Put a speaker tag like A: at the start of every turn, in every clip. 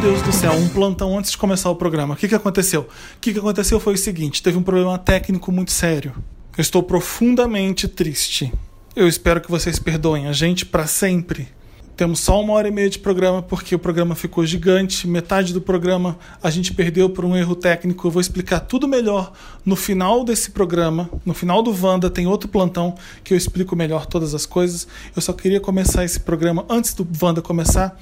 A: Deus do céu, um plantão antes de começar o programa. O que, que aconteceu? O que, que aconteceu foi o seguinte: teve um problema técnico muito sério. Eu estou profundamente triste. Eu espero que vocês perdoem a gente para sempre. Temos só uma hora e meia de programa porque o programa ficou gigante. Metade do programa a gente perdeu por um erro técnico. Eu vou explicar tudo melhor no final desse programa. No final do Vanda tem outro plantão que eu explico melhor todas as coisas. Eu só queria começar esse programa antes do Vanda começar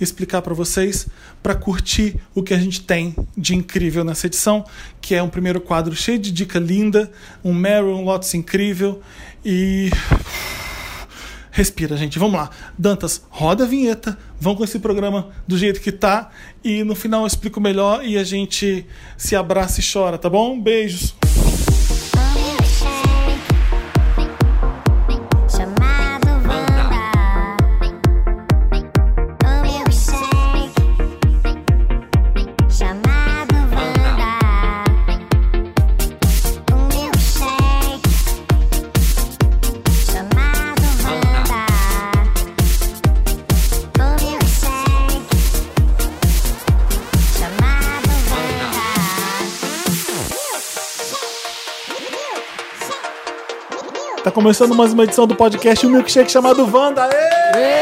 A: explicar para vocês, para curtir o que a gente tem de incrível nessa edição, que é um primeiro quadro cheio de dica linda, um Meryl, um Lotus incrível e. Respira, gente. Vamos lá. Dantas, roda a vinheta. Vamos com esse programa do jeito que tá. E no final eu explico melhor e a gente se abraça e chora, tá bom? Beijos.
B: Chamado Chamado
A: Tá começando mais uma edição do podcast Um Milkshake chamado Wanda. Aê!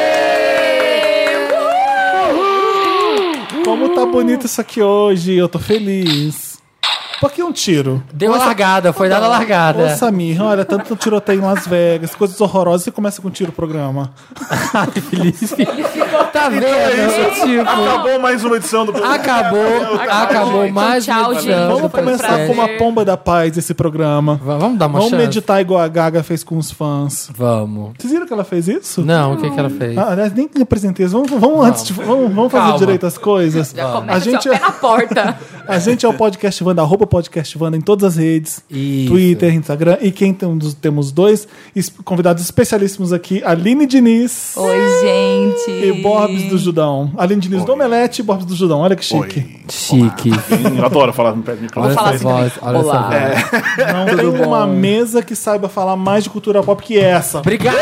A: Como tá bonito isso aqui hoje, eu tô feliz. Por que um tiro?
C: Deu largada, foi dada largada.
A: Ô, Samir, olha, tanto tiroteio em Las Vegas, coisas horrorosas, você começa com tiro o programa.
C: Ai, Felipe. Tá vendo?
D: isso.
C: Tipo,
D: Acabou mais uma edição do programa.
C: acabou, acabou
E: Então,
C: mais
E: tchau,
C: uma
E: gente.
C: edição do
E: Foi um
A: Vamos começar
C: podcast.
A: com uma pomba da paz esse programa.
C: Va- Vamos dar uma
A: Vamos
C: chance?
A: meditar igual a Gaga fez com os fãs.
C: Vamos.
A: Vocês viram que ela fez isso?
C: Não, o que que ela fez?
A: Ah, aliás, nem apresentei isso. Vamos, vamos, antes de- vamos, vamos fazer
C: Calma.
A: direito as coisas.
E: Já
A: A
E: começa
A: gente, é-
E: assim, ó, pé na porta.
A: a gente é o Podcast Wanda, arroba Podcast Wanda em todas as redes.
C: Isso.
A: Twitter, Instagram. E quem temos, temos dois es- convidados especialíssimos aqui, Aline Diniz
E: Oi, gente.
A: e Borbs do Judão. Aline Diniz do Omelete e Borbs do Judão. Olha que chique.
D: Oi.
C: Chique.
D: Eu adoro falar no pé do microfone.
C: Olha
E: falar
C: essa
E: assim
C: voz, olha essa
E: Olá.
C: voz.
A: Não tem uma mesa que saiba falar mais de cultura pop que essa.
C: Obrigado!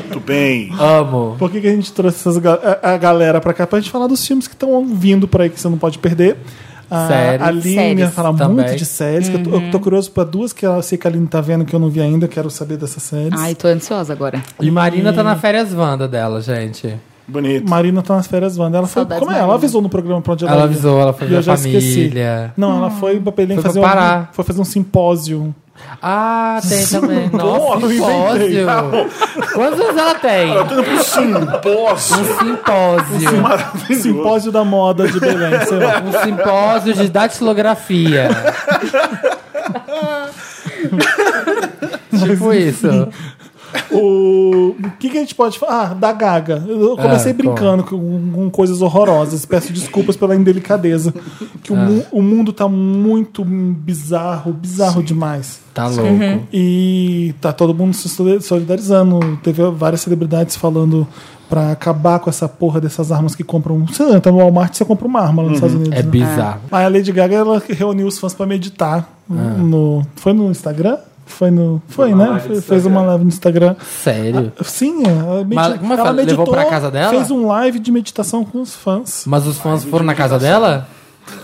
D: Muito bem.
C: Amo.
A: Por que, que a gente trouxe essas ga- a, a galera pra cá? Pra gente falar dos filmes que estão vindo por aí que você não pode perder. A
C: Séries.
A: a Aline
E: Séries Uhum.
A: ia falar
C: também.
A: muito de séries. que eu, tô, eu tô curioso pra duas que eu sei que a Aline tá vendo que eu não vi ainda. eu Quero saber dessas séries.
E: Ai, tô ansiosa agora.
C: E Marina tá na férias Wanda dela, gente.
D: Bonito.
A: Marina tá nas férias, Wanda. Ela foi,
E: Saudades,
A: como é? Ela
E: Marina.
A: avisou no programa pra onde ela
C: Ela
A: ia.
C: avisou, ela foi
A: E
C: ver
A: eu
C: a
A: já esqueci.
C: família.
A: Não,
E: Ah.
A: ela foi pra Belém
C: Foi pra
A: fazer um,
C: Pará.
A: foi fazer um simpósio.
C: Ah, tem também.
A: Boa,
C: Nossa,
A: eu inventei.
C: simpósio. Quantos anos ela tem?
D: Eu tô indo pro simpósio.
C: Um simpósio.
D: Maravilhoso.
A: Simpósio da moda de Belém, sei lá.
C: Um simpósio de datilografia. tipo isso.
A: O o que, que a gente pode falar? Ah, da Gaga. Eu comecei
C: Ah,
A: brincando com, com coisas horrorosas. Peço desculpas pela indelicadeza. Que o, mu- o mundo tá muito bizarro, bizarro demais.
C: Tá louco.
A: Uhum. E tá todo mundo se solida- solidarizando. Teve várias celebridades falando pra acabar com essa porra dessas armas que compram. Você entra no Walmart você compra uma arma lá nos Estados Unidos.
C: É
A: né?
C: bizarro.
A: Aí a Lady Gaga ela reuniu os fãs pra meditar. No, foi no Instagram? Foi no. Foi, né? Fe- Fez uma live no Instagram.
C: Sério.
A: Sim, ela, medi-
C: Mas como é que
A: ela
C: ela
A: meditou,
C: levou pra casa dela?
A: fez um live de meditação com os fãs.
C: Mas os fãs foram na casa dela?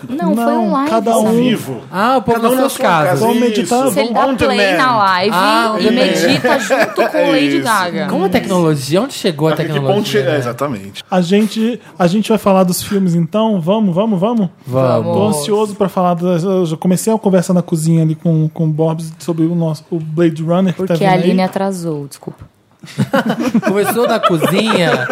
E: Não, foi um live.
A: cada
E: sabe?
A: um
D: Vivo.
C: Ah, o povo
D: Cada um
C: nas
D: na
C: suas
D: sua
C: casas.
D: casa.
A: Vamos
D: Isso. um
A: meditar?
D: Você
A: Vamos- É
E: Ele dá
D: On
E: play
D: demand.
E: na live
C: Ah,
E: e
C: on
E: medita junto com Lady Gaga.
A: tá
C: Como a tecnologia? Onde chegou a
D: Pra que ponto che-
C: tecnologia?
D: é,
C: né?
D: Exatamente.
A: A gente, a gente vai falar dos filmes então? Vamos, vamos, vamos? Tô
C: Vamos.
A: ansioso pra falar. Das, eu já comecei a conversa na cozinha ali com, com o Borbs sobre o nosso o Blade Runner que tá
E: Porque
A: vindo
E: a Aline
A: aí.
E: é atrasou, desculpa.
C: Começou na cozinha,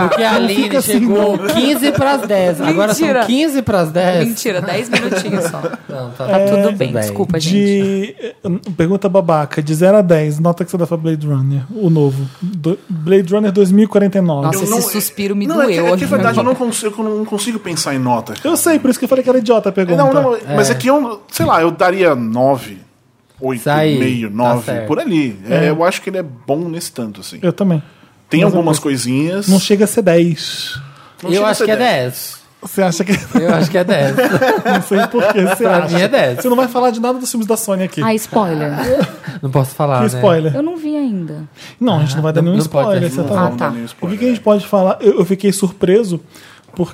C: porque a Aline
A: fica assim,
C: chegou 15 pras 10. Agora são
E: Mentira.
C: 15 pras 10.
E: É Mentira, 10 minutinhos só.
C: Não, tá,
E: Tá tudo
C: bem.
E: bem, desculpa, gente.
A: É, De. eh, Pergunta babaca, de 0 a 10, nota que você dá pra Blade Runner, o novo. Do- Blade Runner 2049.
E: Nossa,
D: Eu não-
E: esse suspiro me
D: Não, é que-
E: doeu.
D: é que é verdade, eu não consigo, eu não consigo pensar em nota.
A: Eu sei, por isso que eu falei que era idiota a pergunta.
D: Não, não, mas é que eu, sei lá, eu daria 9, 8,
C: Isso aí,
D: meio,
C: tá
D: 9,
C: certo.
D: por ali. É, Eu acho que ele é bom nesse tanto, assim.
A: Eu também. Mas
D: Tem
A: eu
D: algumas
A: gosto.
D: coisinhas.
A: Não chega a ser 10.
D: não
C: Eu
D: chega a
C: acho
D: ser
C: que é
D: 10.
C: 10.
A: Você acha que.
C: Eu acho que é 10.
A: Não sei por que você
C: Pra
A: acha.
C: mim é 10.
A: Você não vai falar de nada dos filmes da Sony aqui.
E: Ah, spoiler.
C: Não posso falar,
A: que
C: né?
A: spoiler.
E: Eu não vi ainda.
A: Não, a gente não vai dar
C: não-
A: nenhum
C: não pode
A: spoiler.
C: dar
A: Você tá
C: nenhum.
E: Ah,
A: louco.
D: Não
E: tá.
D: dá nenhum
A: O que,
D: spoiler.
A: que a gente pode falar? Eu, eu fiquei surpreso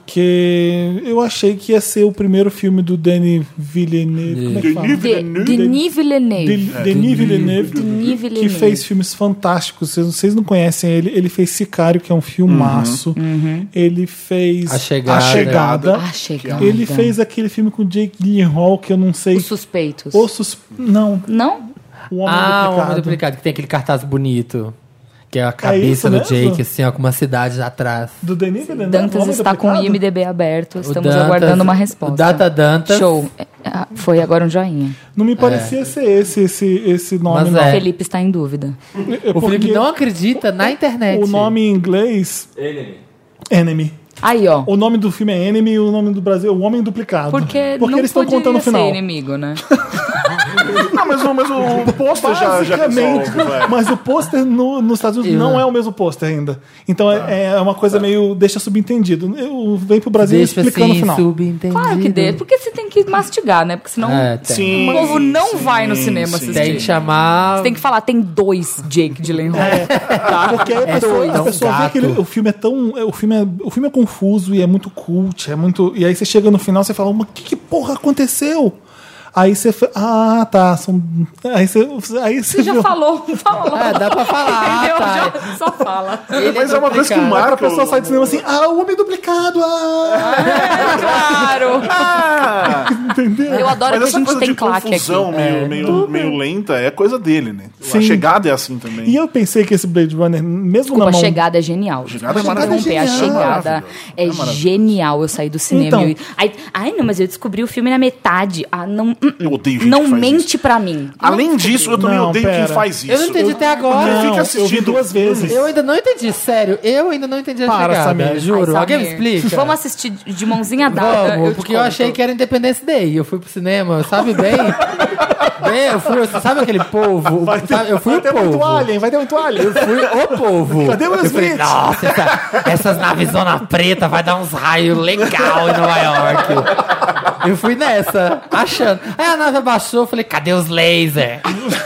A: porque eu achei que ia ser o primeiro filme do Danny Villeneuve. Como é que fala?
D: Denis
E: De,
D: Villeneuve.
E: Denis Villeneuve.
A: Del-
C: É,
A: Denis Villeneuve,
E: Denis
A: que
E: Villeneuve.
A: fez filmes fantásticos. Vocês, vocês não conhecem ele. Ele fez Sicário, que é um filmaço. Ele fez
C: Uhum. A Chegada.
A: A Chegada.
E: Ah, chegada.
A: Ele fez aquele filme com Jake Gyllenhaal, que eu não sei...
E: Os Suspeitos.
A: O sus- Não,
E: Não?
A: O Um Homem
C: Ah, o Homem
A: Duplicado.
C: Duplicado, que tem aquele cartaz bonito. Que é a cabeça
A: isso né?
C: do
A: mesmo?
C: Jake, assim, ó, com uma cidade atrás.
A: Do Denis Villeneuve.
E: Dantas
A: Homem
E: está com o
A: Duplicado?
E: IMDB aberto. Estamos
C: Dantas-
E: aguardando uma
C: O
E: resposta.
C: Data Dantas.
E: Show. É, ah, Foi agora um joinha.
A: Não me parecia ser esse, esse, esse nome,
C: Mas
A: não.
C: É.
E: Felipe está em dúvida.
A: É
C: O Felipe
A: porque
C: não acredita na internet.
A: O nome em inglês... Enemy.
E: Aí, ó.
A: O nome do filme é Enemy e o nome do Brasil é O Homem Duplicado.
E: Porque,
A: porque
E: não
A: eles estão
E: poderia
A: contando o
E: ser
A: final. Ah,
E: inimigo, né?
D: Não, mas, o- mas o pôster já, já resolve,
A: Basicamente.
D: velho.
A: né? mas o pôster no- nos Estados Unidos
C: Eu-
A: não é o mesmo pôster ainda. Então é, é uma coisa meio. deixa subentendido. Eu, vem pro Brasil
C: Deixa
A: explicando
C: assim,
A: o final.
C: subentendido.
E: Claro que dê. Porque você tem que mastigar, né? Porque senão
C: É, tem.
E: o povo não vai no cinema
D: sim.
E: assistir.
C: Tem que chamar...
E: Você tem que falar, tem dois Jake de
A: Porque aí a
C: É
A: pessoa, a
C: tão
A: pessoa vê
C: gato.
A: que ele- o filme é tão. é, O filme é, o filme é confuso e é muito cult. É muito, e aí você chega no final e fala, mas que, que porra aconteceu? Aí você. fa- Ah, tá. São, aí você. Aí você
E: Você já
A: viu-
E: falou, fala
C: É,
E: lá.
C: dá pra falar,
E: Entendeu?
C: tá.
E: Já- só fala.
C: Ele
D: Mas é uma coisa que
C: duplicado.
A: A
D: marca.
A: pessoa sai do cinema assim, ah, o homem duplicado, ah!
E: Claro.
D: Ah,
E: Eu adoro
D: mas
E: que a
D: essa
E: gente
D: coisa
E: tem
D: de
E: claque aqui. É.
D: confusão meio, meio, meio lenta é coisa dele, né?
A: Sim.
D: A chegada é assim também.
A: E eu pensei que esse Blade Runner, mesmo
E: Desculpa,
A: na
E: a
A: mão.
E: chegada é genial.
D: Chegada é
E: Desculpa interromper,
A: maravilhosa.
E: A chegada é, genial. Eu saí do cinema.
A: Então.
E: e eu- Ai, ai, não, mas eu descobri o filme na metade. Ah, não.
D: Eu odeio gente
E: Não
D: que faz
E: mente
D: isso.
E: pra mim.
C: Ah,
D: Além disso, eu também
A: Não,
D: odeio
A: pera.
D: quem faz isso.
C: Eu não entendi até agora.
A: Não,
D: fica
A: eu vi
D: assistindo.
A: duas vezes.
C: Eu ainda não entendi, sério. Eu ainda não entendi a
A: Para,
C: chegada,
A: Samir.
C: juro.
E: Ai,
C: Alguém me
E: Samir,
C: explica?
E: Vamos assistir de mãozinha dada.
C: Vamos,
E: te
C: porque eu
E: conto.
C: achei que era Independence Day. Eu fui pro cinema, sabe bem? bem eu fui, sabe aquele povo? Sabe, eu fui o
A: Vai ter
C: povo.
A: muito alien, vai ter muito alien.
C: Eu fui o povo.
A: Cadê o Will
C: Eu falei,
A: Smith?
C: Nossa, essa- essas naves zona preta vai dar uns raios legal em Nova York. Eu fui nessa, achando. Aí a nave abaixou, eu falei, cadê os laser?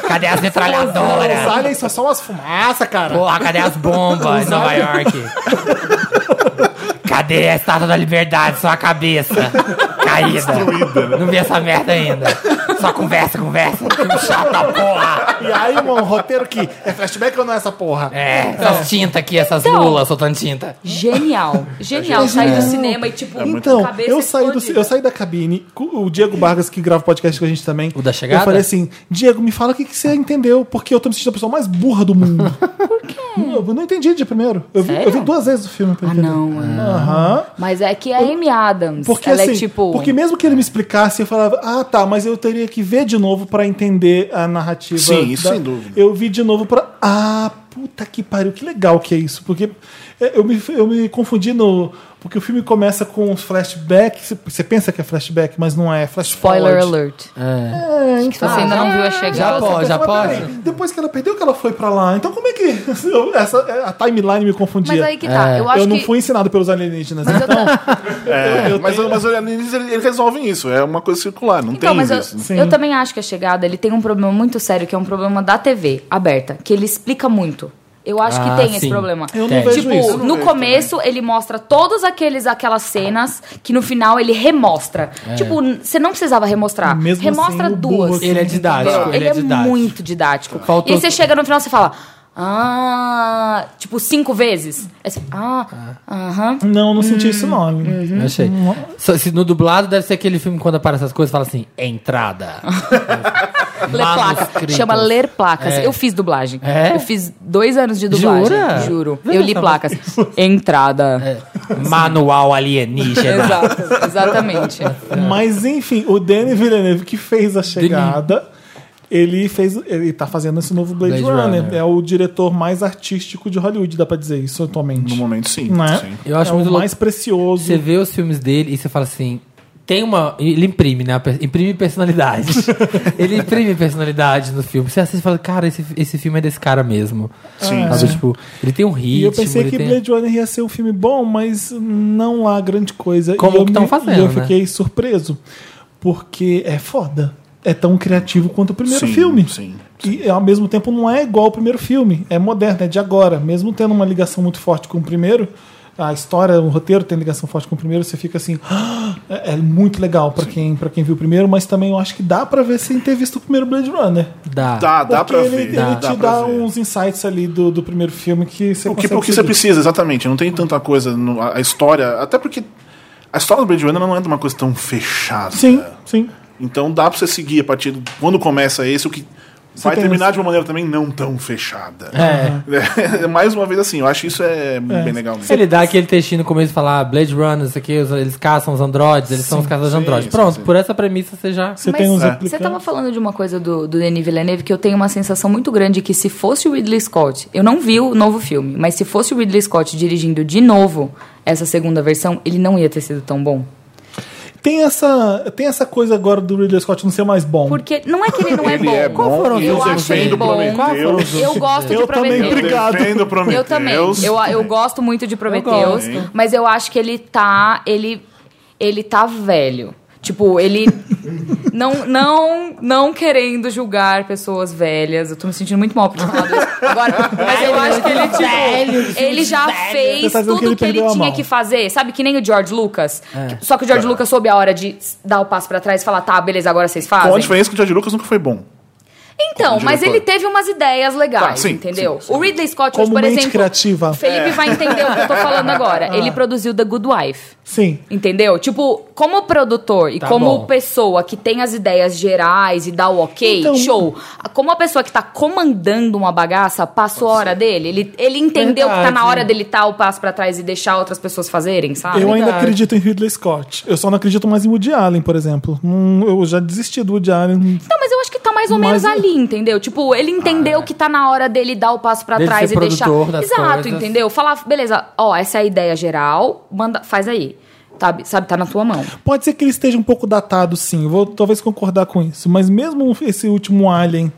C: Cadê as
A: Os
C: metralhadoras?
A: aliens são só umas fumaças, cara.
C: Porra, cadê as bombas em Nova York? Cadê a estátua da liberdade, sua cabeça?
A: né?
C: Caída. Não vi essa merda ainda. Só conversa, conversa. Que chato da porra.
A: E aí, um roteiro que é flashback ou não é essa porra?
C: É, essas tintas aqui, essas
E: Então.
C: lulas soltando tinta.
E: Genial. Genial. Sair do cinema e tipo.
C: É
A: Então,
E: cabeça
A: eu saí, do,
E: explodida.
A: eu saí da cabine, com o Diego Vargas, que grava podcast com a gente também.
C: O da chegada?
A: Eu falei assim, Diego, me fala o que, que você entendeu, porque eu tô me sentindo a pessoa mais burra do mundo. Por quê? Eu não entendi de primeiro. Eu vi, eu
E: Sério?
A: vi duas vezes o filme pra
E: Ah,
A: entender.
E: não. é.
A: Aham.
E: Mas é que a Amy Adams.
A: Porque
E: ela
A: assim,
E: é tipo.
A: porque mesmo que ele me explicasse, eu falava, ah, tá, mas eu teria que ver de novo pra entender a narrativa.
D: Sim, isso sem dúvida.
A: Eu vi de novo pra. ah, puta que pariu, que legal que é isso, porque é, eu me, eu me confundi no porque o filme começa com uns flashbacks, você pensa que é flashback, mas não é, é flash
E: Spoiler
A: forward.
E: alert.
A: É, então,
E: Se você ainda não viu a
C: Ah, Já
E: chegada.
C: pode, já
A: Mas peraí,
C: pode.
A: Depois que ela perdeu, que ela foi pra lá. Então como é que essa a timeline me confundia?
E: Mas aí que tá. Eu acho
A: é, eu não
E: que.
A: fui ensinado pelos alienígenas.
E: Mas eu
A: então,
E: ta-
D: É, mas, mas eles, eles resolvem isso. É uma coisa circular, não
E: Então,
D: tem
E: mas eu,
D: isso.
A: Sim.
E: eu também acho que a chegada ele tem um problema muito sério, que é um problema da TV aberta, que ele explica muito. Eu acho
C: Ah,
E: que tem esse
C: sim.
E: problema.
A: Eu não
C: Tem.
A: vejo
E: tipo,
A: isso.
D: não
E: no
D: vejo
E: começo ele mostra todas aqueles aquelas cenas que no final ele remostra. Tipo, n- você não precisava remostrar.
A: Mesmo
E: remostra
A: assim, o burro
E: duas.
A: Ele é
C: didático,
E: entendeu?
C: ele é didático.
E: muito didático.
C: Faltou-
E: E aí você chega no final e você fala: "Ah, tipo cinco vezes". Aí você, ah, aham.
A: não, não senti Uhum. isso não.
C: Eu achei. Só se no dublado deve ser aquele filme quando aparece essas coisas fala assim, entrada.
E: Ler placa.
C: Manuscritos.
E: Chama ler placas.
C: É.
E: Eu fiz dublagem.
C: É?
E: Eu fiz dois anos de dublagem.
C: Jura?
E: Juro.
C: Vê
E: Eu li
C: essa
E: placas. Entrada.
C: Manual alienígena.
E: Exato, exatamente.
C: É.
A: Mas enfim, o Danny Villeneuve que fez a chegada, ele fez, ele tá fazendo esse novo Blade,
C: Blade
A: Runner.
C: Runner.
A: É o diretor mais artístico de Hollywood, dá pra dizer isso atualmente.
D: No momento, sim.
A: Não é?
D: sim.
C: Eu acho
A: é
C: muito
A: o
C: louco.
A: mais precioso.
C: Você vê os filmes dele e você fala assim, tem uma. Ele imprime, né? Per- Imprime personalidade. ele imprime personalidade no filme. Você assiste e fala, cara, esse, esse filme é desse cara mesmo.
D: Sim.
E: É.
C: Sabe, tipo, ele tem um ritmo.
A: E eu pensei
C: ele
A: que
C: tem...
A: Blade Runner ia ser um filme bom, mas não há grande coisa.
C: Como
A: E eu
C: que tão
A: me-
C: fazendo,
A: E eu
C: né?
A: fiquei surpreso. Porque é foda. É tão criativo quanto o primeiro
D: Sim,
A: filme.
D: sim,
A: E ao mesmo tempo não é igual ao primeiro filme. É moderno, é de agora. Mesmo tendo uma ligação muito forte com o primeiro, a história, o roteiro tem ligação forte com o primeiro, você fica assim. "Ah!" É, é muito legal pra quem, pra quem viu o primeiro, mas também eu acho que dá pra ver sem ter visto o primeiro Blade Runner. tá
C: Dá.
D: Dá, Ah, dá
A: Porque
D: pra
A: ele,
D: ver.
A: ele
D: dá,
A: te
D: pra
A: dá
D: ver.
A: uns insights ali do, do primeiro filme que você
D: O que,
A: consegue
D: o que você
A: seguir.
D: precisa, exatamente. Não tem tanta coisa. no- a a história. Até porque a história do Blade Runner não é de uma coisa tão fechada.
A: Sim, sim.
D: Então dá pra você seguir a partir de quando começa esse, o que vai
A: tem um
D: terminar
A: esse-
D: de uma maneira também não tão fechada.
C: É.
D: É, Mais uma vez, assim, eu acho isso é, bem legal mesmo.
C: Ele dá aquele textinho no começo e fala, ah, Blade Runner, isso aqui, os- eles caçam os androides, eles são os caçadores de
D: sim,
C: androides.
D: sim,
C: Pronto,
D: sim.
C: por essa premissa você já.
A: Você
E: Mas
A: tem uns
D: é.
E: Você
A: aplicantes.
E: tava falando de uma coisa do, do Denis Villeneuve que eu tenho uma sensação muito grande que se fosse o Ridley Scott, eu não vi o novo filme, mas se fosse o Ridley Scott dirigindo de novo essa segunda versão, ele não ia ter sido tão bom.
A: Tem essa, tem essa coisa agora do Ridley Scott não ser mais bom.
E: Porque não é que ele não é
D: Ele
E: bom.
D: é
E: Qual
D: bom,
E: foram os
D: eu
E: eu acho ele é
D: defendo
E: bom.
D: Prometheus.
E: Eu gosto de
A: Eu também,
E: Prometheus.
A: é obrigado.
D: Defendo Prometheus.
E: é Eu também. Eu, eu gosto muito de Prometheus,
D: gosto.
E: mas eu acho que ele tá. Ele, ele tá velho. Tipo, ele. não, não, não querendo julgar pessoas velhas. Eu tô me sentindo muito mal por ter falado isso. Agora, mas eu acho que ele, tipo. Ele já
A: Você
E: fez
A: tá dizendo
E: tudo
A: que ele
E: que ele
A: perdeu a
E: tinha
A: mão. É.
E: que fazer. Sabe que nem o George Lucas? Só que o
D: Tá.
E: George Lucas soube a hora de dar o passo pra trás e falar: tá, beleza, agora vocês fazem.
D: Com a diferença que o George Lucas nunca foi bom.
E: Então,
D: Como
E: mas
D: diretor.
E: ele teve umas ideias legais,
D: Tá, sim,
E: entendeu?
D: sim, sim.
E: O Ridley Scott, hoje,
A: Como
E: por
A: mente
E: exemplo,
A: criativa.
E: Felipe vai entender o que eu tô falando agora. Ele produziu The Good Wife.
A: Sim.
E: Entendeu? Tipo, como produtor e
C: Tá
E: como
C: bom.
E: pessoa que tem as ideias gerais e dá o ok,
A: Então-
E: show. Como a pessoa que tá comandando uma bagaça, passou a hora dele. Ele, ele entendeu que tá
C: Verdade.
E: na hora dele dar o passo pra trás e deixar outras pessoas fazerem, sabe?
A: eu ainda
C: verdade.
A: acredito em Ridley Scott. Eu só não acredito mais em Woody Allen, por exemplo. Hum, eu já desisti do Woody Allen.
E: Não, mas eu acho que tá mais ou
A: Mas-
E: menos ali, entendeu? Tipo, ele entendeu que tá na hora dele dar o passo pra
C: Dele
E: trás
C: ser
E: e deixar.
C: produtor das
E: Exato,
C: coisas.
E: entendeu? Falar, beleza, ó, essa é a ideia geral, manda, faz aí. Sabe, sabe, tá na tua mão.
A: Pode ser que ele esteja um pouco datado, sim. Eu Vou talvez concordar com isso. Mas mesmo esse último Alien.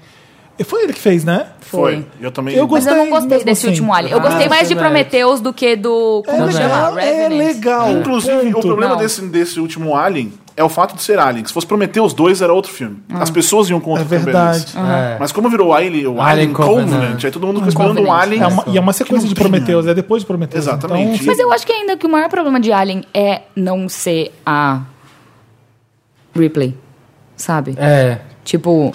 A: Foi ele que fez, né?
E: Foi.
D: Eu também.
A: Eu
E: Mas
A: gostei.
E: eu não gostei
A: mesmo
E: desse
A: assim.
E: último alien. Eu
C: Ah,
E: gostei mais de
C: verdade.
E: Prometheus do que do.
A: É
E: Como chama?
A: legal. É
E: Revenant.
A: legal.
D: Inclusive, o
A: ponto.
D: problema
E: Não.
D: desse, desse último Alien é o fato de ser Alien. Se fosse Prometheus 2, era outro filme.
E: Ah.
D: As pessoas iam contra
A: É
D: também
A: verdade.
D: isso.
C: É.
D: Mas como virou Alien, o Alien,
C: Alien
D: Covenant,
C: Covenant.
D: aí todo mundo ficou esperando um
E: Covenant.
D: Alien.
A: É uma- e é uma sequência
D: não
A: de
D: tem
A: Prometheus, é depois de Prometheus.
D: Exatamente.
A: Então,
E: Mas eu acho que ainda que o maior problema de Alien é não ser a. Ripley. Sabe?
C: É.
E: Tipo.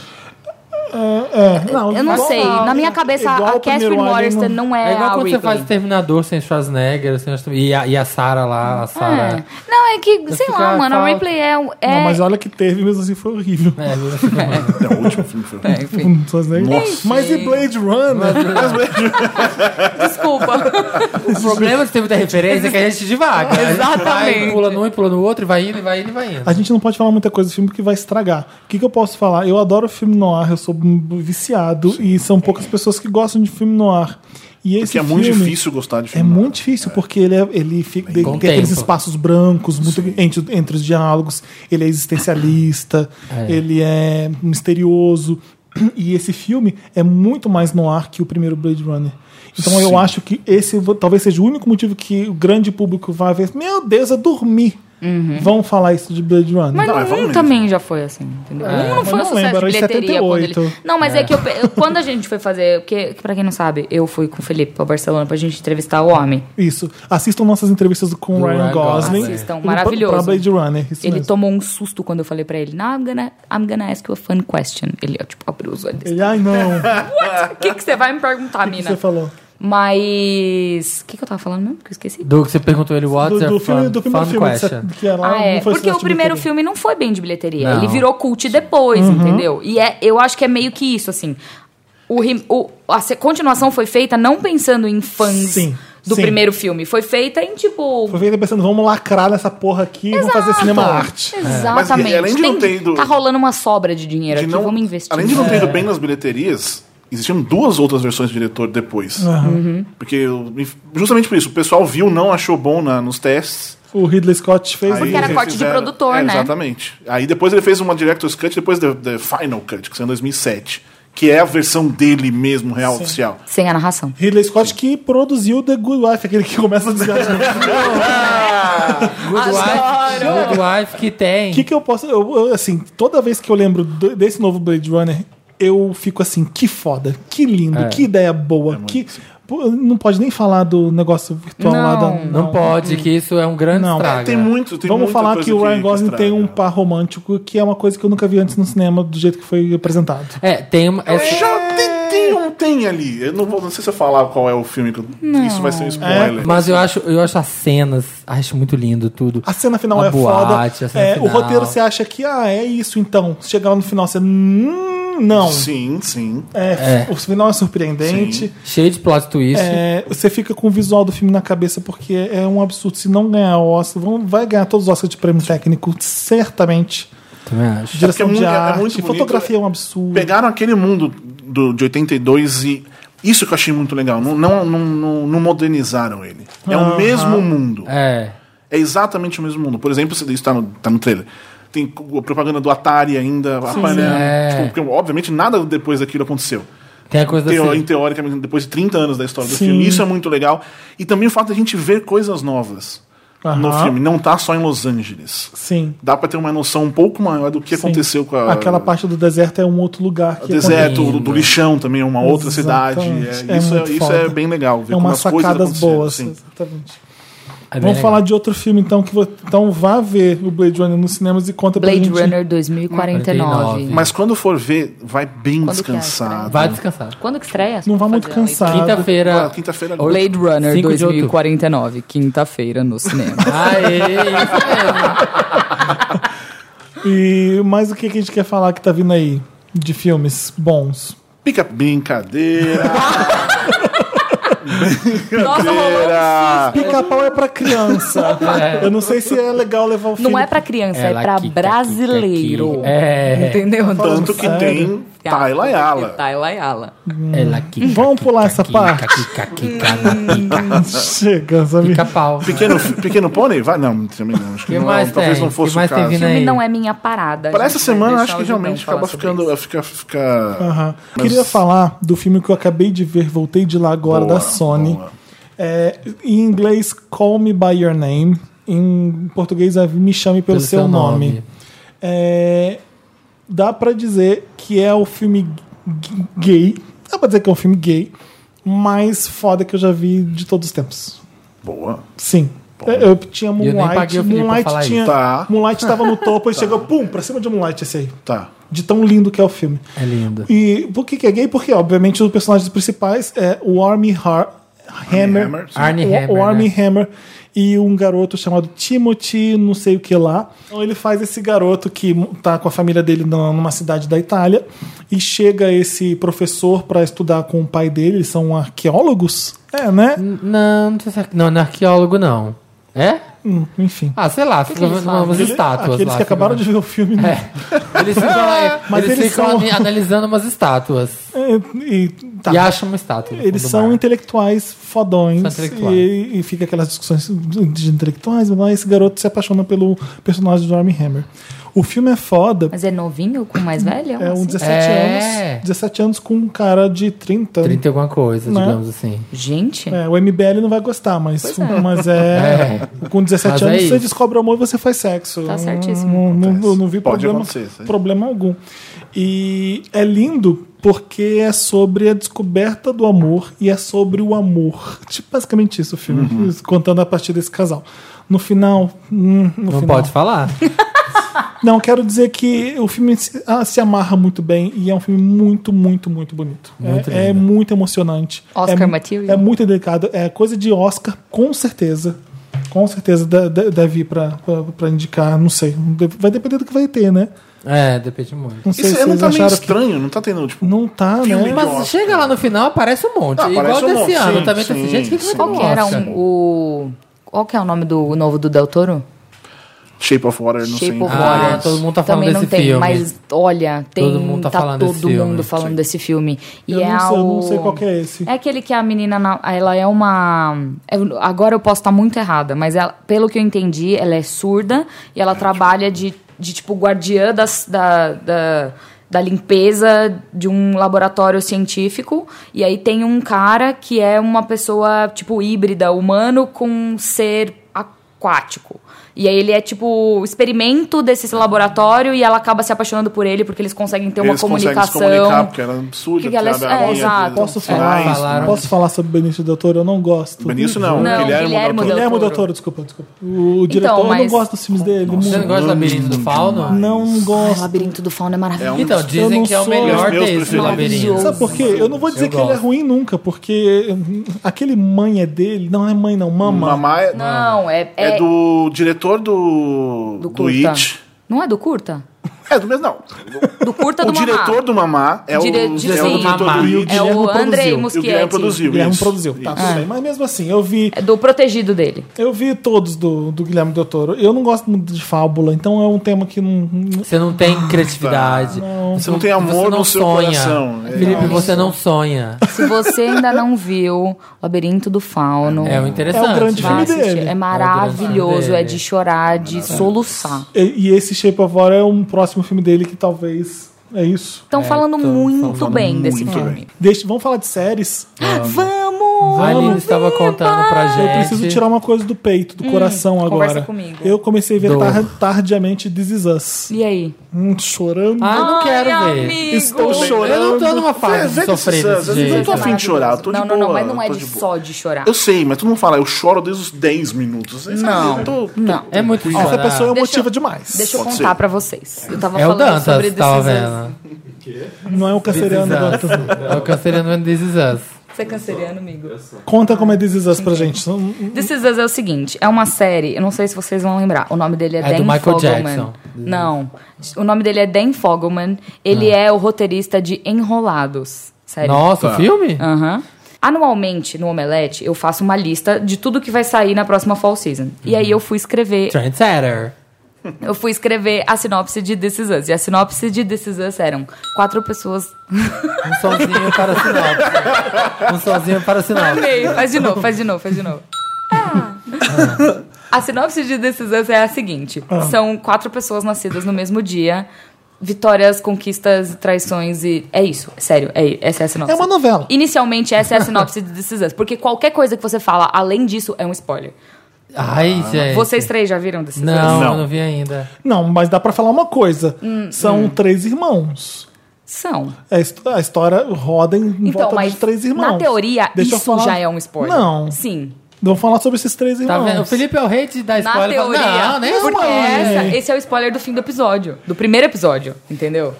A: é, não,
E: Eu não
A: igual
E: sei.
A: a-
E: Na minha cabeça,
A: igual
E: a
A: o
E: Catherine
A: primeiro Alien,
E: Morrison
A: não-
E: não é,
C: É igual
E: a
C: quando
E: Ripley.
C: você faz Terminador sem Schwarzenegger, sem Schwarzenegger e a, e a Sarah lá, a Sarah.
E: É. Não, é que, sei
C: fico-
E: lá,
C: ah,
E: mano,
C: fala-
E: a Ripley é. um- é...
A: Não, mas olha que teve, mesmo assim foi horrível.
C: É,
A: né?
D: Não, o último filme foi.
E: É, enfim.
D: Nossa.
A: Mas e Blade Runner?
E: Desculpa.
C: O problema de ter muita referência é que a gente divaga. A gente
E: Exatamente.
C: vai, pula num e pula no outro, e vai indo, e vai indo, e vai indo.
A: A gente não pode falar muita coisa do filme porque vai estragar. O que, que eu posso falar? Eu adoro filme noir, eu sou viciado e são poucas pessoas que gostam de filme noir. E esse
D: Porque é muito
A: filme
D: difícil gostar de
A: É
D: filme. né?
A: muito difícil porque ele, é- ele fica, ele
C: com
A: tem aqueles
C: tempo.
A: espaços brancos muito entre, entre os diálogos. Ele é existencialista,
C: É.
A: ele é misterioso. E esse filme é muito mais no ar que o primeiro Blade Runner. Então eu acho que esse vo- talvez seja o único motivo que o grande público vai ver. Meu Deus, eu dormi. Vão falar isso de Blade Runner.
E: Uhum. Mas
D: Não, é
E: um
D: vamos
E: também já foi assim, entendeu? um não foi
A: Eu
E: um
A: É, não
E: sucesso
A: lembro,
E: de
A: era em
E: bilheteria. Quando
A: 78.
E: ele... Não, mas é, que eu, pe- eu- quando a gente foi fazer. Porque, pra quem não sabe, eu fui com o Felipe pra Barcelona pra gente entrevistar o homem.
A: Isso. Assistam nossas entrevistas com o
C: Do
A: Ryan
C: Ryan
A: Gosling.
C: Gosling.
E: Assistam,
A: Pra-
E: maravilhoso.
A: Pra Blade Runner. Isso
E: ele
A: mesmo.
E: tomou um susto quando eu falei pra ele, "Now I'm gonna, I'm gonna ask you a fun question. Ele, ó, tipo, abriu os olhos.
A: Ele, ai não. O
E: O que, que você vai me perguntar,
A: que
E: mina?
A: você falou?
E: Mas. O que, que eu tava falando mesmo? Que eu esqueci.
C: Doug, você perguntou ele, what's
A: Do,
C: your
A: do filme,
C: fun,
A: do
C: fun
A: primeiro filme que,
C: question?
A: você- que é lá,
E: Ah, é.
A: não foi
E: Porque o
A: sucesso de
E: primeiro
A: bilheteria. Uhum.
E: filme não foi bem de bilheteria.
C: Não.
E: Ele virou cult depois, entendeu? E é, eu acho que é meio que isso, assim. O, rim- o- a se- continuação foi feita não pensando em fãs
A: Sim,
E: do
A: sim.
E: primeiro filme. Foi feita em, tipo...
A: Foi feito pensando, vamos lacrar nessa porra aqui, vamos fazer cinema arte.
E: Exatamente.
D: É. Mas, além de não
E: Tem-
D: ter ido-
E: Tá rolando uma sobra de dinheiro
D: De
E: aqui,
D: não-
A: É.
E: vamos investir.
D: Além de não ter ido bem nas bilheterias, Existiam duas outras versões do diretor depois.
A: Uhum.
D: Porque, eu- justamente por isso, o pessoal viu, não achou bom na- nos testes.
A: O Ridley Scott fez.
D: Aí
E: Porque era
D: eles
E: corte de produtor,
D: é,
E: né?
D: Exatamente. Aí depois ele fez uma Director's Cut, depois The, The Final Cut, que saiu em 2007. Que é a versão dele mesmo, real, oficial.
E: Sem a narração.
A: Ridley Scott que produziu The Good Wife, aquele que começa a desgastar.
C: Good Wife, Good Wife que tem.
A: O que, que eu posso. eu- eu, assim, toda vez que eu lembro do- desse novo Blade Runner, eu fico assim, que foda, que lindo, que ideia
D: É
A: boa. que, Pô, não pode nem falar do negócio virtual lá da.
E: Não.
C: Não pode, que isso é um grande
A: Não,
C: estrago.
D: Tem muito, tem
A: Vamos
D: muita
A: falar
D: coisa
A: que o Ryan Gosling tem
D: estraga.
A: um par romântico, que é uma coisa que eu nunca vi antes no cinema, do jeito que foi apresentado.
C: É, tem uma. essa-
D: Já tem, tem um tem ali. Eu não, vou, não sei se eu falar qual é o filme que eu- isso
A: É,
D: vai ser um spoiler.
C: Mas eu acho, eu acho as cenas, acho muito lindo tudo.
A: A cena final
C: A
A: é
C: boate,
A: foda.
C: a cena
A: É, O
C: final.
A: roteiro você acha que, ah, é isso então. Chega lá no final, você. "Hum, não.
D: Sim, sim.
A: É, O final é surpreendente.
D: Sim.
C: Cheio de plot twist.
A: É, você fica com o visual do filme na cabeça, porque é um absurdo. Se não ganhar o Oscar, vão- vai ganhar todos os Oscars de prêmio técnico, certamente.
C: Também acho.
A: Direção
D: É porque é
A: de
D: muito- é
A: arte,
D: muito bonito.
A: fotografia é um absurdo.
D: Pegaram aquele mundo do, de 82 e. Isso que eu achei muito legal. Não, não, não, não- não modernizaram ele. É o mesmo mundo.
C: É.
D: É exatamente o mesmo mundo. Por exemplo, se- isso tá no, tá no trailer. Tem co- a propaganda do Atari ainda aparece.
C: É.
D: Tipo, porque, obviamente, nada depois daquilo aconteceu.
C: Tem a coisa
D: Teo-
C: assim.
A: um-
D: em teoricamente, depois de 30 anos da história do
A: Sim.
D: filme. Isso é muito legal. E também o fato de a gente ver coisas novas no
A: Aham.
D: filme. Não tá só em Los Angeles.
A: Sim.
D: Dá pra ter uma noção um pouco maior do que
A: sim.
D: aconteceu com a,
A: Aquela parte do deserto é um outro lugar.
D: o
A: Que
D: deserto,
A: acontece.
D: do, do lixão também, é uma outra
A: Exatamente.
D: cidade. É, isso, é,
A: muito
D: isso
A: foda.
D: é bem legal. Ver
A: É umas
D: como as coisas assim.
A: sacadas
D: aconteceram,
A: boas. assim.
D: sim.
A: Exatamente.
C: É bem
A: Vamos
C: legal.
A: falar de outro filme, então, que vo- então vá ver o Blade Runner nos cinemas e conta pra
E: Blade
A: gente.
E: Runner 2049.
C: Hum.
D: Mas quando for ver, vai bem
E: Quando que é?
D: descansado.
C: Vai
A: Ah,
C: descansar.
E: Quando que estreia?
A: Não vá muito
E: Fazer a leitura.
A: cansado.
C: Quinta-feira.
D: Ah, Quinta-feira.
C: né? Oi?
E: Blade Runner
C: 5 de outubro.
E: 2049, quinta-feira no cinema.
C: Aê, isso
A: E mais o que que a gente quer falar que tá vindo aí de filmes bons?
D: Pica brincadeira.
E: Nossa,
C: um
E: rolou
D: brincadeira.
A: Pica-pau é pra criança. Eu não sei se é legal levar o filho.
E: Não é pra criança,
C: Ela
E: é pra
C: quica, quica,
D: tá
E: brasileiro.
C: quica. É.
E: Entendeu?
D: Tanto que
A: Sério?
D: tem
C: Tá.
D: Tayla Yala.
E: Taila Ayala.
C: mesmo. É, Ela quica,
A: Hum. Vamos
C: quica,
A: pular essa
C: quica,
A: parte?
C: Quica, quica, na pica.
A: Chega, sabe?
C: Pica pau.
D: Pequeno, pequeno Pônei? Vai? Não, também não. Acho que,
C: Que
D: não, é,
C: mais
D: talvez
C: tem?
D: não fosse
C: Que mais
D: o
C: tem
D: caso.
C: vindo aí?
E: Filme não é minha parada.
D: Para
E: gente,
D: essa
E: vai
D: semana,
E: deixar
D: acho que
E: o Judão
D: realmente
E: falar
D: acaba
E: sobre
D: ficando.
E: isso.
D: Fica, fica...
A: Aham.
D: Mas-
A: Queria falar do filme que eu acabei de ver, voltei de lá agora, da
D: Boa,
A: Sony.
D: boa.
A: É, em inglês, Call Me By Your Name. Em português, é Me Chame Pelo,
C: Pelo
A: Seu
C: Seu
A: Nome.
C: Nome.
A: É, dá pra dizer que é o filme g- gay. Dá pra dizer que é um filme gay mais foda que eu já vi de todos os tempos.
D: Boa.
A: Sim. Eu, eu tinha
C: nem
A: Moonlight.
C: paguei o Felipe pra
A: Moonlight
C: falar
A: tinha.
D: isso. Tá.
A: Moonlight tava no topo e chegou, pum, pra cima de Moonlight esse aí.
D: Tá.
A: De tão lindo que é o filme.
C: É lindo.
A: E por que, que é gay? Porque, obviamente, os personagens principais é o Army Har Hammer.
D: Hammer, sim.
C: Arnie
A: o,
C: Hammer.
A: o Army
C: né?
A: Hammer e um garoto chamado Timothy, não sei o que lá. Então ele faz esse garoto que tá com a família dele na- numa cidade da Itália e chega esse professor pra estudar com o pai dele, eles são arqueólogos? É, né?
C: Não, não sei se é, não, não é arqueólogo, não. É?
A: Hum, enfim.
C: Ah, sei lá, fica
E: que eles falam?
C: umas
A: Aquele-
C: estátuas
A: Aqueles
C: lá.
A: que acabaram de
C: fica-
A: ver o filme. né?
C: É. Eles ficam, lá-
A: Mas
C: eles
A: eles
C: ficam
A: são-
C: ali analisando umas estátuas.
A: É, e- tá.
C: E acham uma estátua. no
A: Eles
C: fundo do
A: são
C: mar.
A: intelectuais fodões.
C: São intelectuais.
A: E, e fica aquelas discussões de intelectuais, mas esse garoto se apaixona pelo personagem do Armie Hammer. O filme é foda.
E: Mas é novinho com mais velho?
A: É um
E: assim?
A: 17
C: É.
A: anos. 17 anos com um cara de 30.
C: 30 e alguma coisa,
A: Né?
C: digamos assim.
E: Gente,
A: É, o MBL não vai gostar, mas
E: é.
A: mas é, com 17
C: Mas é
A: anos
C: isso.
A: você descobre o amor e você faz sexo.
E: Tá
A: Eu
E: certíssimo.
A: Não, não, eu não vi
D: Pode
A: problema,
D: acontecer, sim.
A: problema algum. E é lindo porque é sobre a descoberta do amor e é sobre o amor. Tipo, basicamente isso o filme,
C: Uhum.
A: contando a partir desse casal. No final. hum, no
C: Não
A: final.
C: pode falar.
A: Não, quero dizer que o filme se, ah, se amarra muito bem e é um filme muito, muito, muito bonito.
C: Muito
A: é, é
C: lindo.
A: muito emocionante.
E: Oscar
A: é, mu-
E: material.
A: É muito delicado. É coisa de Oscar, com certeza. Com certeza de- de- deve ir pra, pra, pra indicar, não sei. Deve- Vai depender do que vai ter, né?
C: É, depende muito.
A: Não sei
D: Isso
A: se
D: é, não
A: vocês
D: tá meio
A: acharam que.
D: estranho, não tá tendo, tipo.
A: Não tá, né?
D: Filme
C: Mas
D: Oscar.
C: chega lá no final, aparece um monte.
D: Ah,
C: Igual
D: aparece um
C: desse
D: monte,
C: ano
D: sim,
C: também. tá assim,
D: sim,
E: um.
C: gente, o que, que
D: sim.
C: vai ter
E: qual
C: no
E: que era
C: Oscar?
E: um, o... Qual que é o nome do o novo do Del Toro?
D: Shape of Water, não
E: Shape
D: sei.
E: of
D: Ah,
E: Water.
C: Ah, todo mundo tá
E: Também
C: falando
E: não
C: desse
E: tem,
C: filme.
E: mas olha, tem,
C: Todo mundo tá falando
E: todo
C: desse filme.
E: mundo falando desse filme. E
A: Eu
E: é
A: não sei- eu não
E: o-
A: sei qual que é esse.
E: É aquele que a menina, na- ela é uma... eu- Agora eu posso estar muito errada, mas ela- pelo que eu entendi, ela é surda e ela trabalha de, de tipo, guardiã das, da... da da limpeza de um laboratório científico. E aí tem um cara que é uma pessoa, tipo, híbrida, humano com um ser aquático. E aí ele é tipo o experimento
D: Uhum.
E: desse laboratório e ela acaba se apaixonando por ele porque eles conseguem ter uma
D: eles conseguem se
E: comunicação.
D: comunicar, porque era absurdo.
E: Que ela é- é, exato.
A: Posso
E: É,
A: falar,
C: falaram.
A: posso falar sobre Benício Del Toro? Eu não gosto.
D: Benício não,
E: Não,
D: Guilherme, Del
E: Guilherme
D: Toro.
E: Del
A: Guilherme
E: Toro. Então,
A: Del Toro, desculpa, desculpa. O diretor, eu não
E: mas-
A: gosto dos filmes dele.
C: Você não
A: muito.
C: gosta do Labirinto do Fauno?
A: Não
E: Ai, o
A: gosto.
E: labirinto do fauna é maravilhoso.
C: Então,
A: Eu
C: dizem
A: não
C: que é o
A: sou-
C: melhor
D: Meus
C: desse
D: preferidos.
C: labirinto.
A: Sabe por quê? Eu não vou dizer
C: Eu
A: que ele é
C: gosto.
A: ruim nunca, porque hum, aquele mãe é dele. Não, não é mãe, não, mama.
D: Mamá é,
E: Não, é,
D: é
E: é,
D: do diretor do, do,
E: do curta.
D: It.
E: Não é do curta?
D: É do mesmo, não.
E: Do curta
D: o
E: Tá do Mamá.
D: diretor do Mamá é o,
E: Dire-
D: é o
E: dizem-
D: diretor do
C: Mamá.
D: It.
E: É
A: Guilherme
E: o
A: produziu.
E: Andrei
A: E o
D: E o Guilherme
E: Muschietti.
D: produziu.
A: Guilherme
D: isso.
A: produziu, tá, tudo bem. Mas mesmo assim, eu vi,
E: É do protegido dele.
A: eu vi todos do, do Guilherme Del Toro. Eu não gosto muito de fábula, então é um tema que não. não-
C: Você não tem criatividade.
D: Você não tem amor
C: você não
D: no seu
C: sonha.
D: coração. É
C: Felipe,
D: isso.
C: você não sonha.
E: Se você ainda não viu Labirinto do Fauno,
C: É o interessante.
A: É o grande
E: vá
A: filme
E: assistir.
A: dele.
E: É
C: É o grande
E: maravilhoso,
C: filme dele.
E: é de chorar, de soluçar.
A: E, e esse Shape of Water é um próximo filme dele que talvez. É isso.
E: Estão falando
C: tão
E: muito
C: falando
E: bem desse
D: muito
E: filme.
D: bem.
A: Deixa, vamos falar de séries.
E: Ah, Vamos!
C: A Aline estava contando pra gente.
A: Eu preciso tirar uma coisa do peito, do coração agora.
E: é. Hum, conversa comigo.
A: Eu comecei a ver
C: Dor.
A: tar, tardiamente This Is Us.
E: E aí?
A: Hum, chorando.
C: Ah, eu não quero
E: Ai,
C: ver.
E: amigo.
A: Estou
C: Eu
A: chorando.
C: não tô numa
D: Vê-
C: fase
D: vê
C: de
D: desses
C: sofrer
D: anos,
C: desse
D: eu não
C: jeito.
D: tô afim de chorar, eu tô de
E: não, não, não,
D: boa,
E: mas não é
D: tô
E: de
D: de boa.
E: só de chorar.
D: Eu sei, mas tu não fala, eu choro desde os 10 minutos. Vocês
E: Não,
D: sabem, eu tô-
E: não.
C: É muito
A: Essa
C: chorar.
A: pessoa é
E: Deixa eu-
A: emotiva demais.
E: Deixa eu
D: Pode
E: contar
D: ser.
E: pra vocês. Eu tava
C: É o
E: falando sobre
C: Dantas,
E: This
C: tava
E: Is Us.
C: vendo.
A: Não é o canceriano agora.
C: This Is Us. É o canceriano vendo This Is Us.
E: Você é canceriano, amigo?
A: Conta como é This Is Us pra gente.
E: This Is Us é o seguinte, é uma série, eu não sei se vocês vão lembrar, o nome dele é,
C: É
E: Dan
C: do Michael
E: Fogelman.
C: Jackson.
E: Não, o nome dele é Dan Fogelman, ele
C: Ah.
E: é o roteirista de Enrolados, série.
C: Nossa, o filme?
E: Aham. Anualmente, no Omelete, eu faço uma lista de tudo que vai sair na próxima fall season. E
C: Uhum.
E: aí eu fui escrever
C: Trendsetter.
E: eu fui escrever a sinopse de This Is Us. E a sinopse de This Is Us eram quatro pessoas.
C: Um sozinho para sinopse. Um sozinho para sinopse.
E: Amei. Faz de novo, faz de novo, faz de novo.
A: Ah.
E: A sinopse de This Is Us é a seguinte:
A: Ah.
E: são quatro pessoas nascidas no mesmo dia. Vitórias, conquistas, traições e. É isso, sério, é, essa é a sinopse.
A: É uma novela.
E: Inicialmente, essa é a sinopse de This Is Us, porque qualquer coisa que você fala além disso é um spoiler.
C: Ai, gente.
E: Vocês três já viram This Is Us?
C: Ah, É, Não,
D: Não.
C: eu não vi ainda.
A: Não, mas dá pra falar uma coisa.
E: Hum,
A: São três irmãos.
E: São.
A: A, his- a história roda em volta dos três irmãos.
E: Então, na teoria,
A: Deixa eu
E: isso
A: falar-
E: já é um spoiler.
A: Não.
E: Sim.
A: Vamos falar sobre esses três
C: Tá
A: irmãos.
C: vendo? O Felipe é o rei de dar
E: Na
C: spoiler. Fala,
E: teoria.
C: Não, nem
E: porque
C: spoiler.
E: essa- esse é o spoiler do fim do episódio. Do primeiro episódio, entendeu?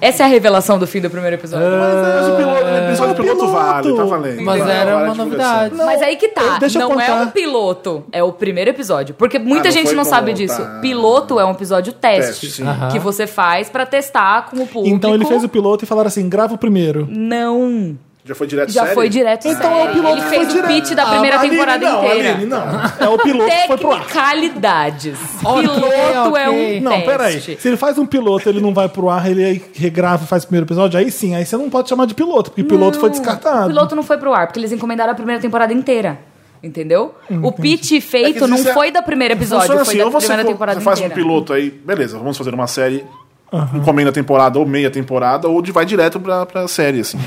E: Essa é a revelação do fim do primeiro episódio.
D: Mas o piloto, o episódio
A: É.
D: piloto vale, tá valendo.
E: assim,
C: Mas
E: então.
D: Vale,
C: era
D: vale a
C: uma
D: divulgação.
C: novidade.
E: Mas aí que tá.
A: eu- deixa eu
E: não é
A: contar.
E: um piloto, é o primeiro episódio. Porque muita
D: Ah, não
E: gente
D: foi
E: não sabe
D: como-
E: disso.
D: tá.
E: Piloto é um episódio teste,
D: Teste, sim.
E: que você faz pra testar com o público.
A: Então ele fez o piloto e falaram assim: grava o primeiro.
E: Não.
D: Já foi direto
E: Já
D: série?
E: foi direto.
A: Então é o
E: série.
A: piloto
E: Ele
A: que
E: fez
A: foi
E: o pitch da
A: direto.
E: primeira
A: Ah, Aline,
E: temporada
A: não,
E: inteira.
A: Aline, não. É o piloto que foi pro ar.
E: Tecnicalidades.
C: Ok,
E: piloto é
C: ok.
E: um
A: Não,
E: teste.
A: peraí. Se ele faz um piloto, ele não vai pro ar, ele aí regrava, faz o primeiro episódio, aí sim, aí você não pode chamar de piloto, porque piloto foi descartado.
E: O piloto não foi pro ar, porque eles encomendaram a primeira temporada inteira. Entendeu? O pitch
D: É
E: feito
D: que
E: não
D: isso é-
E: foi da primeira episódio,
D: Funciona
E: foi
D: assim,
E: da
D: ou você,
E: primeira
D: for-
E: temporada
D: você faz um
E: inteira.
D: piloto aí, beleza, vamos fazer uma série, encomenda a temporada ou meia temporada, ou de vai direto pra, pra série, assim.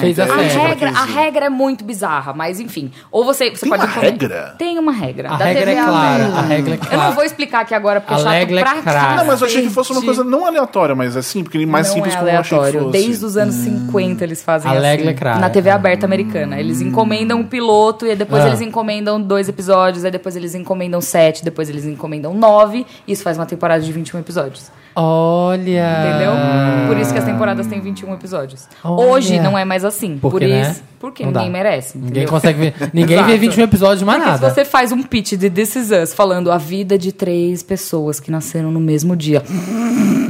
C: Fez a
E: A
C: série.
E: regra, a regra é muito bizarra, mas enfim. Ou você, você
D: Tem
E: pode
D: uma
E: encomendar.
D: regra?
E: Tem uma regra.
C: A
E: da
C: regra
E: TV
C: é clara. A
E: aberta.
C: regra é
E: Eu
C: clara.
E: não vou explicar aqui agora porque
C: A
E: é chato
C: regra é
E: pra
C: clara.
E: caralho.
D: Não, mas eu achei que fosse uma coisa não aleatória, mas assim, porque ele mais
E: não
D: simples
E: é
D: como eu achei que
E: aleatório.
D: fosse.
E: Desde os anos 50 eles fazem
C: A regra
E: assim.
C: Hum. é clara.
E: Na TV aberta americana. Eles encomendam um piloto, e aí depois
C: Ah.
E: eles encomendam dois episódios, aí depois eles encomendam sete, depois eles encomendam nove. Isso faz uma temporada de 21 episódios.
C: Olha.
E: Entendeu? Por isso que as temporadas têm 21 episódios.
C: Ah. Olha.
E: Hoje não é mais assim.
C: Porque,
E: por isso.
C: né?
E: Porque
C: Não dá.
E: ninguém merece.
C: Ninguém
E: entendeu?
C: consegue ver. Ninguém vê
E: Exato.
C: 21 episódios de mais
E: Porque
C: nada.
E: se você faz um pitch de This Is Us falando a vida de três pessoas que nasceram no mesmo dia,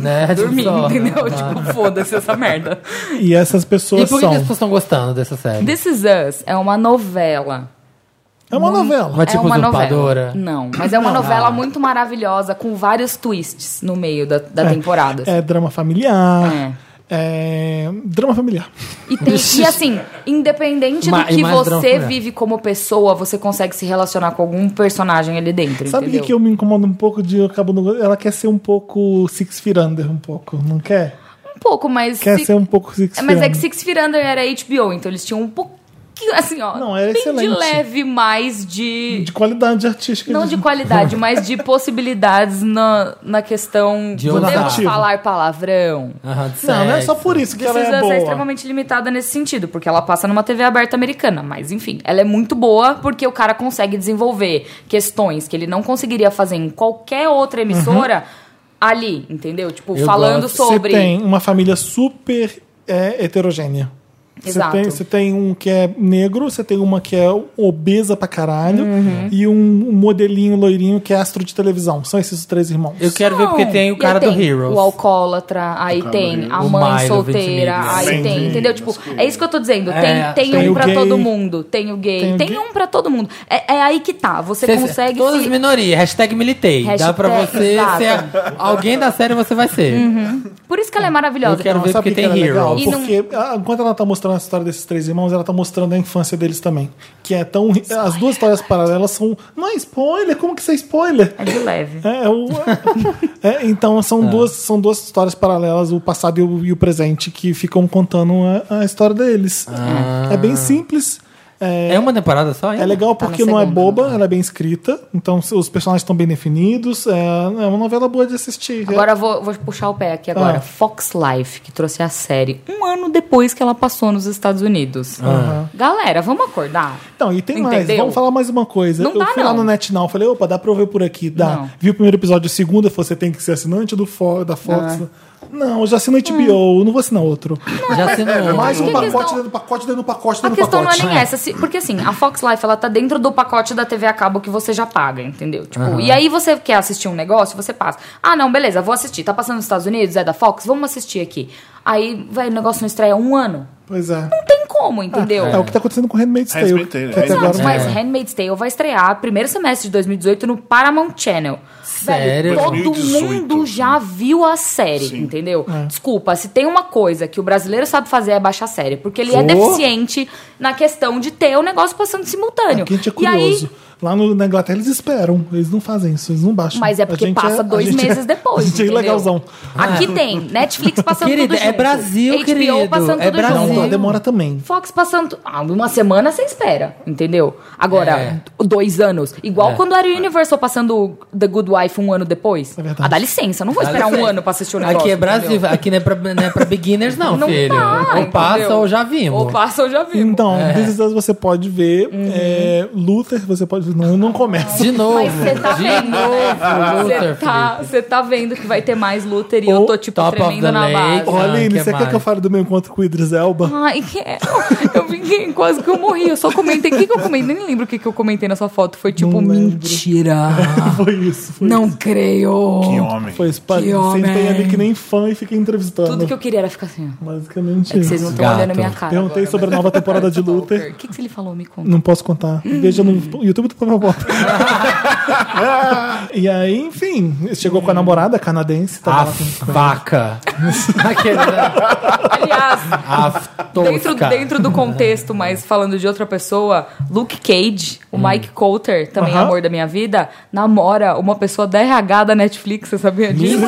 C: Né? Tipo,
E: dormindo,
C: só, né?
E: entendeu?
C: Ah.
E: Tipo, foda-se essa merda.
A: E essas
C: Tipo, E
A: pessoas
C: por que que as
A: são.
C: É. pessoas estão gostando dessa série?
E: This Is Us é uma novela
A: É uma novela.
C: Mas tipo
E: é uma
C: usurpadora.
E: novela. Não, mas é uma novela muito maravilhosa, com vários twists no meio da, da temporada. assim.
A: É drama familiar. É. drama familiar.
E: E, tem- e assim, independente
C: Ma-
E: do
C: e
E: que
C: mais drama
E: você
C: familiar.
E: vive como pessoa, você consegue se relacionar com algum personagem ali dentro.
A: Sabe o que
E: entendeu?
A: que eu me incomodo um pouco de eu acabo no... Ela quer ser um pouco Six Feet Under, um pouco, não quer?
E: Um pouco, mas.
A: Quer
E: se-
A: ser um pouco Six
E: É,
A: Feet
E: Mas é que
A: Under.
E: Six Feet Under era HBO, então eles tinham um pouquinho, assim, ó.
A: Não, era
E: bem de
A: excelente.
E: leve mais de.
A: De qualidade artística.
E: não de qualidade, mas de possibilidades na, na questão
C: De
E: podemos
C: usar.
E: falar palavrão.
C: Aham, de
A: Não, não é
C: sexo.
A: só por isso que ela
E: Precisa
A: é
E: ser
A: boa.
E: extremamente limitada nesse sentido, porque ela passa numa TV aberta americana. Mas enfim, ela é muito boa porque o cara consegue desenvolver questões que ele não conseguiria fazer em qualquer outra emissora
A: Uhum.
E: ali, entendeu? Tipo,
C: Eu
E: falando
C: gosto.
E: sobre.
A: Você tem uma família super é, heterogênea. Você
E: Exato.
A: tem- Você tem, um que é negro, você tem uma que é obesa pra caralho
E: Uhum.
A: e um modelinho loirinho que é astro de televisão. São esses os três irmãos.
C: Eu quero ver porque tem o
E: E
C: cara
E: aí
C: do
E: tem
C: Heroes.
E: O alcoólatra, aí
D: cara do
E: tem
D: Heroes.
E: a
C: O
E: mãe
C: Milo
E: solteira,
C: Ventimiglia.
E: aí
D: Sim.
E: tem, entendeu? Tipo, é isso que eu tô dizendo.
C: É,
E: tem, tem,
C: tem
E: um
A: o
E: pra
A: gay.
E: todo mundo, tem o gay,
A: Tem o
E: tem
A: gay.
E: um pra todo mundo. É, é aí que tá, você
C: Cê-
E: consegue
C: Todas
E: se...
C: minorias, hashtag militei. Dá pra
E: Hashtag,
C: você
E: exato.
C: ser. Alguém da série você vai ser.
E: Por isso que ela é
C: Eu
E: maravilhosa.
C: quero ver
A: Sabe
C: porque
A: o que
C: tem
A: que era legal?
C: Heroes.
E: E não-
A: Porque ah, enquanto ela tá mostrando a história desses três irmãos, ela tá mostrando a infância deles também. Que é tão. As duas histórias paralelas são. Não é spoiler? Como que isso é spoiler?
E: É de leve.
A: É, é o- é, então são, duas, são duas histórias paralelas, o passado e o, e o presente, que ficam contando a, a história deles. É bem simples. É,
C: É uma temporada só, hein?
A: é legal
E: Ah. Tá na
A: porque não é
E: segunda,
A: boba,
E: né?
A: ela é bem escrita, então os personagens estão bem definidos. É, é uma novela boa de assistir.
E: Agora eu vou, vou puxar o pé aqui agora.
A: Ah.
E: Fox Life, que trouxe a série um ano depois que ela passou nos Estados Unidos.
A: Ah.
E: Galera, vamos acordar?
A: Não, Então, e tem mais.
E: Entendeu?
A: Vamos falar mais uma coisa.
E: Não
A: eu
E: dá,
A: fui lá no
E: não.
A: NetNow, falei, opa, dá pra eu ver por aqui. Dá.
E: Não.
A: Vi o primeiro episódio, o segundo, eu falei, você tem que ser assinante do Fo da Fox.
E: é.
A: Não, eu já assino HBO,
E: Hum.
A: eu não vou assinar outro.
C: Já sendo.
D: mas-
A: Mais
E: que
A: um
E: a
A: pacote
E: questão-
A: dentro do pacote, dentro do pacote,
E: A
A: dentro do
E: questão não é
A: pacote.
E: nem essa, se- porque assim, a Fox Life ela tá dentro do pacote da TV a cabo que você já paga, entendeu? Tipo, e aí você quer assistir um negócio, você passa. Ah, não, beleza, vou assistir. Tá passando nos Estados Unidos, é da Fox, vamos assistir aqui. Aí, vai, o negócio não estreia um ano.
A: Pois é.
E: Não tem como, entendeu?
A: É o que tá acontecendo com Handmaid's Tale.
D: Handmaid's
A: que
D: Tale,
A: até
D: Handmaid's
A: agora
E: Exato,
A: não-
E: mas é. Handmaid's Tale vai estrear primeiro semestre de 2018 no Paramount Channel.
C: Sério?
E: Velho, todo
D: 2018.
E: mundo já viu a série,
D: Sim.
E: entendeu?
A: É.
E: Desculpa, se tem uma coisa que o brasileiro sabe fazer é baixar a série, porque ele é
C: Oh.
E: deficiente na questão de ter o negócio passando simultâneo.
A: Aqui a gente é
E: e aí,
A: curioso. Lá no, na Inglaterra eles esperam, eles não fazem isso, eles não baixam.
E: mas é
A: A
E: porque
A: gente
E: passa
A: a
E: dois
A: gente é-
E: meses depois.
A: A gente é
E: entendeu?
A: ilegalzão.
E: Aqui tem Netflix passando
C: Querido,
E: tudo
C: é
E: junto.
C: Brasil,
E: HBO
C: querido,
E: passando
C: é
E: tudo
C: Brasil.
A: Não,
E: junto.
A: lá demora também.
E: Fox passando. Ah, uma semana você espera, entendeu? Agora,
C: É.
E: dois anos. Igual
C: É.
E: quando era o Universal passando The Good Wife um ano depois.
A: É verdade.
E: ah, dá licença, eu não vou
C: Dá
E: esperar um
C: licença.
E: ano pra assistir o negócio.
C: Assim, Aqui é Brasil,
E: entendeu?
C: aqui não é, pra, não é pra beginners, não,
E: Não
C: filho.
E: dá,
C: ou passa
E: entendeu?
C: ou já vimos.
E: Ou passa ou já vimos.
A: Então, This Is Us você pode ver, é, Luther você pode ver. Não, não começa.
C: De novo.
E: Mas você tá
C: de
E: vendo,
C: novo,
E: Você
C: Luther, Oh,
E: tá, cê tá vendo que vai ter mais Luther e eu
A: Ou
E: tô, tipo,
C: Top of
E: tremendo
C: the
E: na
C: Lake.
E: base.
A: Olha,
C: Ah,
A: Aline,
C: que
A: você quer
C: mais?
A: que eu fale do meu encontro com o Idris Elba?
E: Ai, que é. Eu fiquei quase que eu morri. Eu só comentei. O que, que eu comentei? Nem lembro o que, que eu comentei nessa foto. Foi tipo,
C: é
E: mentira.
A: Foi isso. Foi,
E: Não creio.
D: Que homem.
A: foi isso. Pá,
E: Que
A: Sentei
E: homem.
A: ali que nem fã e fiquei entrevistando.
E: Tudo que eu queria era ficar assim. ó.
A: Basicamente
E: É que
A: isso.
E: vocês não estão
C: Gato.
E: olhando a minha cara.
A: Perguntei
E: agora, Tá
A: sobre a
E: mas-
A: nova temporada de Luther.
E: O que, que ele falou? Me conta.
A: Não posso contar. Veja no YouTube do Papel Pop. e aí, enfim, chegou com a namorada canadense.
C: A
A: Tava lá com-
C: vaca. Aquele, né?
E: Aliás,
C: A
E: dentro,
C: tosca.
E: dentro do contexto, mas falando de outra pessoa, Luke Cage, o
C: Hum.
E: Mike Coulter, também
A: Aham.
E: amor da minha vida, namora uma pessoa da RH da Netflix, você sabia disso?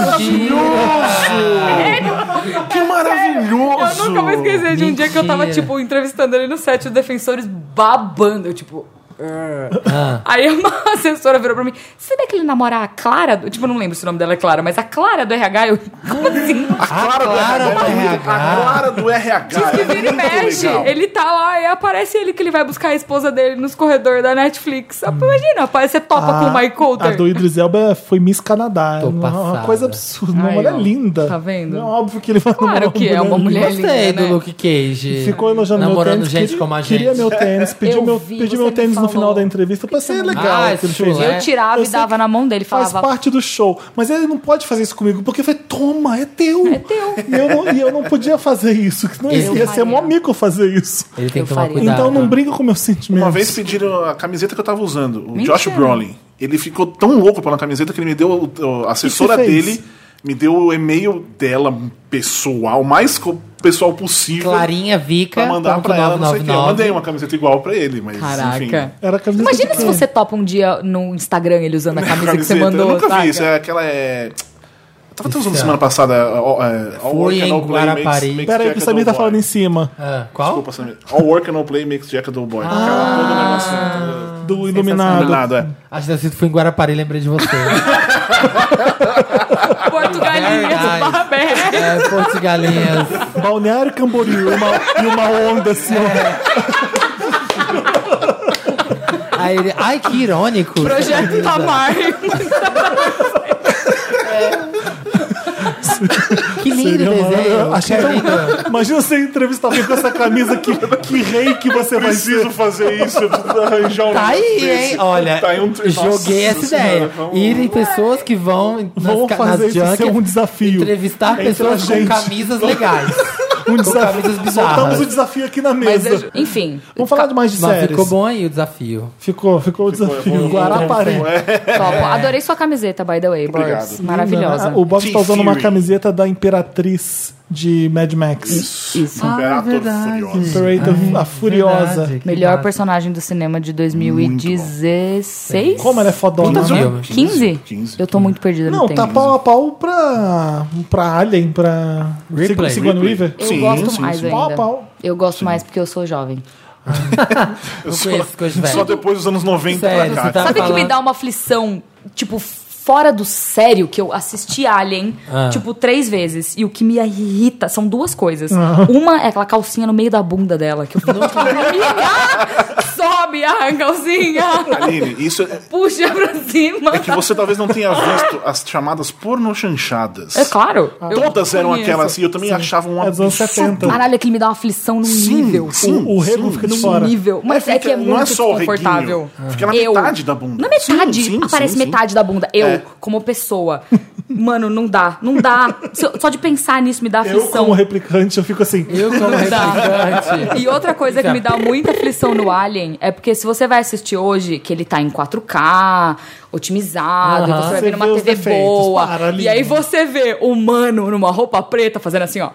D: Que
E: Eu
D: maravilhoso!
E: nunca vou esquecer de um dia que eu tava,
C: Mentira.
E: tipo, entrevistando ele no set os defensores babando. Eu, tipo. "Ur".
C: Ah.
E: Aí uma assessora virou pra mim: Você vê que ele namora a Clara? do-" Tipo, eu não lembro se o nome dela é Clara, mas a Clara do RH, eu. Como assim?
C: Ah,
D: Clara do
C: Clara
D: RH.
C: do
D: A
C: RH.
D: Clara do É RH.
E: Que vira e mexe. Ele tá lá e aparece ele que ele vai buscar a esposa dele nos corredores da Netflix. Imagina, rapaz, você topa Tá com o
A: Ah,
E: Mike
A: A
E: Coulter.
A: do Idris Elba foi Miss Canadá.
C: Tô
A: uma, uma
C: passada.
A: coisa absurda. Uma
E: Ai,
A: mulher
E: ó.
A: linda.
E: Tá vendo?
A: É óbvio que ele vai
E: Claro
A: namorar
E: que é, uma
A: linda.
E: mulher linda.
C: Gostei do
E: né?
C: Luke Cage.
A: Ficou elogiando
C: Namorando
A: meu tênis.
C: gente
A: queria,
C: como a
A: Queria
C: gente.
A: meu tênis, pediu
E: Eu
A: meu,
E: vi,
A: pediu
E: você
A: meu
E: me
A: tênis no final da entrevista. Eu Passei legal
C: Ah,
A: o que ele
C: chulo,
A: fez.
C: é.
E: Eu tirava
A: Eu
E: e
A: sei
E: dava
A: que
E: na mão dele,
A: Faz
E: falava.
A: parte do show. Mas ele não pode fazer isso comigo, porque foi, toma, é teu.
E: É teu.
A: E eu não, e eu não podia fazer isso. que Não,
C: Eu
A: ia ser
E: faria.
A: mó mico fazer isso.
C: Ele tem
E: Eu
C: que tomar
E: faria.
C: cuidado.
A: Então não brinca com meus sentimentos.
D: Uma vez pediram a camiseta que eu tava usando, o
E: Mentira.
D: Josh Brolin. Ele ficou tão louco pela camiseta que ele me deu, o- o- a assessora
A: que você fez?
D: dele me deu o e-mail dela um pessoal, mais co- pessoal possível.
C: Clarinha Vica.
D: Pra mandar pra ela, não sei o que. Eu
C: 999.
D: mandei uma camiseta igual pra ele, mas enfim.
E: Caraca.
A: Era a camiseta
E: Imagina
A: de
E: se
A: quem?
E: você topa um dia no Instagram ele usando a camisa que você
D: Camiseta.
E: mandou.
D: Eu nunca
E: saca?
D: vi isso. É aquela. É... Eu tava até usando
C: Isso é-
D: semana passada. ó, é, All
C: Fui
D: work and
C: em
D: no play makes-
C: Guarapari.
D: makes
A: Pera aí,
D: Jack
A: que o
D: a
A: Samir tá
D: dull boy.
A: falando em cima
C: Ah, qual?
D: Desculpa, Samir. All work and no play makes Jack a dull boy. Aquela todo negocinho
C: Ah,
D: do-
A: do iluminado.
D: Combinado, é.
C: Acho que eu fui em Guarapari e lembrei de você.
E: é. Portugalinhas,
C: Verdade.
E: Barberé.
C: é, Porto Galinhas.
A: Balneário Camboriú uma, e uma onda assim. ó.
C: Aí ele, ai, que irônico.
E: Projeto Tamar.
C: Que lindo
A: Seria uma-
C: desenho.
A: eu achei
C: que
A: tão-
C: lindo.
A: Imagina você entrevistar alguém com essa camisa que, que rei que você vai ser.
D: Preciso fazer isso, eu preciso arranjar um
C: Tá
D: negócio
C: aí,
D: desse.
C: hein? Olha,
D: Tá aí um-
C: joguei
D: Nossa
C: essa ideia.
D: Senhora, vamos-
C: Irem pessoas que vão nas,
A: Vamos
C: ca-
A: fazer
C: nas
A: isso
C: junkies
A: ser um desafio.
C: entrevistar
A: Entre
C: pessoas
A: a
C: com
A: gente.
C: camisas legais.
A: Um
C: camisas
A: desafio.
C: bizarras.
A: Soltamos o desafio aqui na
E: Mas,
A: mesa.
E: eu- enfim,
A: Vamos falar de mais de
C: Nossa,
A: séries.
C: ficou bom aí o desafio.
A: Ficou, ficou o desafio. né?
D: bom.
A: Guarapari.
E: topo. Adorei sua camiseta, by the way,
D: Obrigado.
E: Boris. Maravilhosa.
A: Ah, O Bob tá usando uma
D: T-Fury.
A: camiseta da Imperatriz de Mad Max.
E: Isso.
D: Imperator
C: verdade.
D: É Furioso.
A: Imperator, a Furiosa.
C: Verdade, que
E: Melhor
C: massa.
E: personagem do cinema de 2016.
A: Como ela é fodona,
C: Puta
A: né?
C: filme.
E: 15?
D: 15.
E: Eu tô muito perdida
A: Não,
E: no
A: tá
E: tempo.
A: pau a pau pra, pra Alien, pra
C: Ripley.
A: Sigourney Weaver.
E: Eu
D: Sim,
E: gosto
D: sim,
E: mais
D: sim.
E: ainda.
A: Pau a pau.
E: Eu gosto mais porque eu sou jovem.
D: Eu
C: Não
D: só,
C: conheço coisa
D: só
C: velha.
D: depois dos anos 90
C: Sério,
D: pra
C: você
D: cá.
C: tá-
E: Sabe o que me
C: falando-
E: dá uma aflição, tipo, fora do sério, que eu assisti Alien,
C: Ah.
E: tipo, três vezes. E o que me irrita são duas coisas.
D: Ah.
E: Uma é aquela calcinha no meio da bunda dela, que eu falo, "Amiga, sobe a calcinha,
D: Aline, isso é,
E: puxa pra cima.
D: é que você talvez não tenha visto as chamadas porno chanchadas.
E: É claro. eu
D: Todas eram
E: conheço.
D: aquelas e eu também achava um
A: É dos anos
D: absurdo.
A: 70.
E: Caralho, aquilo me dá uma aflição num nível.
D: sim,
A: O- o rego fica de
E: Num
A: fora.
E: nível. Mas é,
D: fica-
E: que é muito
D: não é só o
E: desconfortável.
D: reguinho.
A: é
D: Fica na metade da bunda.
E: Na metade.
D: Sim, sim,
E: aparece
D: sim, sim.
E: metade da bunda. Eu,
D: É.
E: como pessoa. Mano, não dá. Não dá. Só só de pensar nisso me dá
A: Eu, como
E: aflição.
A: replicante, eu fico assim.
C: Eu como
E: tá? E
C: representante.
E: outra coisa que me dá muita aflição no Alien é porque se você vai assistir hoje, que ele tá em 4K, otimizado, e
C: Aham.
E: você vai
A: Você
E: ver numa
A: vê os
E: TV
A: defeitos.
E: boa.
A: Para,
E: e
A: lindo.
E: aí você vê o mano numa roupa preta fazendo assim, ó.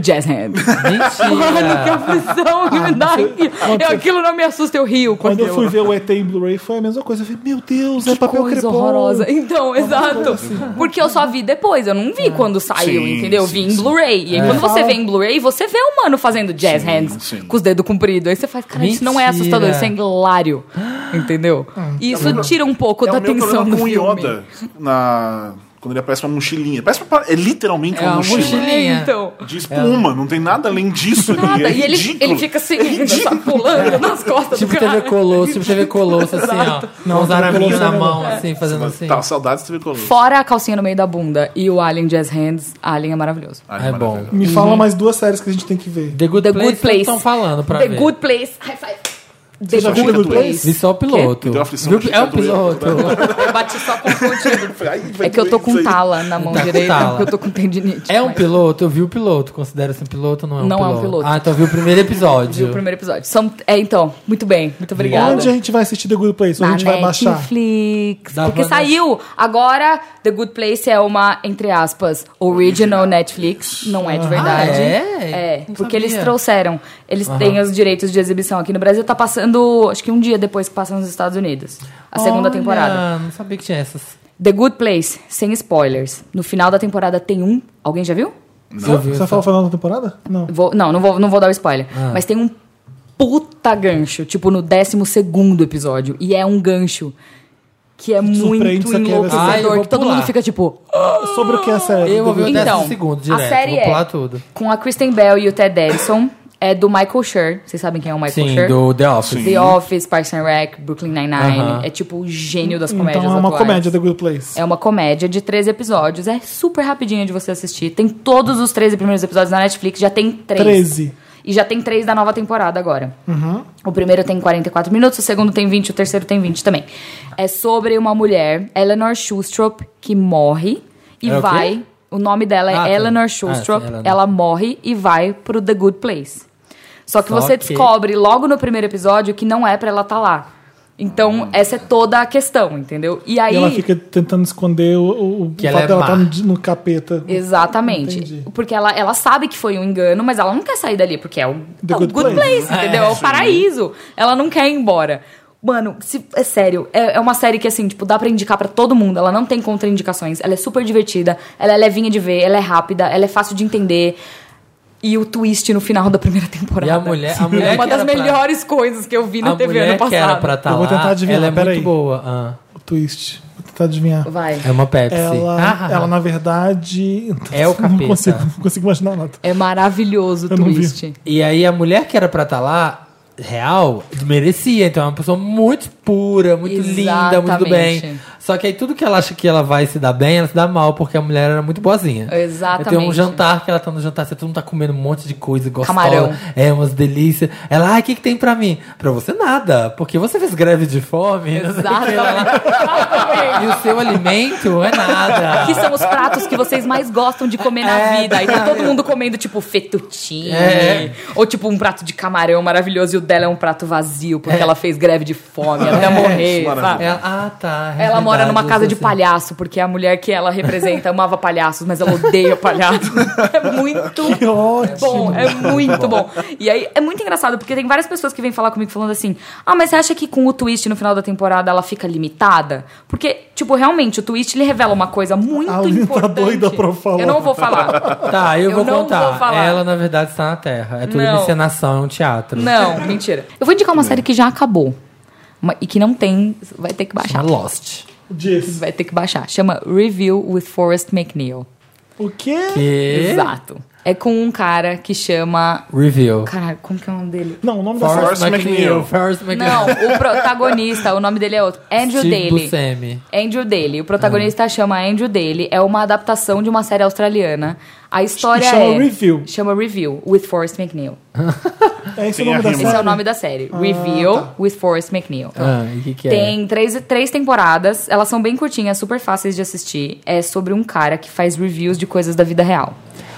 E: Jazz hand. Mano, que
C: Mentira.
E: aflição que me dá aquilo. Eu, aquilo não me assusta, eu rio.
A: Quando
E: Porque
A: eu fui ver o ET em Blu-ray, foi a mesma coisa. Eu falei, meu Deus, é papel
E: coisa
A: crepom.
E: horrorosa. Então, exato. Porque eu só vi depois, eu não vi quando saiu,
D: Sim,
E: entendeu? Eu
D: sim,
E: vi em
D: sim.
E: Blu-ray. E aí, quando você
A: Fala.
E: vê em Blu-ray, você vê o mano fazendo jazz
D: Sim,
E: hands
D: sim.
E: com os dedos compridos. Aí você faz, cara, isso não é
C: Mentira.
E: assustador, isso é hilário. Entendeu? E isso tira um pouco
D: É
E: da
D: o meu
E: tensão
D: problema
E: do
D: com o
E: filme.
D: Yoda. Na... Quando ele aparece uma mochilinha. Parece uma... É literalmente
C: É
D: uma
C: uma
D: mochila.
C: mochilinha.
E: É, então.
D: De espuma. Não tem nada além disso. ali,
E: Nada.
D: É
E: e ele,
D: ridículo. É
E: ele fica assim, só pulando nas costas
C: Tipo
E: do cara.
C: TV Colosso, tipo TV Colosso, assim, ó. Com os araminhos
A: é
C: na mão, assim, fazendo assim.
D: Tá, saudades teve coluna.
E: Fora a calcinha no meio da bunda e o Alien Jazz Hands, Alien é maravilhoso.
D: Ah,
C: Ah, é bom.
D: maravilha.
A: Me fala mais duas séries que a gente tem que ver.
C: The Good
E: The
C: Place,
E: Good Place.
C: estão falando pra
E: The
C: ver.
E: Good Place. High five. The
D: já viu
E: Good
D: The Good
E: Place.
C: Vi só o piloto.
D: Deu uma aflição,
C: Viu-
D: achei que
C: É o
D: ia doer.
C: piloto.
E: Eu bati só com o contigo.
D: Ai, vai
E: É que eu tô
D: doer
E: com
D: isso aí.
E: tala na mão
C: Tá com
E: direita,
C: tala.
E: porque eu tô com tendinite.
C: É um
E: mas-
C: piloto? Eu vi o piloto. Considera-se um piloto ou não é um
E: Não é um
C: piloto?
E: piloto.
C: Ah, então eu vi o primeiro
E: Vi o
C: episódio.
E: primeiro episódio. São- É, então, muito bem. Muito obrigada.
A: Onde a gente vai assistir The Good Place? Ou a
E: Na
A: gente vai baixar?
E: Netflix.
C: Da
E: porque
C: Wanda-
E: saiu. Agora, The Good Place é uma, entre aspas, original Netflix. Não é de verdade.
C: Ah, é?
E: É,
C: Não
E: porque eles
C: sabia.
E: trouxeram. Eles têm os direitos de exibição aqui no Brasil. Tá passando, acho que um dia depois que passa nos Estados Unidos. A segunda
C: Olha,
E: temporada.
C: Não sabia que tinha essas.
E: The Good Place, sem spoilers. No final da temporada tem um. Alguém já viu?
C: Eu
A: Você
C: vi
A: vai
C: essa.
A: falar o final da temporada? Não.
E: Vou- não, não vou, não vou dar o spoiler. Mas tem um puta gancho, tipo, no 12 episódio. E é um gancho que é
A: Surpreende,
E: muito
A: isso aqui é
C: verdade. Ah, eu
E: enlouquecedor.
C: vou
E: que todo
C: pular.
E: mundo fica tipo.
A: Sobre o que é a série?
C: Eu ouvi o
E: Então,
C: décimo segundo
E: a
C: direto.
E: série
C: Vou
E: é-
C: pular tudo.
E: Com a Kristen Bell e o Ted Edison. É do Michael Schur. Vocês sabem quem é o Michael
C: Sim,
E: Schur?
C: do The Office.
E: The Office, Parks and Rec, Brooklyn Nine-Nine.
C: Aham.
E: É tipo o gênio das
A: Então é
E: comédias
A: uma
E: atuais.
A: comédia The Good Place.
E: É uma comédia de 13 episódios. É super rapidinha de você assistir. Tem todos os 13 primeiros episódios na Netflix. Já tem três.
A: 13.
E: E já tem três da nova temporada agora.
C: Uhum.
E: O primeiro tem 44 minutos, o segundo tem 20, o terceiro tem 20 também. É sobre uma mulher, Eleanor Shustrop, que morre e
C: É o quê?
E: vai. O nome dela é
C: Ah, tá.
E: Eleanor
C: Ah,
E: Shustrop.
C: sim, Eleanor.
E: Ela morre e vai pro The Good Place. Só que
C: Só
E: você
C: que-
E: descobre logo no primeiro episódio que não é pra ela estar lá.
C: Hum.
E: Então, essa é toda a questão, entendeu? E É, aí.
A: E ela fica tentando esconder o, o
C: Que
A: o
C: ela
A: fato
C: é
A: dela tá
C: má.
A: no, no capeta.
E: Exatamente.
A: Entendi.
E: Porque ela, ela sabe que foi um engano, mas ela não quer sair dali, porque é o
A: The
E: é o
A: good
E: good,
A: place.
E: place, entendeu? É, o paraíso. Ela não quer ir embora. Mano, se- é sério, é, é uma série que, assim, tipo, dá pra indicar pra todo mundo. Ela não tem contraindicações. Ela é super divertida, ela é levinha de ver, ela é rápida, ela é fácil de entender. E o twist no final da primeira temporada.
C: E a mulher- a mulher
E: é uma
C: que
E: das
C: era pra-
E: melhores coisas que eu vi na
C: a
E: TV ano
C: mulher que era
E: passado.
C: pra estar
A: Eu vou tentar
C: lá,
A: adivinhar,
C: ela é
A: peraí.
C: muito boa. Ah,
A: O twist. Vou tentar adivinhar.
E: Vai.
C: é uma Pepsi.
A: Ela,
C: Ah,
A: ela, na verdade.
C: É o
A: Não
C: capeta.
A: consigo, não consigo imaginar nada.
E: É maravilhoso o
A: Eu não vi.
E: twist.
C: E aí a mulher que era pra estar lá, real, merecia. Então é uma pessoa muito pura, muito linda, muito
E: Exatamente.
C: bem. Só que aí tudo que ela acha que ela vai se dar bem, ela se dá mal, porque a mulher era muito boazinha.
E: Exatamente.
C: Tem um jantar que ela tá no jantar, você todo mundo tá comendo um monte de coisa gostosa.
E: Camarão.
C: É, umas delícias. Ela, ah, o que, que tem pra mim? Pra você nada, porque você fez greve de fome. não sei o que lá.
E: Exatamente.
C: E o seu alimento é nada.
E: que são os pratos que vocês mais gostam de comer na
C: É,
E: vida. Aí tá todo mundo comendo, tipo, fettuccine.
C: É.
E: Ou, tipo, um prato de camarão maravilhoso. E o dela é um prato vazio,
C: É.
E: porque ela fez greve de fome. Ela ia morrer, sabe?
C: Ela, ah, tá. é
E: Ela mora
C: verdade,
E: numa casa de
A: assim.
C: você-
E: palhaço, porque a mulher que ela representa amava palhaços, mas ela odeia palhaços. É muito
A: Que ótimo.
E: bom, é muito bom. E aí é muito engraçado, porque tem várias pessoas que vêm falar comigo falando assim: ah, mas você acha que com o twist no final da temporada ela fica limitada? Porque, tipo, realmente, o twist ele revela uma coisa muito
A: A Aline tá
E: importante.
A: doida pra falar.
E: Eu não vou falar.
C: Tá, eu,
E: Eu
C: vou
E: não
C: contar.
E: vou falar.
C: Ela, na verdade, está na Terra. É tudo
E: Não.
C: uma encenação, é um teatro.
E: Não, mentira. Eu vou indicar uma série que já acabou. Uma- e que não tem. Vai ter que
C: Chama
E: baixar.
C: Lost.
A: Diz.
E: Vai ter que baixar. Chama Review with Forrest McNeil.
A: O quê?
C: Que...
E: Exato. É com um cara que chama.
C: Review.
E: Caralho, como que é o nome dele?
A: Não, o nome da série.
D: Forrest McNeil.
C: Forrest
E: Não,
C: McNeil.
E: o protagonista, o nome dele é outro. Andrew
C: é Steve
E: Daly.
C: Buscemi.
E: Andrew Daly. O protagonista chama Andrew Daly. É uma adaptação de uma série australiana. A história
A: Chama
E: é...
A: Review.
E: Chama Review, with Forrest McNeil.
A: É esse o
D: Tem
A: nome
D: a
A: da
D: rima.
A: série.
E: Esse é o nome da série. Review, with Forrest McNeil.
C: Ah, e o que, que é?
E: Tem três, três temporadas, elas são bem curtinhas, super fáceis de assistir. É sobre um cara que faz reviews de coisas da vida real.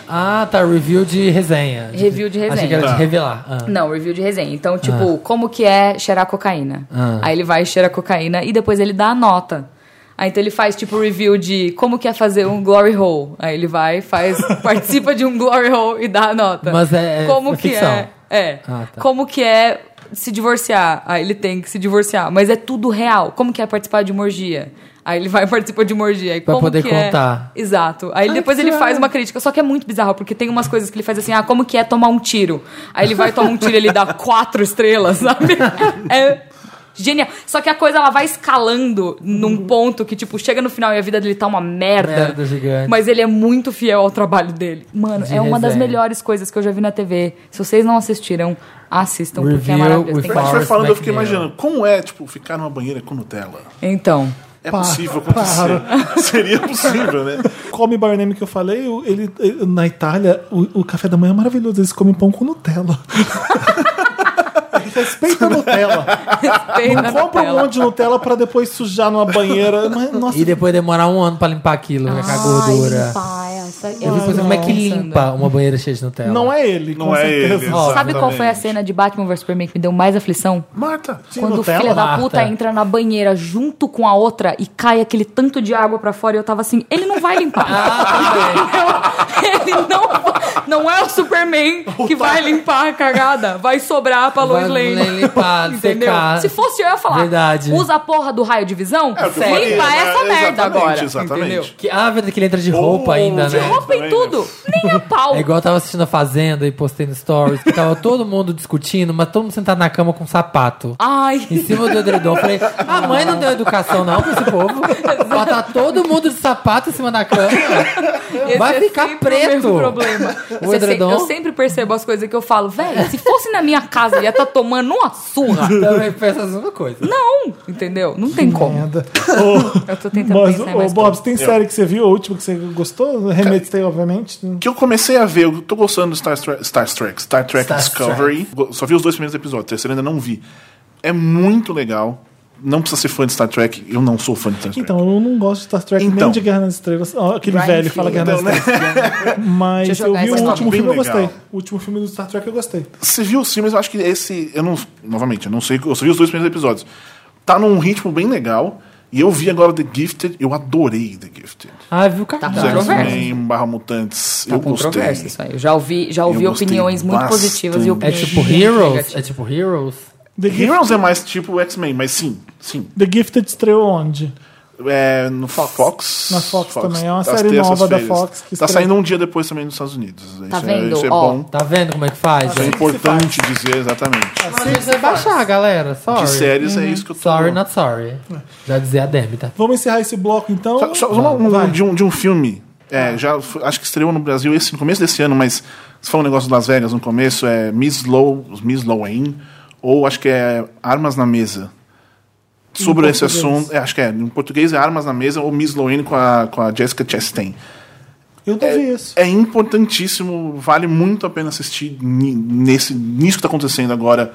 C: Ah, tá. Review de resenha.
E: Review de
C: Achei
E: resenha.
C: que era
D: Tá.
C: de revelar. Ah.
E: Não, review de resenha. Então, tipo, como que é cheirar cocaína?
C: Ah.
E: Aí ele vai cheirar cocaína e depois ele dá a nota. Aí então ele faz tipo review de como que é fazer um glory hole. Aí ele vai, faz, participa de um glory hole e dá a nota.
C: Mas é- é
E: como que
C: ficção.
E: é? É.
C: Ah, tá.
E: Como que é se divorciar? Aí ele tem que se divorciar, mas é tudo real. Como que é participar de uma orgia? Aí ele vai participar de uma orgia. Aí
C: Pra
E: como
C: poder
E: que é?
C: contar.
E: Exato. Aí depois ele faz uma crítica, só que é muito bizarro, porque tem umas coisas que ele faz assim, ah, como que é tomar um tiro? Aí ele vai tomar um tiro e ele dá quatro estrelas, sabe? É genial. Só que a coisa, ela vai escalando num ponto que, tipo, chega no final e a vida dele tá uma merda.
C: Uhum. Merda gigante.
E: Mas ele é muito fiel ao trabalho dele. Mano,
C: De
E: é uma das
C: resenha.
E: melhores coisas que eu já vi na TV. Se vocês não assistiram, assistam, porque é
C: Review
E: maravilhoso.
C: with
E: Tem
D: Como a gente vai
E: né, que-
C: Forrest
D: falando, eu fiquei
C: McNeil.
D: imaginando. Como é, tipo, ficar numa banheira com Nutella?
E: Então,
D: É possível acontecer. Seria possível, né?
A: Come By Your Name que eu falei, o- ele, ele- na Itália, o, o café da manhã é maravilhoso. Eles comem pão com Nutella. Respeita a Nutella.
E: tem na
A: Compra um
E: tela.
A: monte de Nutella pra depois sujar numa banheira. Mas, nossa,
C: E depois demorar um ano pra limpar aquilo, com a gordura.
B: Pai, essa
C: Eu fico pensando como é que limpa uma banheira cheia de Nutella.
A: não é ele.
D: Não
A: com
D: é
A: certeza.
D: ele.
C: Ó,
E: Sabe qual foi a
D: Exatamente.
E: cena de Batman vs Superman que me deu mais aflição?
D: Marta,
E: Quando
A: Nutella,
E: o filho da
C: Marta.
E: puta entra na banheira junto com a outra e cai aquele tanto de água pra fora e eu tava assim, ele não vai limpar.
C: Ah, tá
E: Entendeu? ele não vai- não é o Superman que vai limpar a cagada, vai sobrar pra Lois
C: Vai
E: Lane.
C: limpar,
E: Entendeu?
C: secar.
E: Se fosse eu, eu ia falar,
C: Verdade.
E: usa a porra do raio de visão,
D: É o que eu falei,
E: limpa
D: né?
E: essa merda
D: Exatamente,
E: agora.
D: exatamente.
E: Entendeu?
C: Que, ah, verdade, que ele entra de roupa ainda,
D: de
C: né?
E: Roupa em
D: Também,
E: tudo, nem a pau.
C: É igual eu tava assistindo a Fazenda e postei no Stories, que tava todo mundo discutindo, mas todo mundo sentado na cama com um sapato.
E: Ai,
C: Em cima do edredom. Eu Falei, a mãe não deu educação não pra esse povo. Mas tá todo mundo de sapato em cima da cama.
E: Esse
C: Vai
E: é
C: ficar
E: sempre
C: preto.
E: O mesmo problema.
C: O
E: Você se-
C: edredom?
E: eu sempre percebo as coisas que eu falo, velho, se fosse na minha casa, ia estar tomando uma surra.
C: Também pensa a mesma coisa.
E: Não, entendeu? Não tem como.
A: Ô,
E: Eu tô tentando
A: mas,
C: É.
E: pensar em
A: ô,
E: mais
A: Bob,
E: coisas.
A: você tem série que você viu, a última que você gostou? Handmaid's Tale, Exatamente. né?
D: Que eu comecei a ver, eu tô gostando do Star, Tre- Star Trek, Star Trek
C: Star
D: Discovery. Go- Só vi os dois primeiros episódios, o terceiro ainda não vi. É muito legal. Não precisa ser fã de Star Trek, eu não sou fã de Star Trek.
A: Então, eu não gosto de Star Trek nem
D: Então.
A: de Guerra nas Estrelas. Ó, aquele
E: Ryan
A: velho fala Guerra
E: Field.
A: nas
D: Então, né?
A: Estrelas. Mas
E: Deixa eu
A: eu
E: jogar
A: vi
E: esse
A: o
E: nome.
A: último filme e eu
D: Bem legal.
A: gostei. O último filme do Star Trek eu gostei.
D: Você viu os filmes, eu acho que esse. Eu não. Novamente, eu não sei. Eu só vi os dois primeiros episódios. Tá num ritmo bem legal. E eu vi agora The Gifted, eu adorei The Gifted.
C: Ah, viu o cartão.
E: Tá
D: Os
E: controverso.
D: X-Men barra Mutantes.
E: Tá
D: eu gostei.
E: controverso isso aí. Eu já ouvi, já ouvi
D: Eu gostei
E: opiniões muito
D: bastante.
E: positivas e
D: É
C: É
E: opiniões
C: tipo
E: muito
C: Heroes?
E: negativas.
C: É tipo Heroes?
A: The, Gift-
D: Heroes é mais tipo X-Men, mas sim, sim.
A: The Gifted estreou onde?
D: É, no Fox.
A: Na Fox também, é uma
D: às
A: série nova da
D: terças-feiras.
A: Fox que
D: tá
A: estreia.
D: saindo um dia depois também nos Estados Unidos.
E: Tá
D: isso
E: vendo?
D: É, isso é
E: Ó.
D: bom.
C: Tá vendo como é que faz?
D: Isso é importante dizer exatamente.
C: Mas a gente vai baixar, galera. Sorry.
D: De séries
A: Uhum.
D: é isso que eu tô.
C: Sorry, not sorry. Já dizia a Demi, tá?
A: Vamos encerrar esse bloco então.
D: Só, só um- um-
A: Vai. Ah.
D: de, um, de um filme. É, já f- acho que estreou no Brasil esse no começo desse ano, mas se for um negócio de Las Vegas no começo, é Miss Low, Miss Lowain, ou acho que é Armas na Mesa. Sobre esse
A: português.
D: assunto, é, acho que é, em português é Armas na Mesa ou Miss Lowain com a, com a Jessica Chastain.
A: Eu não vi isso.
D: É importantíssimo, vale muito a pena assistir ni- nesse, nisso que está acontecendo agora,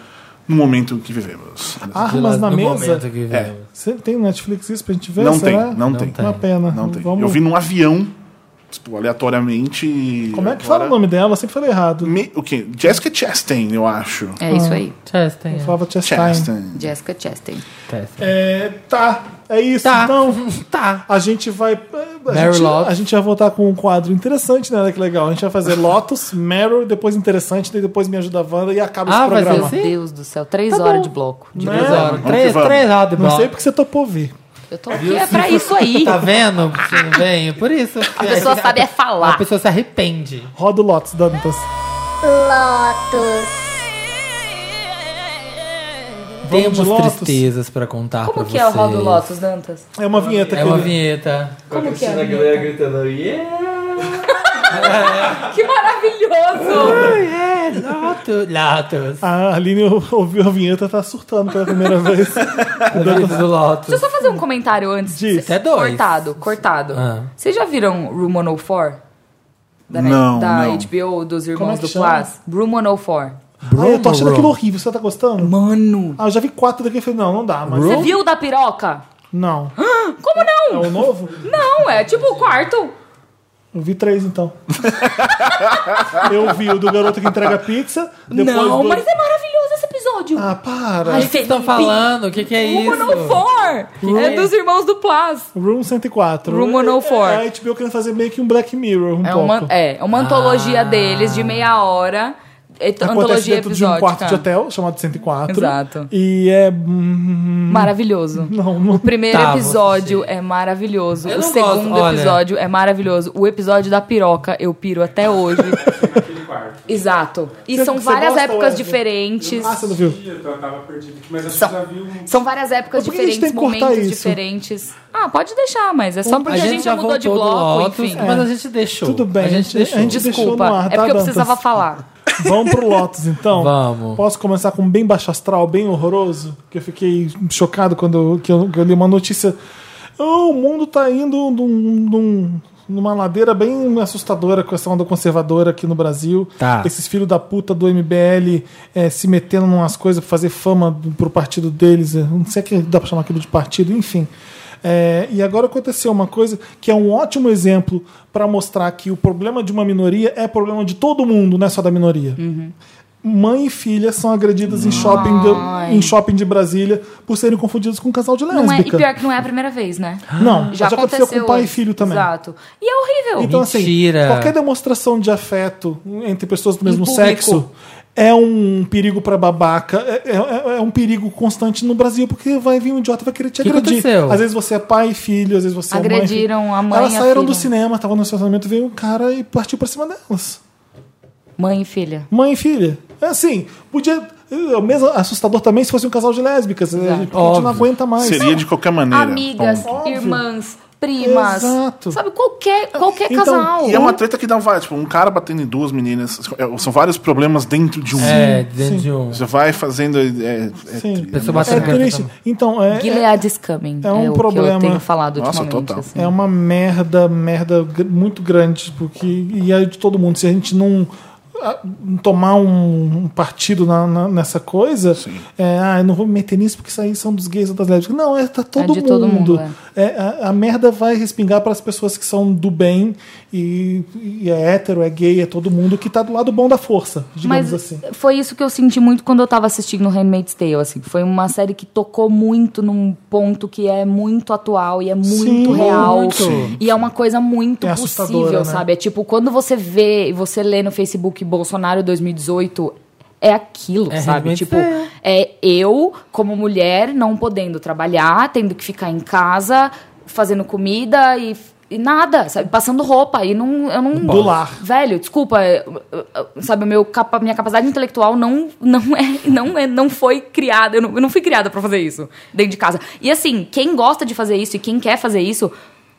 D: no momento que vivemos.
A: Armas na
C: no
A: mesa?
C: momento que vivemos.
A: Você tem Netflix isso pra gente ver?
D: não, tem,
A: será?
D: não,
C: Não
D: tem,
C: tem.
A: Uma pena.
D: não tem.
A: Vamos...
D: Eu vi num avião, tipo, aleatoriamente. e
A: Como é que
D: agora-
A: fala o nome dela? Eu sempre falei errado.
D: Me- o quê? Jessica Chastain, eu acho.
C: Ah.
E: É isso aí.
C: Chastain.
A: Eu falava Chastain.
D: Chastain.
E: Jessica Chastain.
C: Chastain.
A: É, tá. É isso
C: Tá.
A: então.
C: Tá.
A: A gente vai. A
C: Mary
A: gente,
C: Lotus.
A: a gente vai voltar com um quadro interessante, né? olha Que legal. A gente vai fazer Lotus, Meryl, depois interessante, daí depois Me Ajuda a Wanda e acaba
C: Ah,
A: esse
C: vai ser
A: programa.
C: assim?
E: Meu Deus do céu, três
C: Tá
E: horas de bloco. De
C: Três
A: Não.
C: horas.
D: Vamos que
C: é Três,
D: vamos.
C: três horas de
A: Não
C: bloco.
A: sei porque você topou vir.
E: Eu tô aqui é pra isso aí.
C: Tá vendo? Você não vem? É Por isso.
E: A pessoa sabe é
C: A
E: falar.
C: pessoa se arrepende.
A: Roda o Lotus, Dantas.
B: Lotus,
A: Vamos de
C: Temos
A: Lotus?
C: tristezes pra contar pra
E: Como que
C: vocês.
E: é o Rodo Lotus, Dantas?
A: É uma vinheta
C: É
A: que
C: uma
A: ele-
C: vinheta.
E: Como que
F: Cristina
E: é?
F: Aguilera gritando, yeah!
E: Que maravilhoso!
C: É, Lotus. Lotus.
A: A Aline ouviu a vinheta tá surtando pela primeira vez. Ah,
C: A vida do Lotus.
E: Deixa eu só fazer um comentário antes.
A: Diz.
E: Cê-
C: É dois.
E: Cortado, cortado.
C: Ah.
E: Vocês já viram Room 104? Da, net-
D: Não,
E: da
D: não.
E: HBO dos Irmãos
A: é que
E: do
A: chama?
E: Plas? Room 104.
A: Ah, eu tô achando
C: Bruno.
A: aquilo horrível. Você tá gostando?
E: Mano!
A: Ah, eu já vi quatro daqui. Eu falei, não, não dá, mas.
E: Você viu o da piroca?
A: Não.
E: Como
A: É
E: não?
A: o novo?
E: Não, é tipo o quarto.
A: Eu vi três, então. eu vi o do garoto que entrega pizza. Depois
E: não,
A: do...
E: mas é maravilhoso esse episódio.
A: Ah, para.
C: O que vocês estão falando? O que, que é
E: Room
C: isso?
E: 104! É dos Irmãos do Plas.
A: Room 104.
E: Room 104.
A: É, a HBO querendo fazer meio que um Black Mirror, um
E: É
A: pouco. Ah.
E: uma, é, é uma antologia deles de meia hora. É t-
A: Acontece
E: antologia
A: dentro de um quarto
E: episódica.
A: de hotel chamado 104.
E: Exato.
A: E é... hum,
E: Maravilhoso.
A: Não, não...
E: O primeiro
C: Tá,
E: episódio
C: vou assistir.
E: é maravilhoso.
C: Eu
E: o
C: não gosto,
E: segundo
C: olha.
E: episódio é maravilhoso. O episódio da piroca, eu piro até hoje.
F: Naquele quarto.
E: Exato. E
A: Você-
E: são
A: você
E: várias
A: gosta,
E: épocas
A: Wesley?
E: diferentes.
A: Ah, você não viu?
F: Então eu tava perdido aqui, mas acho
E: São-
F: que já viu um.
E: São várias
A: Mas
E: épocas
A: por que a gente
E: diferentes,
A: tem que cortar
E: momentos
A: isso?
E: diferentes. Ah, pode deixar, mas é só porque a gente, já mudou de
C: voltou do
E: bloco,
C: Lotus, é.
E: enfim.
C: Mas a gente deixou.
A: Tudo bem,
C: A
A: a
C: gente
A: gente-
C: deixou.
A: a É, gente deixou
E: Desculpa,
A: no ar, tá,
E: é porque eu
A: Dantas?
E: precisava falar.
A: Vamos pro Lotus, então?
C: Vamos.
A: Posso começar com um bem baixo astral, bem horroroso? Que eu fiquei chocado quando eu- que eu, que eu li uma notícia. Oh, o mundo tá indo num- num- um, numa ladeira bem assustadora com essa onda conservadora aqui no Brasil.
C: Tá.
A: Esses filhos da puta do MBL eh, se metendo em umas coisas pra fazer fama do- pro partido deles. eh, Não sei que dá pra chamar aquilo de partido, enfim. Eh, e agora aconteceu uma coisa que é um ótimo exemplo pra mostrar que o problema de uma minoria é problema de todo mundo, não é só da minoria. Mãe e filha são agredidas em shopping, de, em shopping de Brasília por serem confundidas com um casal de
E: Não é, e
A: lésbica.
E: pior que não é a primeira vez, né?
A: Não, já, aconteceu, com pai e filho também.
E: Exato. E é horrível.
A: Então,
C: Mentira.
A: assim, qualquer demonstração de afeto entre pessoas do mesmo
E: público.
A: sexo é um perigo pra babaca, é, é- é um perigo constante no Brasil, porque vai vir um idiota e vai querer te
C: Que
A: agredir.
C: aconteceu?
A: Às vezes você é pai e filho, às vezes você é
E: Agrediram
A: mãe. e filho.
E: a mãe
A: Elas
E: e a
A: saíram do
E: filha.
A: cinema, estavam no estacionamento, veio um cara e partiu pra cima delas. Então-
E: Mãe e filha.
A: Mãe e filha. É assim, podia. é o mesmo assustador também se fosse um casal de lésbicas. A gente, porque a gente
C: Óbvio.
A: não aguenta mais.
D: Seria de qualquer maneira.
E: Amigas,
D: ponto.
E: irmãs, primas.
A: Exato.
E: Sabe, qualquer, qualquer
A: Então,
E: casal.
D: E é uma treta que dá vai, tipo, um cara batendo em duas meninas. é, São vários problemas dentro de um.
C: É, dentro de um.
D: Você vai fazendo. É, é
A: Sim.
D: tri-
C: Pessoa
A: É
C: batendo
A: triste.
C: também.
A: Então, é,
E: Gilead is coming.
A: é um
E: o que
A: problema.
E: eu tenho falado
D: Nossa,
E: ultimamente.
D: total.
E: assim.
A: É uma merda, merda gr- muito grande, porque e é de todo mundo. Se a gente não ah, tomar um, um partido na- na- nessa coisa, é, ah, eu não vou me meter nisso porque isso aí são dos gays ou das lésbicas. Não, é tá todo
E: de
A: mundo.
E: todo mundo,
A: é. a, a merda vai respingar para as pessoas que são do bem e, e é hétero, é gay, é todo mundo que tá do lado bom da força, digamos
E: Mas
A: assim.
E: foi isso que eu senti muito quando eu tava assistindo o Handmaid's Tale, assim. Foi uma série que tocou muito num ponto que é muito atual e é muito
A: Sim,
E: real.
A: muito. Sim.
E: E é uma coisa muito
A: É assustadora,
E: possível,
A: né?
E: sabe? É tipo, quando você vê e você lê no Facebook Bolsonaro 2018... É aquilo,
C: É,
E: sabe?
C: Handmaid's
E: Tipo,
C: Tale.
E: é eu, como mulher, não podendo trabalhar, tendo que ficar em casa, fazendo comida e, e nada, sabe? Passando roupa. E não, eu não.
A: Do lar.
E: Velho, desculpa, é, é, é, sabe, o meu capa, minha capacidade intelectual não, não, é, não, é, não foi criada, eu não, eu não fui criada pra fazer isso dentro de casa. E assim, quem gosta de fazer isso e quem quer fazer isso,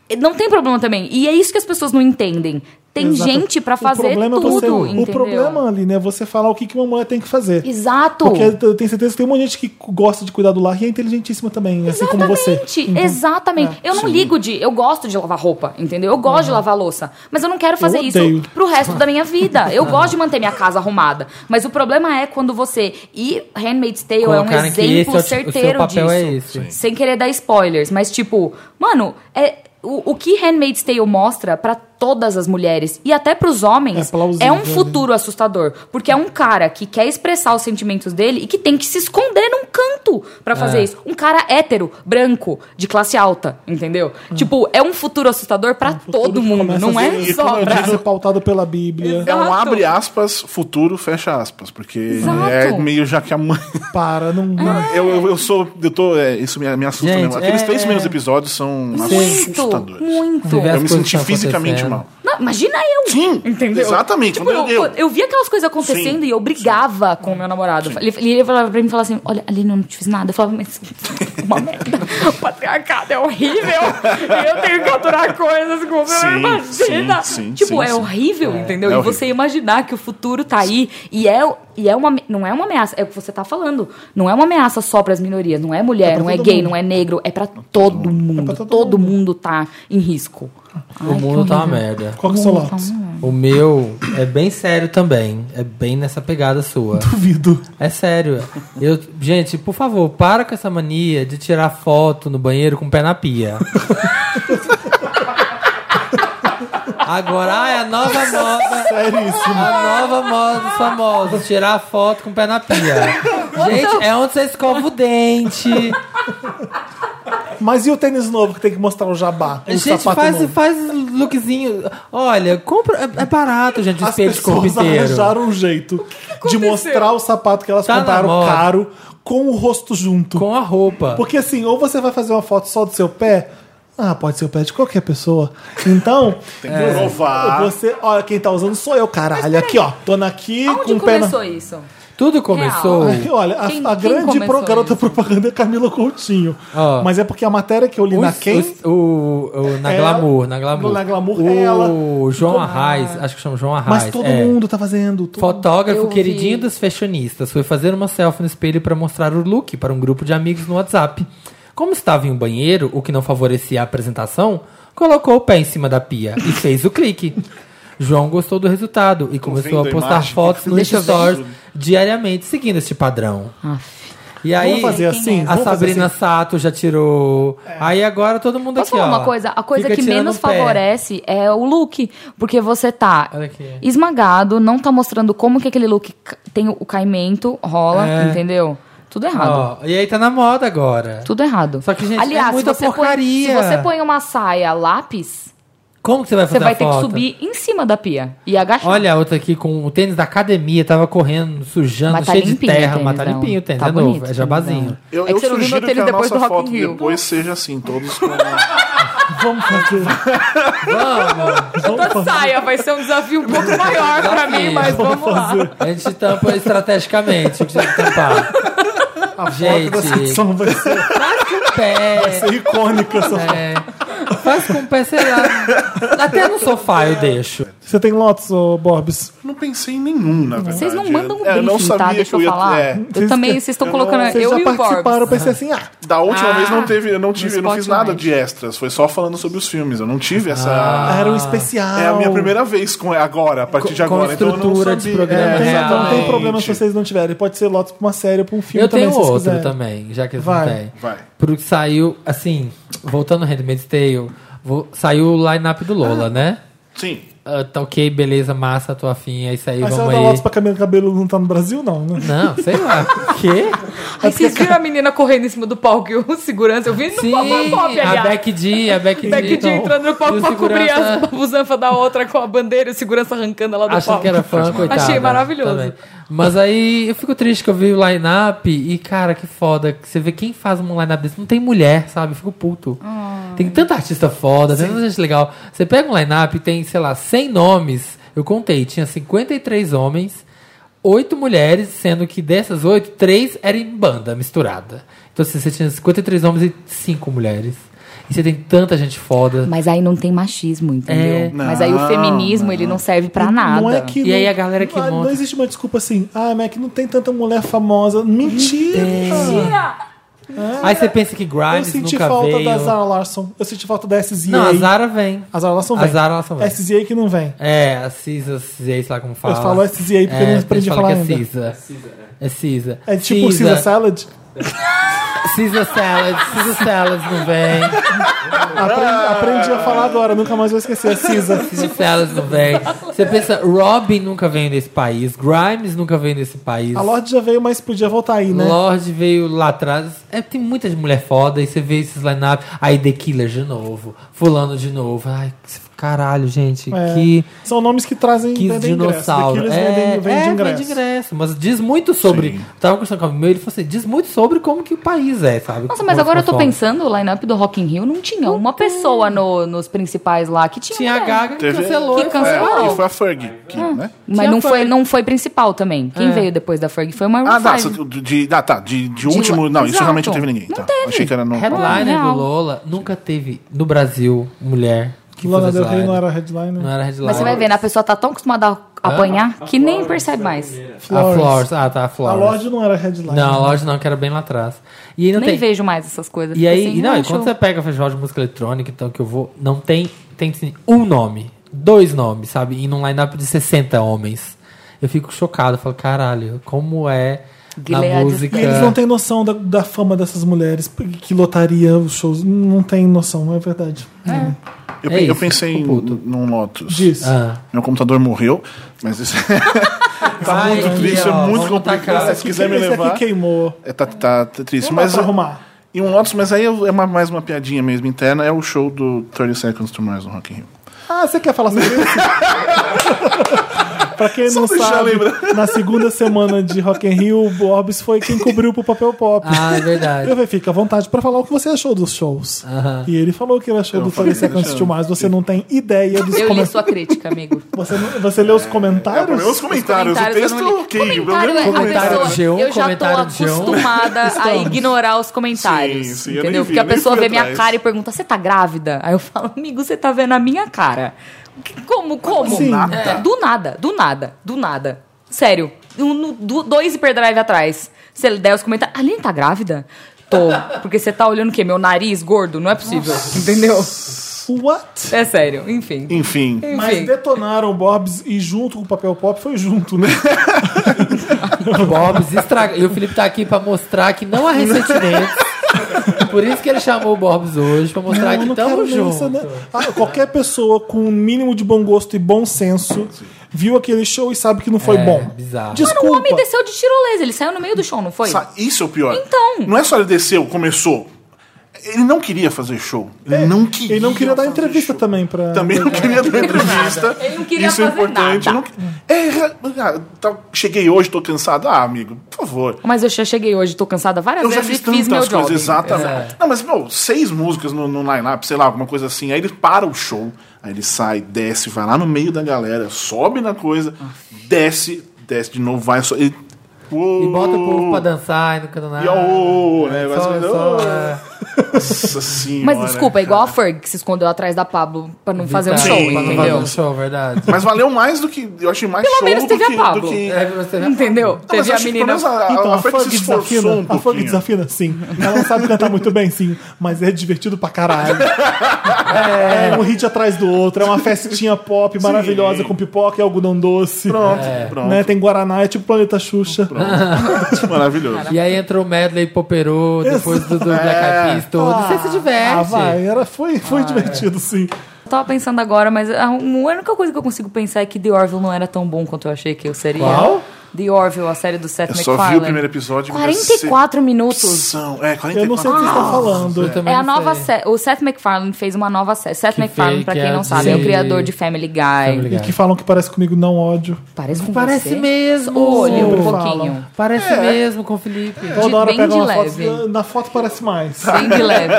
E: eh, não tem problema também. E é isso que as pessoas não entendem. Tem
A: Exato.
E: gente pra
A: O
E: fazer
A: problema é
E: tudo,
A: você-
E: entendeu?
A: O problema ali, né? é Você falar o que que uma mulher tem que fazer.
E: Exato.
A: Porque eu tenho certeza que tem um monte de gente que gosta de cuidar do lar e é inteligentíssima também, assim como você. é.
E: Exatamente, exatamente. eu não ligo de. Eu gosto de lavar roupa, entendeu? Eu gosto de lavar louça. Mas eu não quero fazer isso
A: odeio.
E: pro resto da minha vida. Eu gosto de manter minha casa arrumada. Mas o problema é quando você. E Handmaid's Tale é um
C: Colocarem que esse
E: exemplo
C: é o- o seu
E: certeiro
C: papel
E: disso.
C: é esse. Sim.
E: Sem querer dar spoilers, mas tipo, mano, é. O, o que Handmaid's Tale mostra pra todas as mulheres e até pros homens
A: É plausível,
E: um
A: né?
E: futuro assustador, porque é um cara que quer expressar os sentimentos dele e que tem que se esconder num canto pra fazer
C: É.
E: isso isso. Um cara hétero, branco, de classe alta, entendeu? Tipo, é um futuro assustador
A: É
E: pra todo mundo,
A: Começa
E: não
A: a
E: é
A: ser-
E: só
A: como eu
E: pra...
A: disse, pautado pela Bíblia.
E: Exato.
D: É um abre aspas, futuro fecha aspas. Porque
E: Exato.
D: é meio já que a mãe.
A: Para, não.
C: Ah,
D: Eu, eu, eu sou. Eu tô, é, isso me, me assusta
C: Gente,
D: mesmo. Aqueles
C: é, é.
D: três primeiros episódios são
E: Muito,
D: assustadores.
E: muito.
C: Viver
D: Eu me
C: As coisas
D: senti
C: estão
D: fisicamente
C: acontecendo.
D: mal.
E: Não, imagina eu!
D: Sim,
E: entendeu?
D: exatamente.
E: Tipo,
D: Quando eu-
E: eu, eu, eu vi aquelas coisas acontecendo
D: Sim,
E: e eu brigava com o meu namorado. Ele, ele falava pra mim e falava assim: Olha, Aline, eu não te fiz nada. Eu falava, mas uma merda. O patriarcado é horrível. e eu tenho que aturar coisas com o meu
D: Sim,
E: imagina.
D: sim, sim,
E: tipo,
D: sim,
E: é
D: sim.
E: horrível, entendeu?
D: É
E: e
D: horrível.
E: você imaginar que o futuro tá aí e é, e é uma. Não é uma ameaça, é o que você tá falando. Não é uma ameaça só pras minorias. Não é mulher,
A: pra
E: não é
A: todo
E: gay,
A: mundo.
E: não é negro. É pra todo mundo.
A: pra todo
E: todo, mundo. tá em risco.
C: O mundo tá uma merda.
A: Qual que é o seu lápis?
C: O meu é bem sério também. É bem nessa pegada sua.
A: Duvido.
C: É sério. Eu, gente, por favor, para com essa mania de tirar foto no banheiro com o pé na pia. Agora ah, é a nova moda.
A: Seríssimo.
C: A nova moda dos famosos, tirar foto com o pé na pia. Gente, é onde você escova o dente.
A: Mas e o tênis novo que tem que mostrar o jabá? O
C: gente,
A: É um sapato
C: faz,
A: novo?
C: faz lookzinho. Olha, compra. É é barato, gente, o
A: As
C: espelho de corpo
A: pessoas
C: inteiro.
A: arranjaram um jeito de mostrar o sapato que elas
C: Tá na
A: compraram
C: moda.
A: caro com o rosto junto.
C: Com a roupa.
A: Porque assim, ou você vai fazer uma foto só do seu pé. Ah, pode ser o pé de qualquer pessoa. Então,
D: Tem que provar.
A: você, olha, quem tá usando sou eu, caralho. Aqui, ó. Tô aqui com
E: Onde
A: o pé na...
E: começou isso?
C: Tudo começou.
A: Ai, Olha, a,
E: Quem-
A: a
E: quem
A: grande
E: começou
A: pro- garota
E: isso?
A: propaganda é Camila Coutinho.
C: Ó.
A: Mas é porque a matéria que eu li na
C: Os-
A: quem
C: os- o, o- na
A: É,
C: Glamour, na Glamour.
A: na Glamour, é
C: o
A: ela.
C: João Arraes, acho que chama João Arraes.
A: Mas todo
C: é.
A: mundo tá fazendo. todo-
C: Fotógrafo
E: Eu vi.
C: queridinho dos fashionistas foi fazer uma selfie no espelho para mostrar o look para um grupo de amigos no WhatsApp. Como estava em um banheiro, o que não favorecia a apresentação, colocou o pé em cima da pia e fez o clique. João gostou do resultado e começou
D: vendo
C: a
D: a
C: postar
D: imagem.
C: fotos no
D: Deixa eu ver.
C: Stories diariamente, seguindo este padrão. E aí,
A: Vamos fazer assim?
C: a
A: Vamos fazer
C: Sabrina
A: assim?
C: Sato já tirou. Aí agora todo mundo
E: Posso
C: aqui,
E: falar
C: ó.
E: uma coisa? A coisa
C: fica
E: que
C: tirando
E: menos
C: o pé.
E: favorece é o look. Porque você tá
C: Olha aqui.
E: esmagado, não tá mostrando como que aquele look ca- tem o caimento, rola,
C: É.
E: entendeu? Tudo errado.
C: Ó, e aí tá na moda agora.
E: Tudo errado.
C: Só que, gente,
E: Aliás,
C: é muita
E: se, você
C: porcaria.
E: Põe, se você põe uma saia lápis,
C: Como que você vai fazer
E: você vai
C: a
E: ter que
C: foto?
E: subir em cima da pia e agachar.
C: Olha a outra aqui com o tênis da academia, tava correndo, sujando,
E: Mas tá
C: cheio de
E: limpinho o
C: terra,
E: tênis
C: mas tá
E: dela.
C: limpinho o tênis, é
E: Tá
C: novo,
E: bonito
C: é
E: o tênis
C: jabazinho.
E: dela.
D: Eu,
E: É que
D: eu
E: você não viu
D: sugiro
E: meu
D: que
E: tênis
D: a
E: depois
D: nossa
E: do Rock in
D: foto
E: Rio.
D: depois seja assim, todos com a
A: Vamos fazer.
C: Ah,
E: então.
C: Vamos!
E: Eu tô de saia, vai ser um desafio um pouco maior pra mim,
C: Desafio.
E: mas vamos lá.
C: A gente tampa estrategicamente o que tinha que tampar.
A: A foto da
C: Gente.
A: secção vai ser
C: Pé,
A: icônica. Essa foto.
C: é, Faz com o pé, sei lá. Até no sofá eu deixo.
A: Você tem Lotus, ô Borbs?
D: Não pensei em nenhum, na verdade.
E: Vocês não mandam
D: É, eu não
E: briefing, tá?
D: sabia
E: Deixa
D: que
E: eu
D: ia-
E: falar.
D: é,
E: Eu também, vocês estão colocando.
A: Vocês
E: É, Eu
A: já
E: e o
A: participaram, eu
E: Borbs.
A: pensei assim, ah,
D: da última
E: Ah,
D: vez não teve, eu não
E: no
D: tive, eu não fiz
E: Spotlight.
D: nada de extras. Foi só falando sobre os filmes. Eu não tive essa.
C: Ah.
A: era um especial.
D: É a minha primeira vez com agora, a partir
C: Com-
D: de
C: com
D: agora. Então eu não
C: estrutura
D: sabia.
C: de programa
D: É,
E: né?
A: Não tem- então
E: Então
A: não tem
D: exatamente.
A: problema se vocês não tiverem. Pode ser Lotus pra uma série ou pra um filme
C: Eu
A: também,
C: tenho
A: se vocês
C: outro
A: quiserem.
C: também, já que eles
A: Vai.
C: não têm.
D: Vai.
C: Pro que saiu, assim, voltando ao Handmaid's Tale, vo- saiu o line-up do
E: Ah.
C: Lola, né?
D: Sim.
C: Ah, tá ok, beleza, massa, tua finha, isso aí,
A: Mas se ela
C: vamos
A: dá
C: aí.
A: Lotus pra Camila Cabelo não tá no Brasil, não, né?
C: Não, sei lá. Quê?
E: Aí vocês viram a menina correndo em cima do palco e o segurança. Eu vi no
C: Sim,
E: Pop Pop,
C: a
E: aliás.
C: Beck D, a Beck D.
E: Becky D
C: então,
E: entrando no
C: e
E: palco
C: o
E: pra cobrir
C: segurança-
E: a busanfa da outra com a bandeira e o segurança arrancando ela do
C: Achando
E: palco.
C: que era fã, coitada.
E: Achei maravilhoso.
C: Também. Mas aí eu fico triste que eu vi o line-up e, cara, que foda. que Você vê quem faz um line-up desse. Não tem mulher, sabe? Eu fico puto.
E: Ah.
C: Tem tanta artista foda, tem tanta gente legal. Você pega um line-up e tem, sei lá, 100 nomes. Eu contei, tinha 53 homens, 8 mulheres, sendo que dessas 8, 3 eram em banda misturada. Então assim, você tinha 53 homens e 5 mulheres. E você tem tanta gente foda.
E: Mas aí não tem machismo, entendeu?
C: É.
E: Mas aí o
D: Não,
E: feminismo, ele não serve pra nada.
A: Não é que
C: E
A: não-
C: aí a galera que
A: não, não
C: monta-
A: existe uma desculpa assim. Ah, mas é que não tem tanta mulher famosa. Mentira!
C: Aí você pensa que
A: Eu
C: Grimes
A: senti
C: nunca
A: falta
C: veio.
A: da Zara Larson. Eu senti falta da SZA.
C: Não, a Zara vem.
A: A Zara Larson
C: A
A: vem.
C: Zara Larson vem.
A: SZA que não vem.
C: É, a Cisa, sei lá como fala.
A: Eu falo SZA porque eu não aprendi a
C: a
A: falar
C: que é
A: ainda.
C: Cisa. É Cisa.
A: É tipo o Cisa Salad.
C: Cisa Salad. Cisa Salad não vem.
A: Aprendi,
C: Ah!
A: aprendi a falar agora, nunca mais vou esquecer. É Cisa.
C: Cisa Salad não vem. Você pensa, Robin nunca veio nesse país. Grimes nunca veio nesse país.
A: A Lorde já veio, mas podia voltar aí, né?
C: Lorde veio lá atrás. É, tem muita de mulher foda. E você vê esses line-up. Aí The Killer de novo. Fulano de novo. Ai, caralho, gente.
A: É.
C: Que...
A: São nomes que trazem
C: Que
A: vendem é
C: dinossauro.
A: ingresso. The Killers
C: é,
A: vendem- vende
C: é,
A: ingresso.
C: vende ingresso. Mas diz muito sobre. Tava conversando com o meu, ele falou assim: diz muito sobre como que o país é, sabe?
E: Nossa,
C: Como
E: mas
C: eles
E: agora eu tô
C: consomem.
E: pensando, o line-up do Rock in Rio não tinha uma pessoa no- nos principais lá que tinha
C: Tinha a
E: mulher.
C: Gaga que
D: Teve-
C: cancelou.
E: Que
C: e
E: cancelou.
D: É,
E: Uau.
D: e foi a Ferg, que,
E: Ah.
D: né?
E: Mas
C: Tinha
E: não foi,
C: Ferg.
E: não foi principal também. Quem
C: É.
E: veio depois da Ferg foi o Maroon
D: Ah, tá,
E: 5.
D: você- de, ah, tá, de, de último.
E: Então lá-
D: Não, isso
E: Exato.
D: realmente não teve ninguém. Tá. Achei que era no.
C: Headliner
E: Real.
C: do Lola nunca teve no Brasil mulher que
A: Lana
C: fez
A: Del Rey
C: headliner.
A: não era headliner.
C: Não é. era headliner.
E: Mas você vai vendo, a pessoa tá tão acostumada a apanhar que nem percebe mais.
C: A
A: Flores.
C: Flores. Ah, tá, a
A: A
C: Flores.
A: Lorde não era headliner.
C: Não, a Lorde não, que era bem lá atrás. E aí não
E: Nem
C: tem.
E: vejo mais essas coisas.
C: E
E: Fico
C: aí,
E: assim,
C: e não,
E: ah,
C: e quando
E: show.
C: você pega festival de música eletrônica, então que eu vou, não tem, tem assim, um nome, dois nomes, sabe? E num line-up de 60 homens. Eu fico chocado, eu falo, caralho, como é na
E: Gilead
A: E
C: música.
A: eles não têm noção da, da fama dessas mulheres que lotaria os shows. Não tem noção, é verdade.
D: Eu,
C: É
D: pe- eu
C: isso,
D: pensei em,
C: fico puto.
D: num Lotus.
A: Diz.
C: Ah.
D: Meu computador morreu, mas isso tá
C: Ai,
D: muito triste, é
C: ó,
D: muito
C: vamos tacar.
D: complicado. Se quiser me
A: Esse aqui
D: levar.
A: queimou.
D: É, tá, tá, tá triste.
A: Não
D: Mas
A: dá pra arrumar.
D: E um Lotus, mas aí é uma- mais uma piadinha mesmo interna, é o show do 30 Seconds to Mars no Rock in Rio.
A: Ah, você quer falar sobre isso? pra quem não
D: deixar
A: sabe,
D: lembrar.
A: na segunda semana de Rock in Rio, o Borbs foi quem cobriu pro Papel Pop.
C: ah, é
A: Eu
C: verdade.
A: falei, fica à vontade pra falar o que você achou dos shows.
C: Aham.
A: E ele falou que ele achou
D: Eu
A: do
D: falei,
A: 30 Seconds to
D: deixa eu-
A: Mars. Você não tem ideia dos
E: Eu li
A: comentários.
E: sua crítica, amigo.
A: Você, não- você leu os
D: É, o
A: comentários?
D: problema é os comentários, o
E: Comentários eu
D: texto
E: não li.
D: ok. o
E: Comentário,
D: problema é-
E: a
C: comentário
E: pessoa-
C: de um,
E: eu já tô
C: comentário de um.
E: acostumada a ignorar os comentários.
D: Sim, sim, eu nem
E: entendeu?
D: vi,
E: Porque a
D: nem
E: pessoa
D: fui
E: vê minha
D: atrás.
E: cara e pergunta: Você tá grávida? Aí eu falo: Amigo, você tá vendo a minha cara. Que- Como? Como?
D: assim?
A: Sim.
E: É, Do nada, do nada, do nada. Sério. Um, no- do- dois hiperdrive atrás. Você der os comentários. A Aline tá grávida? Tô. Porque você tá olhando o quê? Meu nariz gordo? Não é possível. Entendeu?
A: What?
E: É sério. Enfim.
D: Enfim,
A: Mas
E: Enfim.
A: detonaram o Borbs e junto com o Papel Pop foi junto, né?
C: Bobs estraga. E o Felipe tá aqui pra mostrar que não há ressentimentos. Por isso que ele chamou o Bobs hoje, pra mostrar
A: Não,
C: que
A: não
C: tamo
A: quero
C: junto.
A: nessa, né? Ah, qualquer pessoa com um mínimo de bom gosto e bom senso viu aquele show e sabe que não foi
C: É,
A: bom.
C: bizarro.
A: Desculpa.
E: O um homem desceu de tirolesa. Ele saiu no meio do show, não foi?
D: sa- isso é o pior.
E: Então.
D: Não é só ele desceu, começou. Ele não queria fazer show. Ele
A: É,
D: não queria.
A: Ele não queria dar
D: fazer
A: entrevista
D: show.
A: um também pra.
D: Também não queria dar entrevista.
E: Ele não queria
D: Isso é
E: fazer
D: importante.
E: nada.
D: não que- É, ah, tá- cheguei hoje, tô cansado. Ah, amigo, por favor.
E: Mas eu já cheguei hoje, tô cansada várias
D: Eu já fiz
E: vezes e fiz meu
D: tantas coisas,
E: job.
D: exatamente.
A: É.
D: Não, mas, meu, seis músicas no, no line-up, sei lá, alguma coisa assim. Aí ele para o show, aí ele sai, desce, vai lá no meio da galera, sobe na coisa, desce, desce de novo, vai... So... E...
C: E bota o povo pra dançar e não canta nada.
D: E ó, ô, ô, ô, né? Vai
C: Só,
D: subindo,
C: só,
D: ô.
C: é.
D: Nossa senhora.
E: Mas desculpa, é igual a
D: cara.
E: Ferg, que se escondeu atrás da Pablo pra não fazer um
C: Verdade.
E: show,
D: Sim, pra não
C: Fazer
E: entendeu?
C: um show, verdade.
D: Mas valeu mais do que. Eu achei mais show
E: menos
D: do
E: teve
D: que.
E: a Pablo.
D: do que-
C: É, você-
E: Entendeu?
D: Não, mas
E: Teve
D: eu
E: a
D: achei que pelo
E: menina.
D: menos a,
A: Então,
D: a,
A: a,
D: a Ferg
A: Ferg
D: se esforçou
A: desafina.
D: um
A: a Ferg
D: pouquinho.
A: desafina, sim. Ela não sabe cantar muito bem, sim. Mas é divertido pra caralho. É, um hit atrás do outro. É uma festinha pop maravilhosa com pipoca e algodão doce.
D: Pronto,
A: Né?
D: pronto.
A: Tem Guaraná, é tipo Planeta Xuxa.
D: Maravilhoso.
C: E aí entrou o Medley Popperô, depois do, do
E: É.
C: Black Eyed Peas todo. Você se diverte.
A: Ah, vai. Era, foi foi divertido, sim.
E: Eu tava pensando agora, mas a um- a única coisa que eu consigo pensar é que The Orville não era tão bom quanto eu achei que eu seria.
C: Qual?
E: The Orville, a série do Seth
D: Eu só vi o primeiro
E: MacFarlane.
D: episódio. me deu
E: 44 minutos.
D: decepção. É, 44.
A: Eu não sei o que você está falando.
C: Eu também
E: É a
C: não
E: nova
C: sei.
E: série. O Seth MacFarlane fez uma nova série. Seth
C: Que
E: MacFarlane,
C: fez,
E: pra
C: que
E: quem
C: é
E: não
C: de-
E: sabe, é o criador de Family Guy.
C: Family Guy.
A: E que falam que parece comigo não ódio.
E: Parece com
C: Parece
E: você?
C: mesmo.
E: Olha um
A: Falam.
E: pouquinho.
C: Parece
E: É.
C: mesmo com o Felipe.
A: Toda hora
E: bem
A: pega
E: de
A: uma
E: leve.
A: foto. Na foto parece mais.
D: Tá.
E: Bem de leve.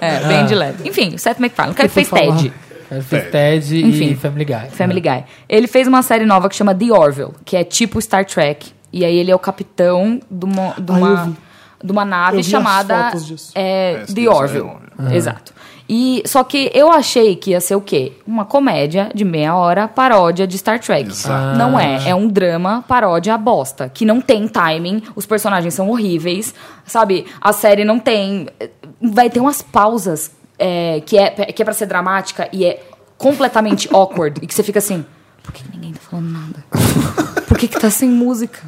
E: É,
A: Ah.
E: bem de leve. Enfim, o Seth MacFarlane, que
C: Eu fui
E: fez TED.
C: falar. Ele fez TED
E: Enfim.
C: e Family Guy. Né?
E: Family Guy. Ele fez uma série nova que chama The Orville, que é tipo Star Trek. E aí ele é o capitão de uma, de
A: Ah, eu
E: uma,
A: vi.
E: de uma
A: Eu
E: nave
A: vi as
E: chamada
A: fotos disso.
E: é,
D: Parece que
E: The
D: isso é
E: Orville.
D: Orville.
E: Exato. E, só que eu achei que ia ser o quê? Uma comédia de meia hora, paródia de Star Trek.
D: Exato.
E: Não é. É um drama, paródia, bosta. Que não tem timing, os personagens são horríveis, sabe? A série não tem. eh, Vai ter umas pausas é, que, é, que é pra ser dramática e é completamente awkward. E que você fica assim: por que que ninguém tá falando nada? Por que, que tá sem música?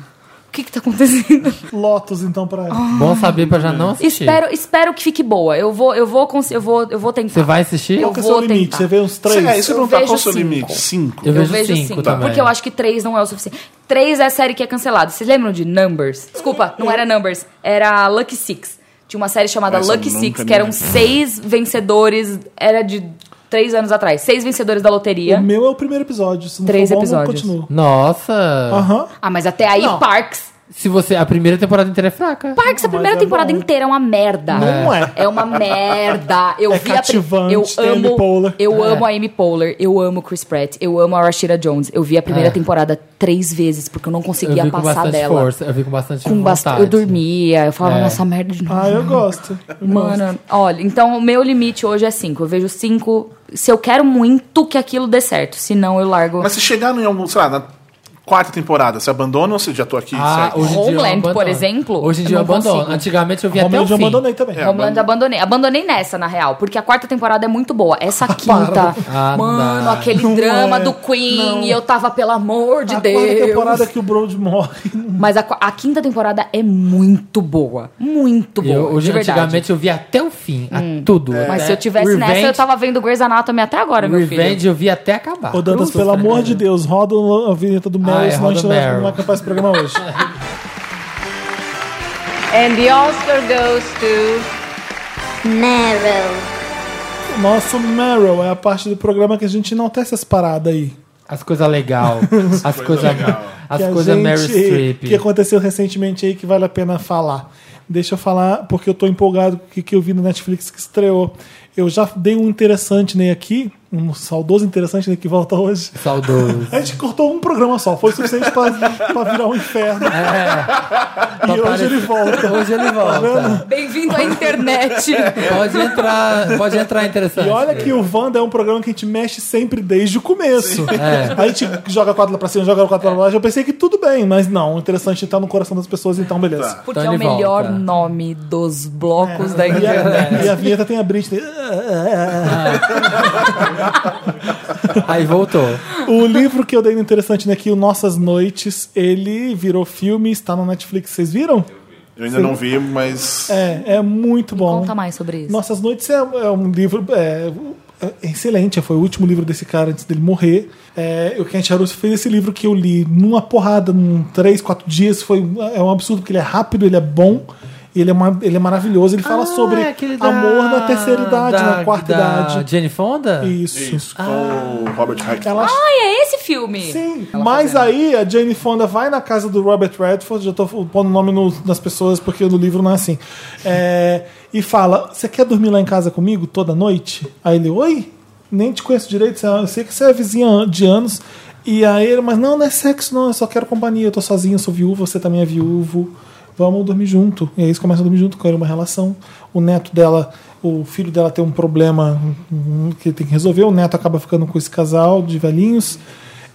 E: O que, que tá acontecendo?
A: Lotus, então,
E: Ah,
A: pra ela.
C: Bom saber pra já não assistir.
E: Espero, espero que fique boa. Eu vou, eu vou, cons- eu vou, eu vou tentar.
C: Você vai assistir?
E: Eu
A: Qual que é o seu
E: vou
A: limite?
E: tentar.
A: Você vê uns três?
D: É, isso eu
E: Eu
D: ia perguntar qual
E: vejo
D: o seu
E: cinco.
D: limite. Cinco.
C: Eu
E: Eu
C: vejo
E: vejo
C: cinco
E: cinco,
C: também.
E: porque eu acho que três não é o suficiente. Três é a série que é cancelada. Vocês lembram de Numbers? Desculpa, não era Numbers, era Lucky Six. Tinha uma série chamada
D: Essa eu
E: Lucky
D: nunca
E: Six,
D: nem
E: que eram
D: vi.
E: seis vencedores, era de três anos atrás, seis vencedores da
A: O
E: loteria.
A: meu é o primeiro episódio. Se não
E: Três
A: for bom,
E: episódios.
A: Não continua.
C: Nossa.
A: Aham.
E: Ah, mas até aí,
A: Não.
E: Parks.
C: Se você. A primeira temporada inteira é fraca.
E: Parks, a
A: Não,
E: primeira
A: mas é
E: temporada
A: bom.
E: inteira é uma merda.
A: Não é.
E: É uma merda. Eu
A: É
E: vi a pri-
A: cativante,
E: eu
A: tem a Amy
E: amo,
A: Poehler.
E: Eu
C: É.
E: amo a Amy Poehler, eu amo Chris Pratt, eu amo a Rashida Jones. Eu vi a primeira
C: É.
E: temporada três vezes porque eu não
C: eu
E: conseguia
C: vi com
E: passar
C: bastante
E: dela.
C: força. Eu vi com bastante
E: com bastante.
C: vontade.
E: Eu dormia, eu falava,
C: É.
E: nossa, merda de novo.
A: Ah, eu gosto. Eu gosto.
E: Mano, olha, então o meu limite hoje é 5. Eu vejo 5. Se eu quero muito que aquilo dê certo, senão eu largo.
D: Mas se chegar em algum, sei lá, na quarta temporada, você abandona ou você já tô aqui?
C: Ah,
D: segue?
C: hoje em dia eu
E: Homeland,
C: abandono.
E: por exemplo,
C: Hoje em dia eu
E: eu não
C: abandono.
E: consigo.
C: Antigamente eu vi até o
A: Homeland
C: fim.
A: eu abandonei também.
D: É.
E: Homeland eu abandonei. Abandonei nessa, na real, porque a quarta temporada é muito boa. Essa quinta,
A: Para.
C: Ah, não
E: mano,
C: dá.
E: aquele
A: Não
E: drama
A: é.
E: do Queen,
A: Não.
E: e eu tava, pelo amor de
A: a quarta
E: Deus.
A: temporada é que o Brody morre.
E: Mas a, qua- a quinta temporada é muito boa. Muito boa.
C: Eu- hoje,
E: de É verdade. Hum. É.
C: antigamente, eu vi até o fim. A tudo.
E: Mas
C: até-
A: É,
E: se eu tivesse nessa, eu tava vendo Grey's Anatomy até agora, meu filho.
C: Revenge eu vi até acabar.
A: Ô, Dantas, pelo amor de Deus, roda a vinheta do Meryl,
C: Ah, é,
A: senão a gente não
C: roda
A: vai,
C: Meryl.
A: não vai acabar esse programa hoje.
G: And the Oscar goes to.
B: Meryl.
A: O Nosso Meryl é a parte do programa que a gente não testa as paradas aí.
C: As coisas legal. As coisas. As
A: que a
C: coisas
A: gente-
C: Mary Streep.
A: Que aconteceu recentemente aí que vale a pena falar. Deixa eu falar, porque eu tô empolgado com o que, que eu vi no Netflix que estreou. Eu já dei um interessante Ney aqui, um saudoso interessante Ney que volta hoje.
C: Saudoso.
A: A gente cortou um programa só, foi suficiente pra, pra virar um inferno. e hoje
C: Aparece-
A: ele volta.
C: Hoje
A: Tá
C: ele volta.
E: Bem-vindo à internet.
C: Pode entrar, pode entrar interessante.
A: E olha que o Wanda é um programa que a gente mexe sempre desde o começo. A gente joga quatro lá pra cima, joga quatro lá pra baixo. Eu pensei que tudo bem, mas não. O interessante é tá no coração das pessoas, então beleza.
E: Porque
C: Então
E: é o
C: ele
E: melhor
C: volta.
E: nome dos blocos da
A: É. E a,
E: internet.
A: e a vinheta tem a Britney.
C: Aí voltou.
A: O livro que eu dei no interessante né, que o Nossas Noites, ele virou filme, está no Netflix. Vocês viram?
D: Eu ainda não vi, mas.
A: É, é muito bom.
E: Conta mais sobre isso.
A: Nossas Noites é, é um livro é, é excelente. Foi o último livro desse cara antes dele morrer. É, o Kent Haruso fez esse livro que eu li numa porrada, num 3, 4 dias. Foi, é um absurdo, porque ele é rápido, ele é bom. e Ele é, ma- ele é maravilhoso, ele fala
C: Ah,
A: sobre
C: é aquele da-
A: amor na terceira idade,
C: da-
A: na quarta
C: da
A: idade.
C: Jenny Fonda?
A: Isso.
D: Isso,
C: Ah.
D: com o Robert Hack.
A: Ela
E: Ai, é esse filme.
A: Sim, mas aí a Jane Fonda vai na casa do Robert Redford, já tô pondo o nome no- nas pessoas porque no livro não é assim. É, e fala: Você quer dormir lá em casa comigo toda noite? Aí ele: Oi? Nem te conheço direito, você- eu sei que você é vizinha an- de anos. E aí ele: Mas não, não é sexo, não, eu só quero companhia, eu tô sozinha, eu sou viúvo, você também é viúvo. vamos dormir junto. E aí eles começam a dormir junto, criam uma relação. O neto dela, o filho dela tem um problema hum, que tem que resolver, o neto acaba ficando com esse casal de velhinhos.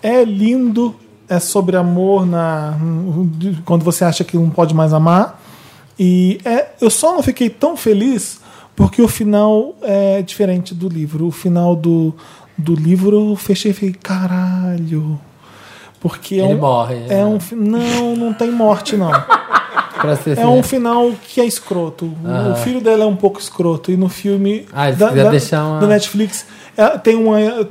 A: É lindo, é sobre amor na hum, de- quando você acha que não pode mais amar. E é, eu só não fiquei tão feliz porque o final é diferente do livro. O final do, do livro eu fechei e falei, caralho. Porque é
C: Ele
A: um,
C: morre,
A: É
C: né?
A: um, fi- não, não tem morte, não.
C: Pra ser
A: É um final que é escroto. O- O
C: Aham.
A: filho dela é um pouco escroto. E no filme
C: Ah, eles quiseram deixar uma-
A: do Netflix é, tem uma. é,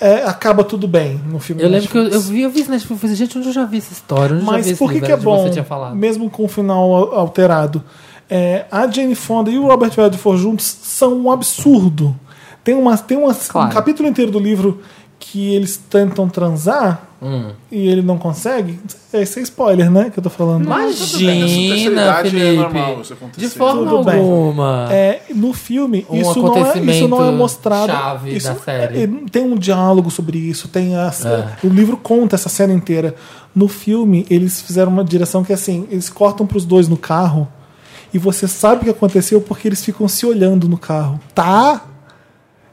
A: é, acaba tudo bem no filme.
C: Eu
A: do
C: lembro que eu, eu
A: Netflix.
C: vi, eu vi isso, né? Tipo, eu falei, gente, onde eu já vi essa história? Onde eu já vi
A: Mas
C: esse
A: por que,
C: livro?
A: que é
C: Onde
A: bom,
C: Você tinha falado.
A: mesmo com o final al- alterado? É, a Jane Fonda e o Robert Redford juntos são um absurdo. Tem, uma, tem uma- um
E: Claro.
A: capítulo inteiro do livro que eles tentam transar
C: Hum.
A: e ele não consegue. Esse é spoiler, né? Que eu tô falando.
C: Imagina,
D: idade é
C: Felipe.
D: normal isso acontecer.
C: de forma
A: Tudo bem.
C: alguma.
A: É, no filme,
C: Um
A: isso, não é, isso não é
C: acontecimento
A: mostrado.
C: chave
A: isso,
C: da série. É.
A: é, tem um diálogo sobre isso, tem a, o livro conta essa cena inteira. No filme, eles fizeram uma direção que é assim, eles cortam pros dois no carro e você sabe o que aconteceu porque eles ficam se olhando no carro. Tá?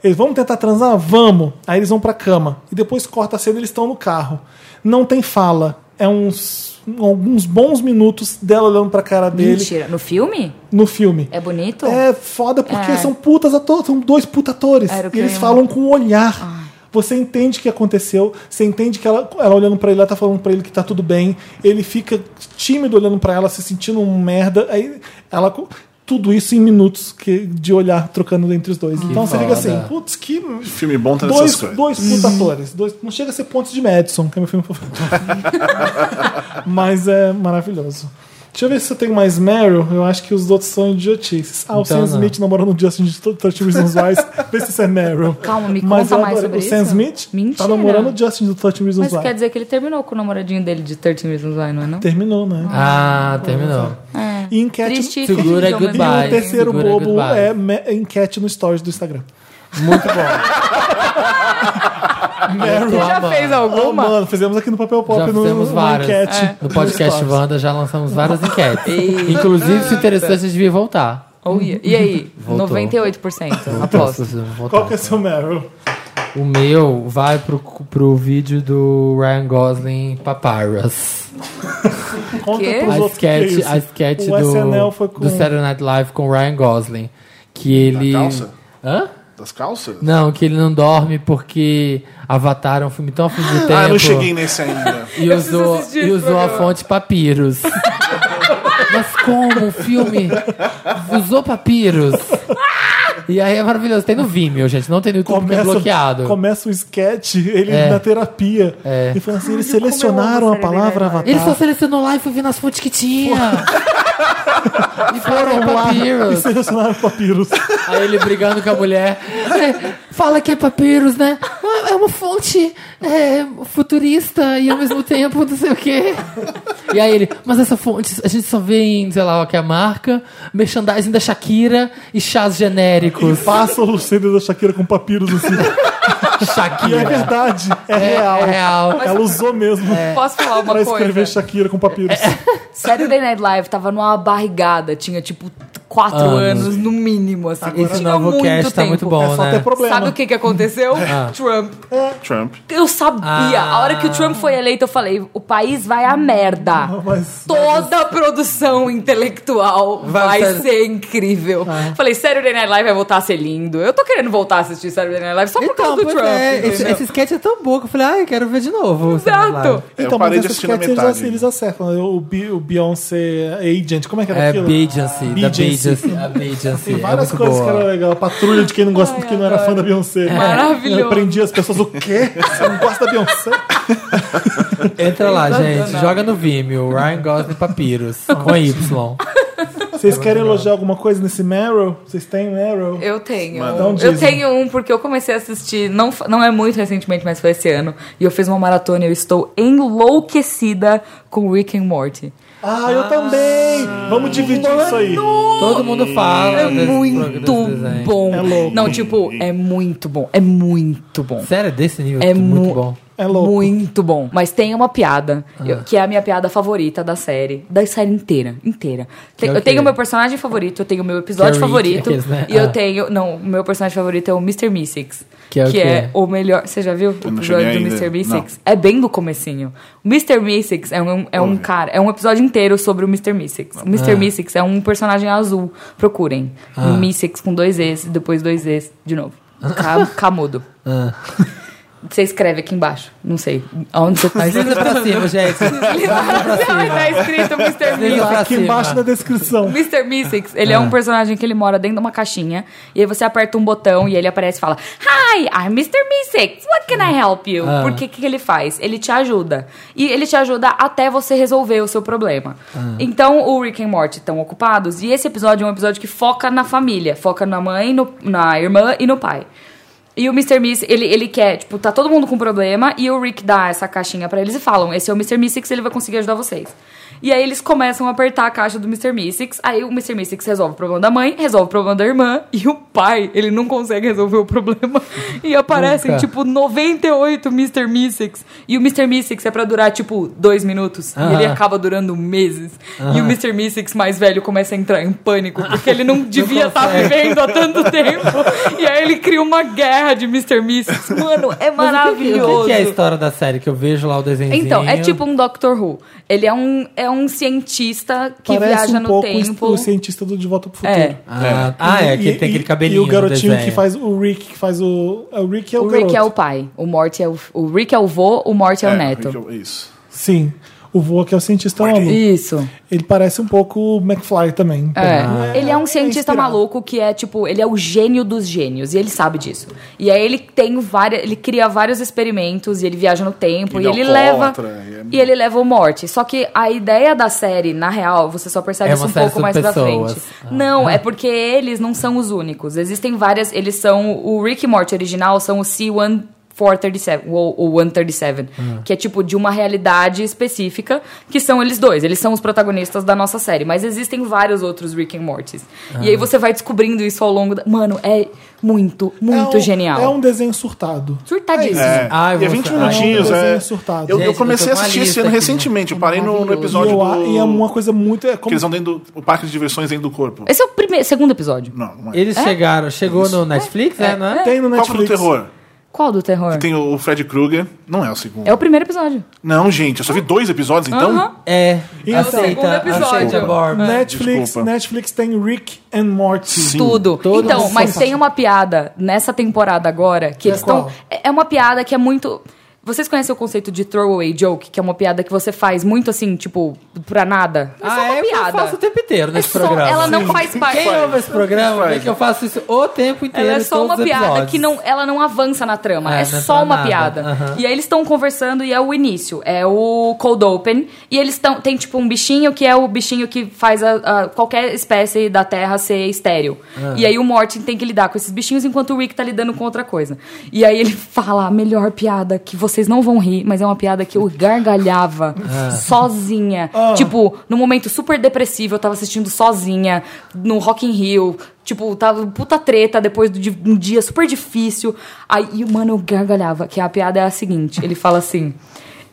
A: Eles vão tentar transar? Vamos. Aí eles vão pra cama. E depois corta a cena e eles estão no carro. Não tem fala. É uns alguns bons minutos dela olhando pra cara dele
E: Mentira. No filme?
A: no filme.
E: É bonito?
A: É foda porque
E: É.
A: são putas atores, são dois puta atores.
E: Era o
A: E
E: que eu
A: eles
E: ia- Ah.
A: falam com o olhar. Você entende o que aconteceu, você entende que ela, ela olhando pra ele, ela tá falando pra ele que tá tudo bem, ele fica tímido olhando pra ela, se sentindo um merda, aí ela. co- Tudo isso em minutos que, de olhar trocando entre os dois. então você fica assim,
C: foda.
A: putz, que.
D: Filme bom tem
A: Dois,
D: essas coisas.
A: dois puta atores. Dois, não chega a ser Pontes de Madison, que é meu filme favorito. Mas é maravilhoso. Deixa eu ver se eu tenho mais Meryl. Eu acho que os outros são idiotices. Ah, o
C: Então
A: Sam
C: não.
A: Smith namorando o Justin de 30 Reasons Why. Vê se isso é Meryl.
E: Calma, me
A: Mas
E: conta
A: eu
E: mais
A: adoro-
E: sobre
A: o Sam
E: isso.
A: Smith
E: Mentira.
A: tá namorando o Justin do 30 Reasons
E: Mas
A: Why.
E: quer dizer que ele terminou com o namoradinho dele de 13 Reasons Why, não é não?
A: Terminou, né?
C: Ah, terminou.
A: e enquete...
E: Triste.
C: Segura
E: filme de
A: E o
C: goodbye.
A: terceiro
C: Segura
A: bobo
C: goodbye.
A: é me- é enquete no stories do Instagram.
C: Muito bom. Meryl.
E: Você já fez
A: Oh,
E: alguma?
A: mano, fizemos aqui no Papel Pop
C: Já
A: no,
C: fizemos
A: uma
C: várias.
A: enquete.
E: É.
C: No podcast
A: stories.
C: Wanda já lançamos várias enquetes. Inclusive, se interessante, a gente devia voltar.
E: Oh, yeah. E aí?
C: Voltou.
E: 98%.
C: Posso,
E: Aposto.
C: voltar.
A: Qual que é seu Meryl?
C: O meu vai pro, pro vídeo do Ryan Gosling Papyrus.
A: Conta
E: Quê?
A: pros
C: A
A: outros que é
C: sketch,
A: isso.
C: a sketch
A: O SNL
C: do,
A: foi com-
C: do Saturday Night Live com o Ryan Gosling. Que ele.
D: calça?
C: Hã?
D: Das calças?
C: Não, que ele não dorme porque Avatar é um filme tão à frente do tempo.
D: Ah, eu não cheguei nesse ainda.
C: E usou,
E: assistir
C: e
E: esse
C: usou a
E: programa.
C: fonte papiros. Mas como o filme usou papiros? E aí é maravilhoso. Tem no Vimeo, gente. Não tem no YouTube porque é bloqueado.
A: começa o sketch, ele
C: É.
A: na terapia. E fala assim, eles selecionaram a palavra avatar.
C: Ele só selecionou lá e foi vendo as fontes que tinha. e foram
A: e
C: papiros.
A: selecionaram papyrus.
C: Aí ele brigando com a mulher. É, fala que é papiros, né? Ah, É uma fonte é, futurista e ao mesmo tempo não sei o quê. E aí ele, mas essa fonte a gente só vê em, sei lá, o que é a marca, merchandising da Shakira e chás
A: E
C: genéricos.
A: passa o CD da Shakira com papyrus assim. E é
C: Shakira.
A: verdade, é, real.
C: É real.
A: Ela usou mesmo
E: Posso falar uma
A: pra escrever
E: coisa?
A: Shakira com papyrus.
C: É,
E: Saturday Night Live tava numa barrigada, tinha tipo quatro
C: Anos.
E: anos, no mínimo, assim.
C: Esse
E: tinha
C: novo
E: muito
C: cast tá
E: tempo.
C: muito bom,
A: É só
C: né?
A: ter problema.
E: Sabe o que que aconteceu? Trump.
D: Trump.
E: Eu sabia.
C: Ah.
E: A hora que o Trump foi eleito, eu falei: o país vai à merda.
A: Mas
E: Toda a produção intelectual
C: Vai É.
E: vai,
C: ser-
E: ser... incrível. Falei, Saturday Night Live vai voltar a ser lindo. Eu tô querendo voltar a assistir Saturday Night Live só por causa do
C: pois
E: Trump. né?
C: é, esse,
E: entendeu?
C: esse sketch é tão bom que eu falei, ah, eu quero ver de novo.
E: Exato.
D: É, eu
A: então, mas
D: parei de
A: esses
D: assistir na
A: sketches eles,
D: metade.
A: ac- eles acertam. O, Be- o Beyoncé Agent, como é que era
C: É
A: aquilo?
C: Beyoncé, da
A: Beyoncé.
C: Beyoncé. A Beyoncé.
A: Tem
C: é
A: várias
C: muito
A: coisas
C: boa.
A: que era legal. A patrulha de quem não gosta, de quem não era fã da Beyoncé.
E: Maravilhoso.
A: Eu aprendi as pessoas, o quê? Você não gosta da Beyoncé?
C: Entra lá,
E: Sensacional.
C: gente. Joga no Vimeo. Ryan Gosling Papiros. Com Y.
A: Vocês querem elogiar alguma coisa nesse Meryl? Vocês têm Meryl?
E: Eu tenho.
A: Dá um
E: eu
A: dízimo.
E: tenho um porque eu comecei a assistir, não, fa- não é muito recentemente, mas foi esse ano. E eu fiz uma maratona e eu estou enlouquecida com Rick and Morty.
A: Ah, eu também! Vamos dividir isso aí.
D: É,
C: Todo mundo fala.
E: É
C: desse
E: muito
C: programa, desse desenho.
E: bom.
A: É louco.
E: Não, tipo, é muito bom. É muito bom.
C: Sério, desse nível.
E: É
C: muito
E: mu-
C: bom. Ah.
H: É louco.
E: Muito bom. Mas tem uma piada, eu- que é a minha piada favorita da série. Da série inteira. Inteira. Tem-
C: é o
E: eu
C: quê?
E: tenho o meu personagem favorito, eu tenho o meu
C: Que
E: episódio
C: é o Rick,
E: favorito.
C: aqueles, né?
E: E eu
C: Ah.
E: tenho. Não, o meu personagem favorito é o Mr. Mystics.
C: Que é o
E: que
C: quê?
E: é o melhor. Você já viu
D: Eu
E: o
D: não
E: episódio do
D: cheguei ainda.
E: Mr.
D: Não.
E: Mystics? É bem do comecinho. O Mr. Mystics é um, é um
D: Ouvi.
E: cara. É um episódio inteiro sobre o Mr. Mystics. O Mr.
C: Ah.
E: Mystics é um personagem azul. Procurem.
C: Ah.
E: Mystics com dois E's, depois dois E's de novo. Ca- Camudo.
C: Ah.
E: Você escreve aqui embaixo. Não sei. Onde você tá
C: Desliza pra cima, gente.
E: Ai, tá escrito Mr.
C: Desliza
E: Mystics.
C: pra
H: Tá Aqui
C: cima.
H: embaixo da descrição.
E: Mr. Mystics, ele é. um personagem que ele mora dentro de uma caixinha. E aí você aperta um botão e ele aparece e fala: Hi, I'm Mr. Mystics. What can I help you?
C: Ah.
E: Porque o que, que ele faz? Ele te ajuda. E ele te ajuda até você resolver o seu problema. Então, o Rick and Morty estão ocupados. E esse episódio é um episódio que foca na família. Foca na mãe, no- na irmã e no pai. E o Mr. Miss, ele, ele quer, tipo, tá todo mundo com problema e o Rick dá essa caixinha pra eles e falam: esse é o Mr. Mystics, ele vai conseguir ajudar vocês. E aí eles começam a apertar a caixa do Mr. Mystics, aí o Mr. Mystics resolve o problema da mãe, resolve o problema da irmã e o pai, ele não consegue resolver o problema. E aparecem,
C: Nunca.
E: tipo, 98 Mr. Mystics. E o Mr. Mystics é pra durar, tipo, dois minutos. E ele
C: Aham.
E: acaba durando meses. E o Mr. Mystics mais velho começa a entrar em pânico, porque ele não devia estar
C: consegue.
E: vivendo há tanto tempo. E aí ele cria uma guerra de Mr. Mystics. Mano, é maravilhoso.
C: O que que é a história da série que eu vejo lá o desenho?
E: Então, é tipo um Doctor Who. Ele é um, é um cientista que
H: Parece
E: viaja
H: um
E: no
H: pouco
E: tempo.
H: o cientista do De Volta pro Futuro.
E: É.
C: Ah, ah, é, que
H: E-
C: tem
H: e-
C: aquele cabelinho.
H: E o
C: no
H: garotinho
C: desenho.
H: que faz o Rick, que faz o. é O Rick é o,
E: O Rick é o
H: garoto.
E: pai, o Morty é o, o Rick é o vô, o Morty é, o neto.
D: Rick é o- Isso.
H: Sim. O Voa que é o cientista é um aluno.
E: Isso.
H: Ele parece um pouco o McFly também.
E: É.
C: Ah.
E: ele é um cientista
H: inspirado.
E: maluco que é tipo, ele é o gênio dos gênios e ele sabe disso. E aí ele tem várias, ele cria vários experimentos e ele viaja no tempo
D: Ele
E: e
D: é
E: ele leva
D: alcoólatra, e é-
E: e ele leva o morte. Só que a ideia da série, na real, você só percebe
C: É
E: isso
C: uma
E: um
C: série
E: pouco
C: sobre
E: mais pra
C: pessoas.
E: frente.
D: Ah, tá.
E: Não, é porque eles não são os únicos. Existem várias, eles são o Rick e Morty original são o C1 437, ou o 137,
D: Ah.
E: que é tipo de uma realidade específica, que são eles dois, eles são os protagonistas da nossa série, mas existem vários outros Rick and Mortys. E
D: Ah.
E: aí você vai descobrindo isso ao longo da... Mano, é muito, muito
H: É um-
E: genial.
H: É um desenho surtado.
E: Surtadíssimo.
D: É.
C: Ah, eu
D: e é
C: vou
D: 20
C: mostrar.
D: minutinhos,
H: Ah,
D: é.
H: desenho surtado.
D: Eu, eu
C: Gente, eu tô
D: comecei a
C: com a
D: assistir
C: lista
D: esse ano
C: aqui,
D: recentemente. Eu parei no, no
E: maravilhoso.
H: E,
D: episódio
H: eu, a-
D: do...
H: e é uma coisa muito. É
D: Que
H: como
D: eles vão dentro do o parque de diversões dentro do corpo.
E: Esse é o primeiro, segundo episódio.
D: Não, não é.
C: Eles chegaram, chegou no Netflix, é, não é?
H: tem no
D: Copa do
H: Netflix.
D: Terror.
E: Qual do terror?
D: Tem o Fred Krueger. Não é o segundo.
E: É o primeiro episódio.
D: Não, gente. Eu só vi dois episódios, então...
E: Aham.
C: É.
H: Então,
E: segundo
C: aceita,
E: episódio. Né?
C: aceita, Borb.
H: Netflix,
D: Desculpa.
H: Netflix tem Rick and Morty.
D: Sim.
E: Tudo.
C: Todas
E: então,
C: são
E: mas tem uma piada nessa temporada agora que eles estão.
H: qual?
E: É é uma piada que é muito. Vocês conhecem o conceito de throwaway joke, que é uma piada que você faz muito assim, tipo, pra nada? Isso
C: Ah,
E: é uma
C: é, eu
E: piada.
C: faço o tempo inteiro
E: É
C: nesse
E: só-
C: programa.
E: ela não faz parte.
C: Quem ouve esse programa vê que eu faço isso o tempo inteiro.
E: Ela é
C: em
E: só
C: todos
E: uma
C: os
E: piada
C: episódios.
E: que não, ela não avança na trama.
C: É,
E: É,
C: não é
E: só
C: pra
E: uma
C: nada.
E: piada.
C: Aham.
E: E aí eles estão conversando e é o início. É o cold open. E eles estão. Tem tipo um bichinho que é o bichinho que faz a, a- qualquer espécie da Terra ser estéreo. E aí o Morty tem que lidar com esses bichinhos enquanto o Rick tá lidando com outra coisa. E aí ele fala a melhor piada que vocês não vão rir, mas é uma piada que eu gargalhava
D: Ah.
E: sozinha. Tipo, num momento super depressivo, eu tava assistindo sozinha no Rock in Rio. Tipo, tava puta treta depois de um dia super difícil. Aí, mano, eu gargalhava. Que a piada é a seguinte: ele fala assim.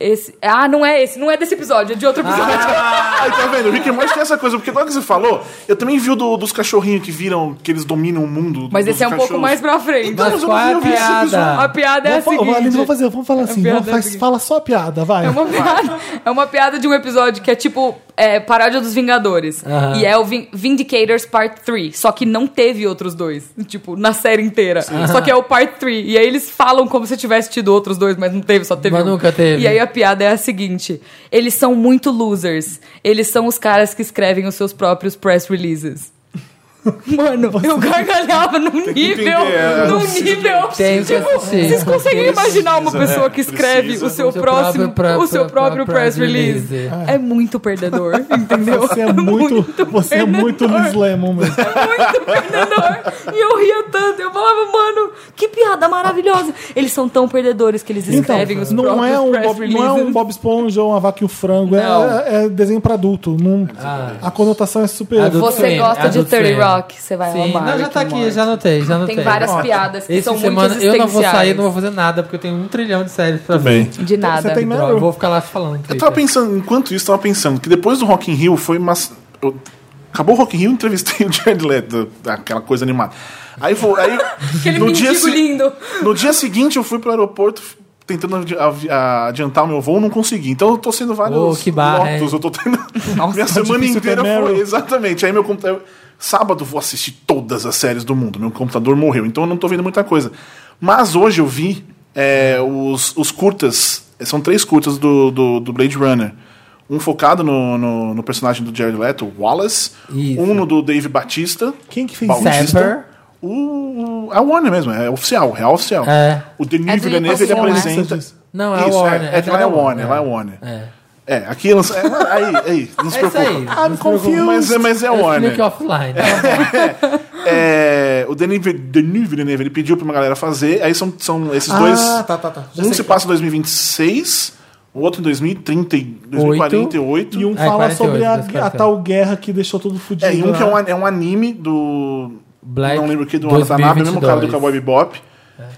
E: Esse, ah, não é esse, não é desse episódio, é de outro episódio.
D: Ai, tá vendo? O Rick and Morty tem essa coisa, porque agora que você falou, eu também vi o do- dos cachorrinhos que viram, que eles dominam o mundo.
E: Mas
D: dos
E: esse é um pouco
D: cachorros.
E: mais pra frente.
D: Então,
C: Mas
D: eu
C: qual é
D: não
C: a
D: vi esse
C: piada?
E: A piada é a
H: Vamos, fa- vamos-
E: seguinte.
H: vamos fazer, vamos falar assim,
E: piada
H: vamos,
E: é a
H: faz-
E: seguinte.
H: fala só a piada, vai.
E: É uma piada, é uma piada de um episódio que é tipo é, Paródia dos Vingadores.
C: Aham.
E: E é o Vin- Vindicators Part 3. Só que não teve outros dois. Tipo, na série inteira. Só que é o Part 3. E aí eles falam como se tivesse tido outros dois, mas não teve, só teve
C: Mas
E: um.
C: nunca teve.
E: E aí a piada é a seguinte: eles são muito losers. Eles são os caras que escrevem os seus próprios press releases. Mano, eu gargalhava num nível.
D: entender, é,
E: Num
D: precisa
E: nível.
C: Tem que
E: Tipo,
C: assistir.
E: vocês conseguem imaginar uma
D: Precisa,
E: pessoa
D: né?
E: que escreve
D: Precisa.
E: o seu
C: O seu próprio
E: próximo
C: pra-
E: o seu
C: pra-
E: próprio
C: pra-
E: press
C: press
E: release.
C: release.
E: É muito perdedor, entendeu?
H: Você é muito, você é muito Liz
E: perdedor,
H: Lemon mesmo.
E: muito perdedor. E eu ria tanto, eu falava, mano, que piada maravilhosa. Eles são tão perdedores que eles
H: Então,
E: escrevem os
H: não
E: próprios
H: é, um
E: press
H: Bob, não
E: releases.
H: é um Bob Esponja ou uma vaca e o frango,
E: Não.
D: Ah,
H: é, é desenho pra adulto. não- a conotação é super.
C: Adulto
E: Você
C: Swim,
E: gosta de
C: Adult Swim,
E: 30 TikTok, você vai
C: Sim,
E: roubar.
C: não, já tá aqui, já anotei, já anotei.
E: Tem várias
C: Ó,
E: piadas que
C: Esse
E: são
C: fim de
E: muito
C: semana eu não vou sair,
E: existenciais.
C: não vou fazer nada, porque eu tenho um trilhão de séries pra ver.
D: Bem.
E: De nada.
A: Você tem
C: Droga,
A: Meryl?
C: eu vou ficar lá falando.
D: Eu tava pensando, enquanto isso, tava pensando que depois do Rock in Rio foi uma. eu- acabou o Rock in Rio, entrevistei o Jared Leto, aquela coisa animada. Aí, vou, aí
E: Aquele mendigo
D: se-
E: lindo.
D: no dia seguinte eu fui pro aeroporto f- tentando adi- avi- a- adiantar o meu voo, não consegui. Então eu tô sendo vários
C: Oh, que barra, hein?
D: lotos, eu tô tendo minha
A: tá
D: semana
A: difícil
D: inteira
A: ter Meryl.
D: foi exatamente. Aí meu computador sábado vou assistir todas as séries do mundo. Meu computador morreu, então eu não tô vendo muita coisa. Mas hoje eu vi é, os, os curtas, são três curtas do, do, do Blade Runner. Um focado no, no, no personagem do Jared Leto, o Wallace.
C: Isso.
D: Um no do Dave Batista.
A: Quem que fez
D: Bautista.
C: Sapper.
D: O, o- a Warner mesmo, é oficial, real oficial.
C: É.
D: O Denis
E: É do
D: Villeneuve, ele
E: Nicholson, né?
D: apresenta...
C: Não, é a
D: Isso,
C: Warner.
D: É,
C: É
D: é,
C: da
D: lá é
C: Warner,
D: Warner,
C: é.
D: lá é Warner.
C: É.
D: É, aqui... lança- é, aí, aí, não se
C: É isso
D: preocupa.
C: aí.
H: Ah,
C: I'm
D: confused. Mas, é- mas é
C: Eu
D: Warner.
C: explico offline. né?
D: É, o Denis, Vil- Denis Villeneuve, ele pediu pra uma galera fazer, aí são, são esses
A: Ah,
D: dois...
A: tá, tá, tá. Já
D: Um
A: sei
D: se
A: que-
D: passa em 2026, o outro em 2030, e 2048.
A: E um
C: É,
A: fala
C: 48,
A: sobre a,
C: das 48.
A: a tal guerra que deixou tudo fudido.
D: É, e um que é um,
A: né?
D: an- é um anime do...
C: Black
D: não lembro o que, do Watanabe, o mesmo cara do Cowboy Bebop.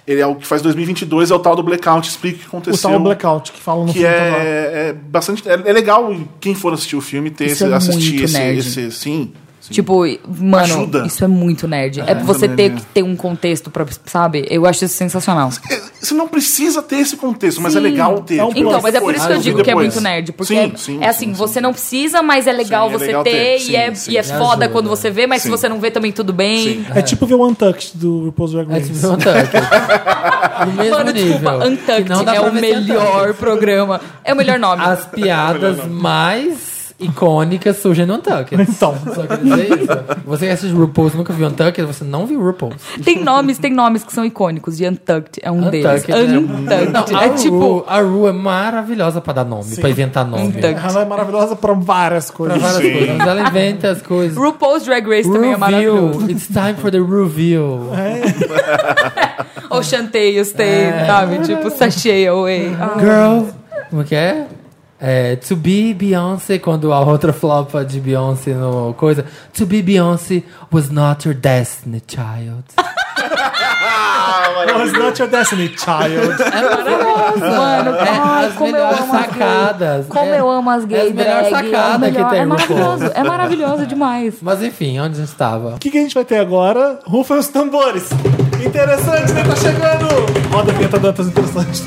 D: Ele é o que faz 2022, é o tal do Blackout. Explica o que
A: O
D: aconteceu.
A: tal Blackout que fala no
D: que
A: filme. total.
D: é, é bastante. É, é legal quem for assistir o filme ter
E: Isso
D: esse-
E: é
D: assistir
E: muito
D: esse,
E: nerd.
D: esse- Sim. sim.
E: Tipo, mano,
D: Ajuda.
E: isso é muito nerd. É, pra
D: muito
E: você ter
D: nerd.
E: que ter um contexto pra, sabe? Eu acho isso sensacional.
D: É, Você não precisa ter esse contexto, mas é
E: Sim.
D: legal ter.
A: É um
D: tipo,
E: Então, mas é por
D: depois.
E: isso que eu
D: Ah,
E: digo que é
D: depois.
E: muito nerd. Porque
D: Sim,
E: é-
D: sim,
E: é assim,
D: sim,
E: você não precisa, mas é legal
D: Sim, é
E: você
D: legal
E: ter,
D: ter.
E: e é,
D: Sim, sim.
E: e é
D: Me
E: foda
C: ajuda.
E: quando você vê, mas se
D: Sim.
E: você não vê também tudo bem.
D: Sim.
A: É tipo ver o Untucked do RuPaul's Drag
C: É
A: Race.
C: tipo o Untucked. No mesmo
E: Mano,
C: nível. Que
E: desculpa,
C: não
E: Untucked
C: dá
E: é
C: pra
E: o
C: ver sem
E: melhor
C: Untucked.
E: programa. É o melhor nome.
C: As piadas mais icônicas surgem no Untucked.
A: Então.
C: Só queria dizer isso. Você que assiste RuPaul's e nunca viu Untucked, você não viu RuPaul's.
E: Tem nomes, tem nomes que são icônicos. E Untucked é um deles.
C: né?
E: Untucked.
C: Não, a
E: é
C: Ru-
E: tipo. Então,
C: A Ru é maravilhosa pra dar nome, pra inventar nome.
E: Untucked.
A: Ela é maravilhosa pra várias
C: Pra
A: coisas.
C: várias
D: Sim.
C: coisas. Ela inventa as coisas.
E: RuPaul's Drag Race também é maravilhoso.
C: Reveal. It's time for the reveal.
E: Ou Chantei, eu stay,
C: É.
E: sabe? Tipo, sachê, away. Ah.
C: Girl. Como que é? É, to be Beyoncé, quando a outra flopa de Beyoncé no coisa. To be Beyoncé was not your destiny, child.
A: Não,
E: é
A: it's not your destiny, child.
C: É maravilhoso.
E: Mano,
C: É,
E: ai,
C: as
E: como eu
C: melhores
E: amo as gays.
C: sacadas.
E: Como
C: É,
E: eu amo as
C: é
E: gays
C: as melhores
E: drag. é, o
C: sacadas que
E: melhor-
C: tem
E: é
C: no
E: maravilhoso,
C: povo.
E: é maravilhoso demais.
C: Mas enfim, onde a gente estava?
A: O que, que a gente vai ter agora? Rufem os tambores. Interessante, né? Tá chegando. Roda a vinheta do Dantas Interessante.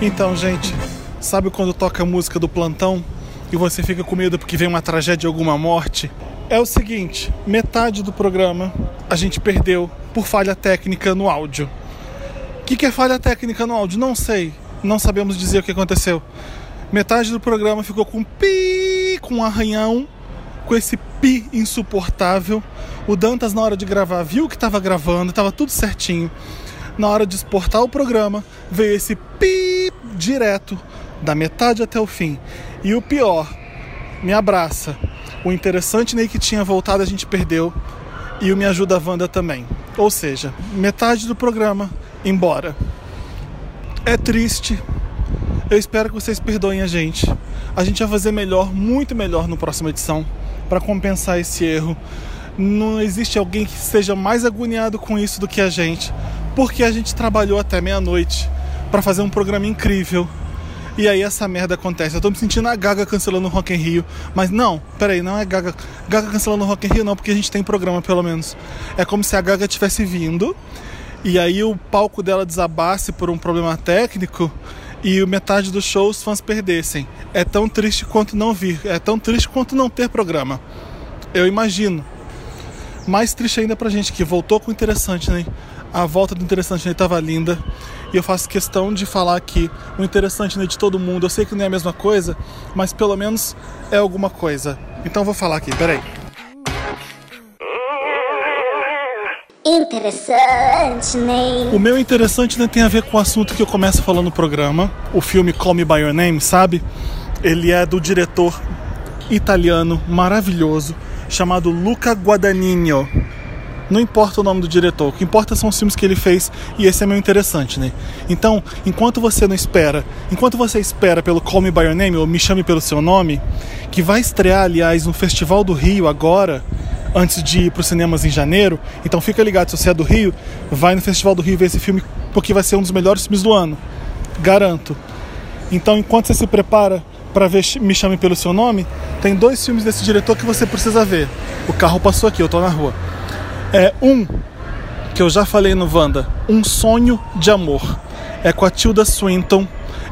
I: Então, gente, sabe quando toca a música do plantão e você fica com medo porque vem uma tragédia, alguma morte? É o seguinte, metade do programa a gente perdeu por falha técnica no áudio. O que, que é falha técnica no áudio? Não sei. Não sabemos dizer o que aconteceu. Metade do programa ficou com pi, com um arranhão, com esse pi insuportável. O Dantas, na hora de gravar, viu que estava gravando, estava tudo certinho. Na hora de exportar o programa, veio esse pi direto, da metade até o fim. E o pior, me abraça. O interessante Ney que tinha voltado, a gente perdeu. E o Me Ajuda Wanda também. Ou seja, metade do programa embora. É triste. Eu espero que vocês perdoem a gente. A gente vai fazer melhor, muito melhor no próximo edição para compensar esse erro. Não existe alguém que seja mais agoniado com isso do que a gente, porque a gente trabalhou até meia-noite para fazer um programa incrível. E aí essa merda acontece. Eu tô me sentindo a Gaga cancelando o Rock in Rio, mas não, peraí, não é Gaga, Gaga cancelando o Rock in Rio não, porque a gente tem programa pelo menos. É como se a Gaga tivesse vindo e aí o palco dela desabasse por um problema técnico e o metade do show os fãs perdessem. É tão triste quanto não vir, é tão triste quanto não ter programa. Eu imagino. Mais triste ainda pra gente que voltou com o interessante, né? A volta do interessante né, tava linda. E eu faço questão de falar aqui o interessante né, de todo mundo. Eu sei que não é a mesma coisa, mas pelo menos é alguma coisa. Então eu vou falar aqui, peraí.
B: Interessante, Ney.
I: O meu interessante né, tem a ver com o assunto que eu começo falando no programa, o filme Call Me By Your Name, sabe? Ele é do diretor italiano maravilhoso chamado Luca Guadagnino. Não importa o nome do diretor, o que importa são os filmes que ele fez e esse é meio interessante, né? Então, enquanto você não espera, enquanto você espera pelo Call Me By Your Name ou Me Chame Pelo Seu Nome, que vai estrear, aliás, no Festival do Rio agora, antes de ir para os cinemas em janeiro, então fica ligado, se você é do Rio, vai no Festival do Rio ver esse filme, porque vai ser um dos melhores filmes do ano. Garanto. Então, enquanto você se prepara para ver Ch- Me Chame Pelo Seu Nome, tem dois filmes desse diretor que você precisa ver. O carro passou aqui, eu tô na rua. É um que eu já falei no Wanda, Um Sonho de Amor. É com a Tilda Swinton.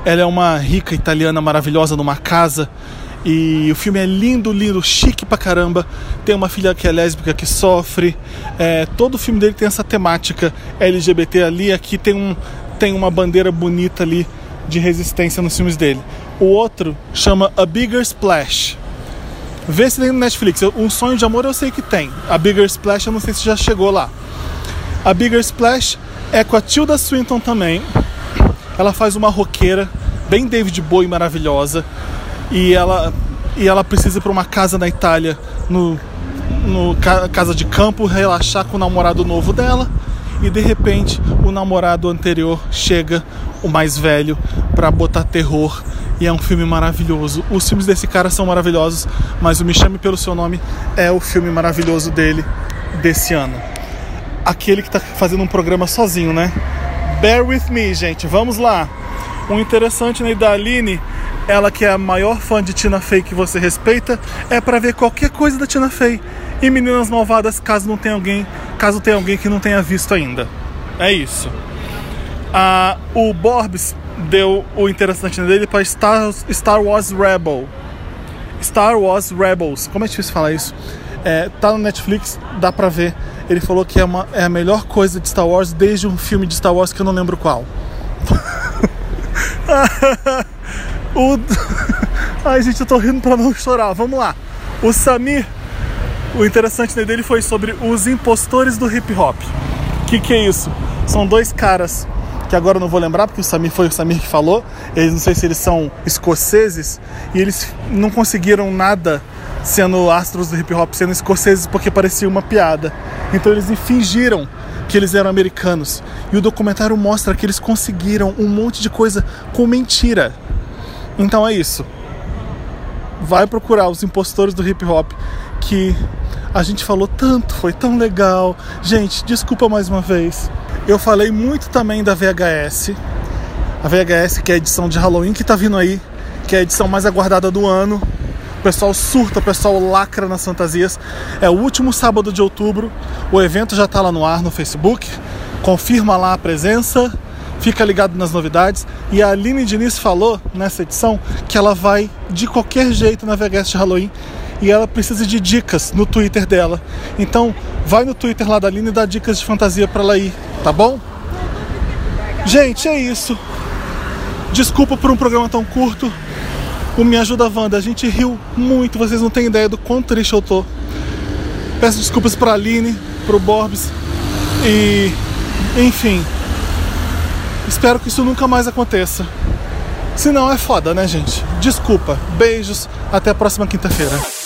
I: Ela é uma rica italiana maravilhosa numa casa. E o filme é lindo, lindo, chique pra caramba. Tem uma filha que é lésbica que sofre. É, todo o filme dele tem essa temática LGBT ali. Aqui tem, um, tem uma bandeira bonita ali de resistência nos filmes dele. O outro chama A Bigger Splash. Vê se tem no Netflix. Eu- Um Sonho de Amor eu sei que tem. A Bigger Splash eu não sei se já chegou lá. A Bigger Splash é com a Tilda Swinton também. Ela faz uma roqueira bem David Bowie maravilhosa e ela e ela precisa ir para uma casa na Itália no, no ca- casa de campo relaxar com o namorado novo dela e de repente o namorado anterior chega o mais velho para botar terror e é um filme maravilhoso. Os filmes desse cara são maravilhosos, mas o Me Chame pelo Seu Nome é o filme maravilhoso dele desse ano aquele que tá fazendo um programa sozinho, né? Bear with me, gente. Vamos lá. O interessante né, da Aline, ela que é a maior fã de Tina Fey que você respeita, é pra ver qualquer coisa da Tina Fey. E Meninas Malvadas, caso não tenha alguém, caso tenha alguém que não tenha visto ainda. É isso. Ah, o Borbs deu o interessante dele pra Star, Star Wars Rebel. Star Wars Rebels. Como é difícil falar isso? É, tá no Netflix, dá pra ver. Ele falou que é, uma- é a melhor coisa de Star Wars desde um filme de Star Wars que eu não lembro qual. o... Ai, gente, eu tô rindo pra não chorar. Vamos lá. O Samir, o interessante dele foi sobre os impostores do hip hop. O que, que é isso? São dois caras que agora eu não vou lembrar, porque o Samir foi o Samir que falou. Eles não sei se eles são escoceses e eles não conseguiram nada sendo astros do hip hop, sendo escoceses, porque parecia uma piada. Então eles fingiram que eles eram americanos. E o documentário mostra que eles conseguiram um monte de coisa com mentira. Então é isso vai procurar os impostores do hip hop que a gente falou tanto, foi tão legal. Gente, desculpa mais uma vez. Eu falei muito também da VHS. A VHS, que é a edição de Halloween que tá vindo aí, que é a edição mais aguardada do ano. O pessoal surta, o pessoal lacra nas fantasias. É o último sábado de outubro. O evento já tá lá no ar no Facebook. Confirma lá a presença. Fica ligado nas novidades. E a Aline Diniz falou nessa edição que ela vai de qualquer jeito na VHS de Halloween e ela precisa de dicas no Twitter dela. Então, vai no Twitter lá da Aline e dá dicas de fantasia pra ela ir, tá bom? Gente, é isso. Desculpa por um programa tão curto. O Me Ajuda Wanda, a gente riu muito, vocês não têm ideia do quão triste eu tô. Peço desculpas pra Aline, pro Borbs e. enfim. Espero que isso nunca mais aconteça. Se não, é foda, né, gente? Desculpa, beijos, até a próxima quinta-feira.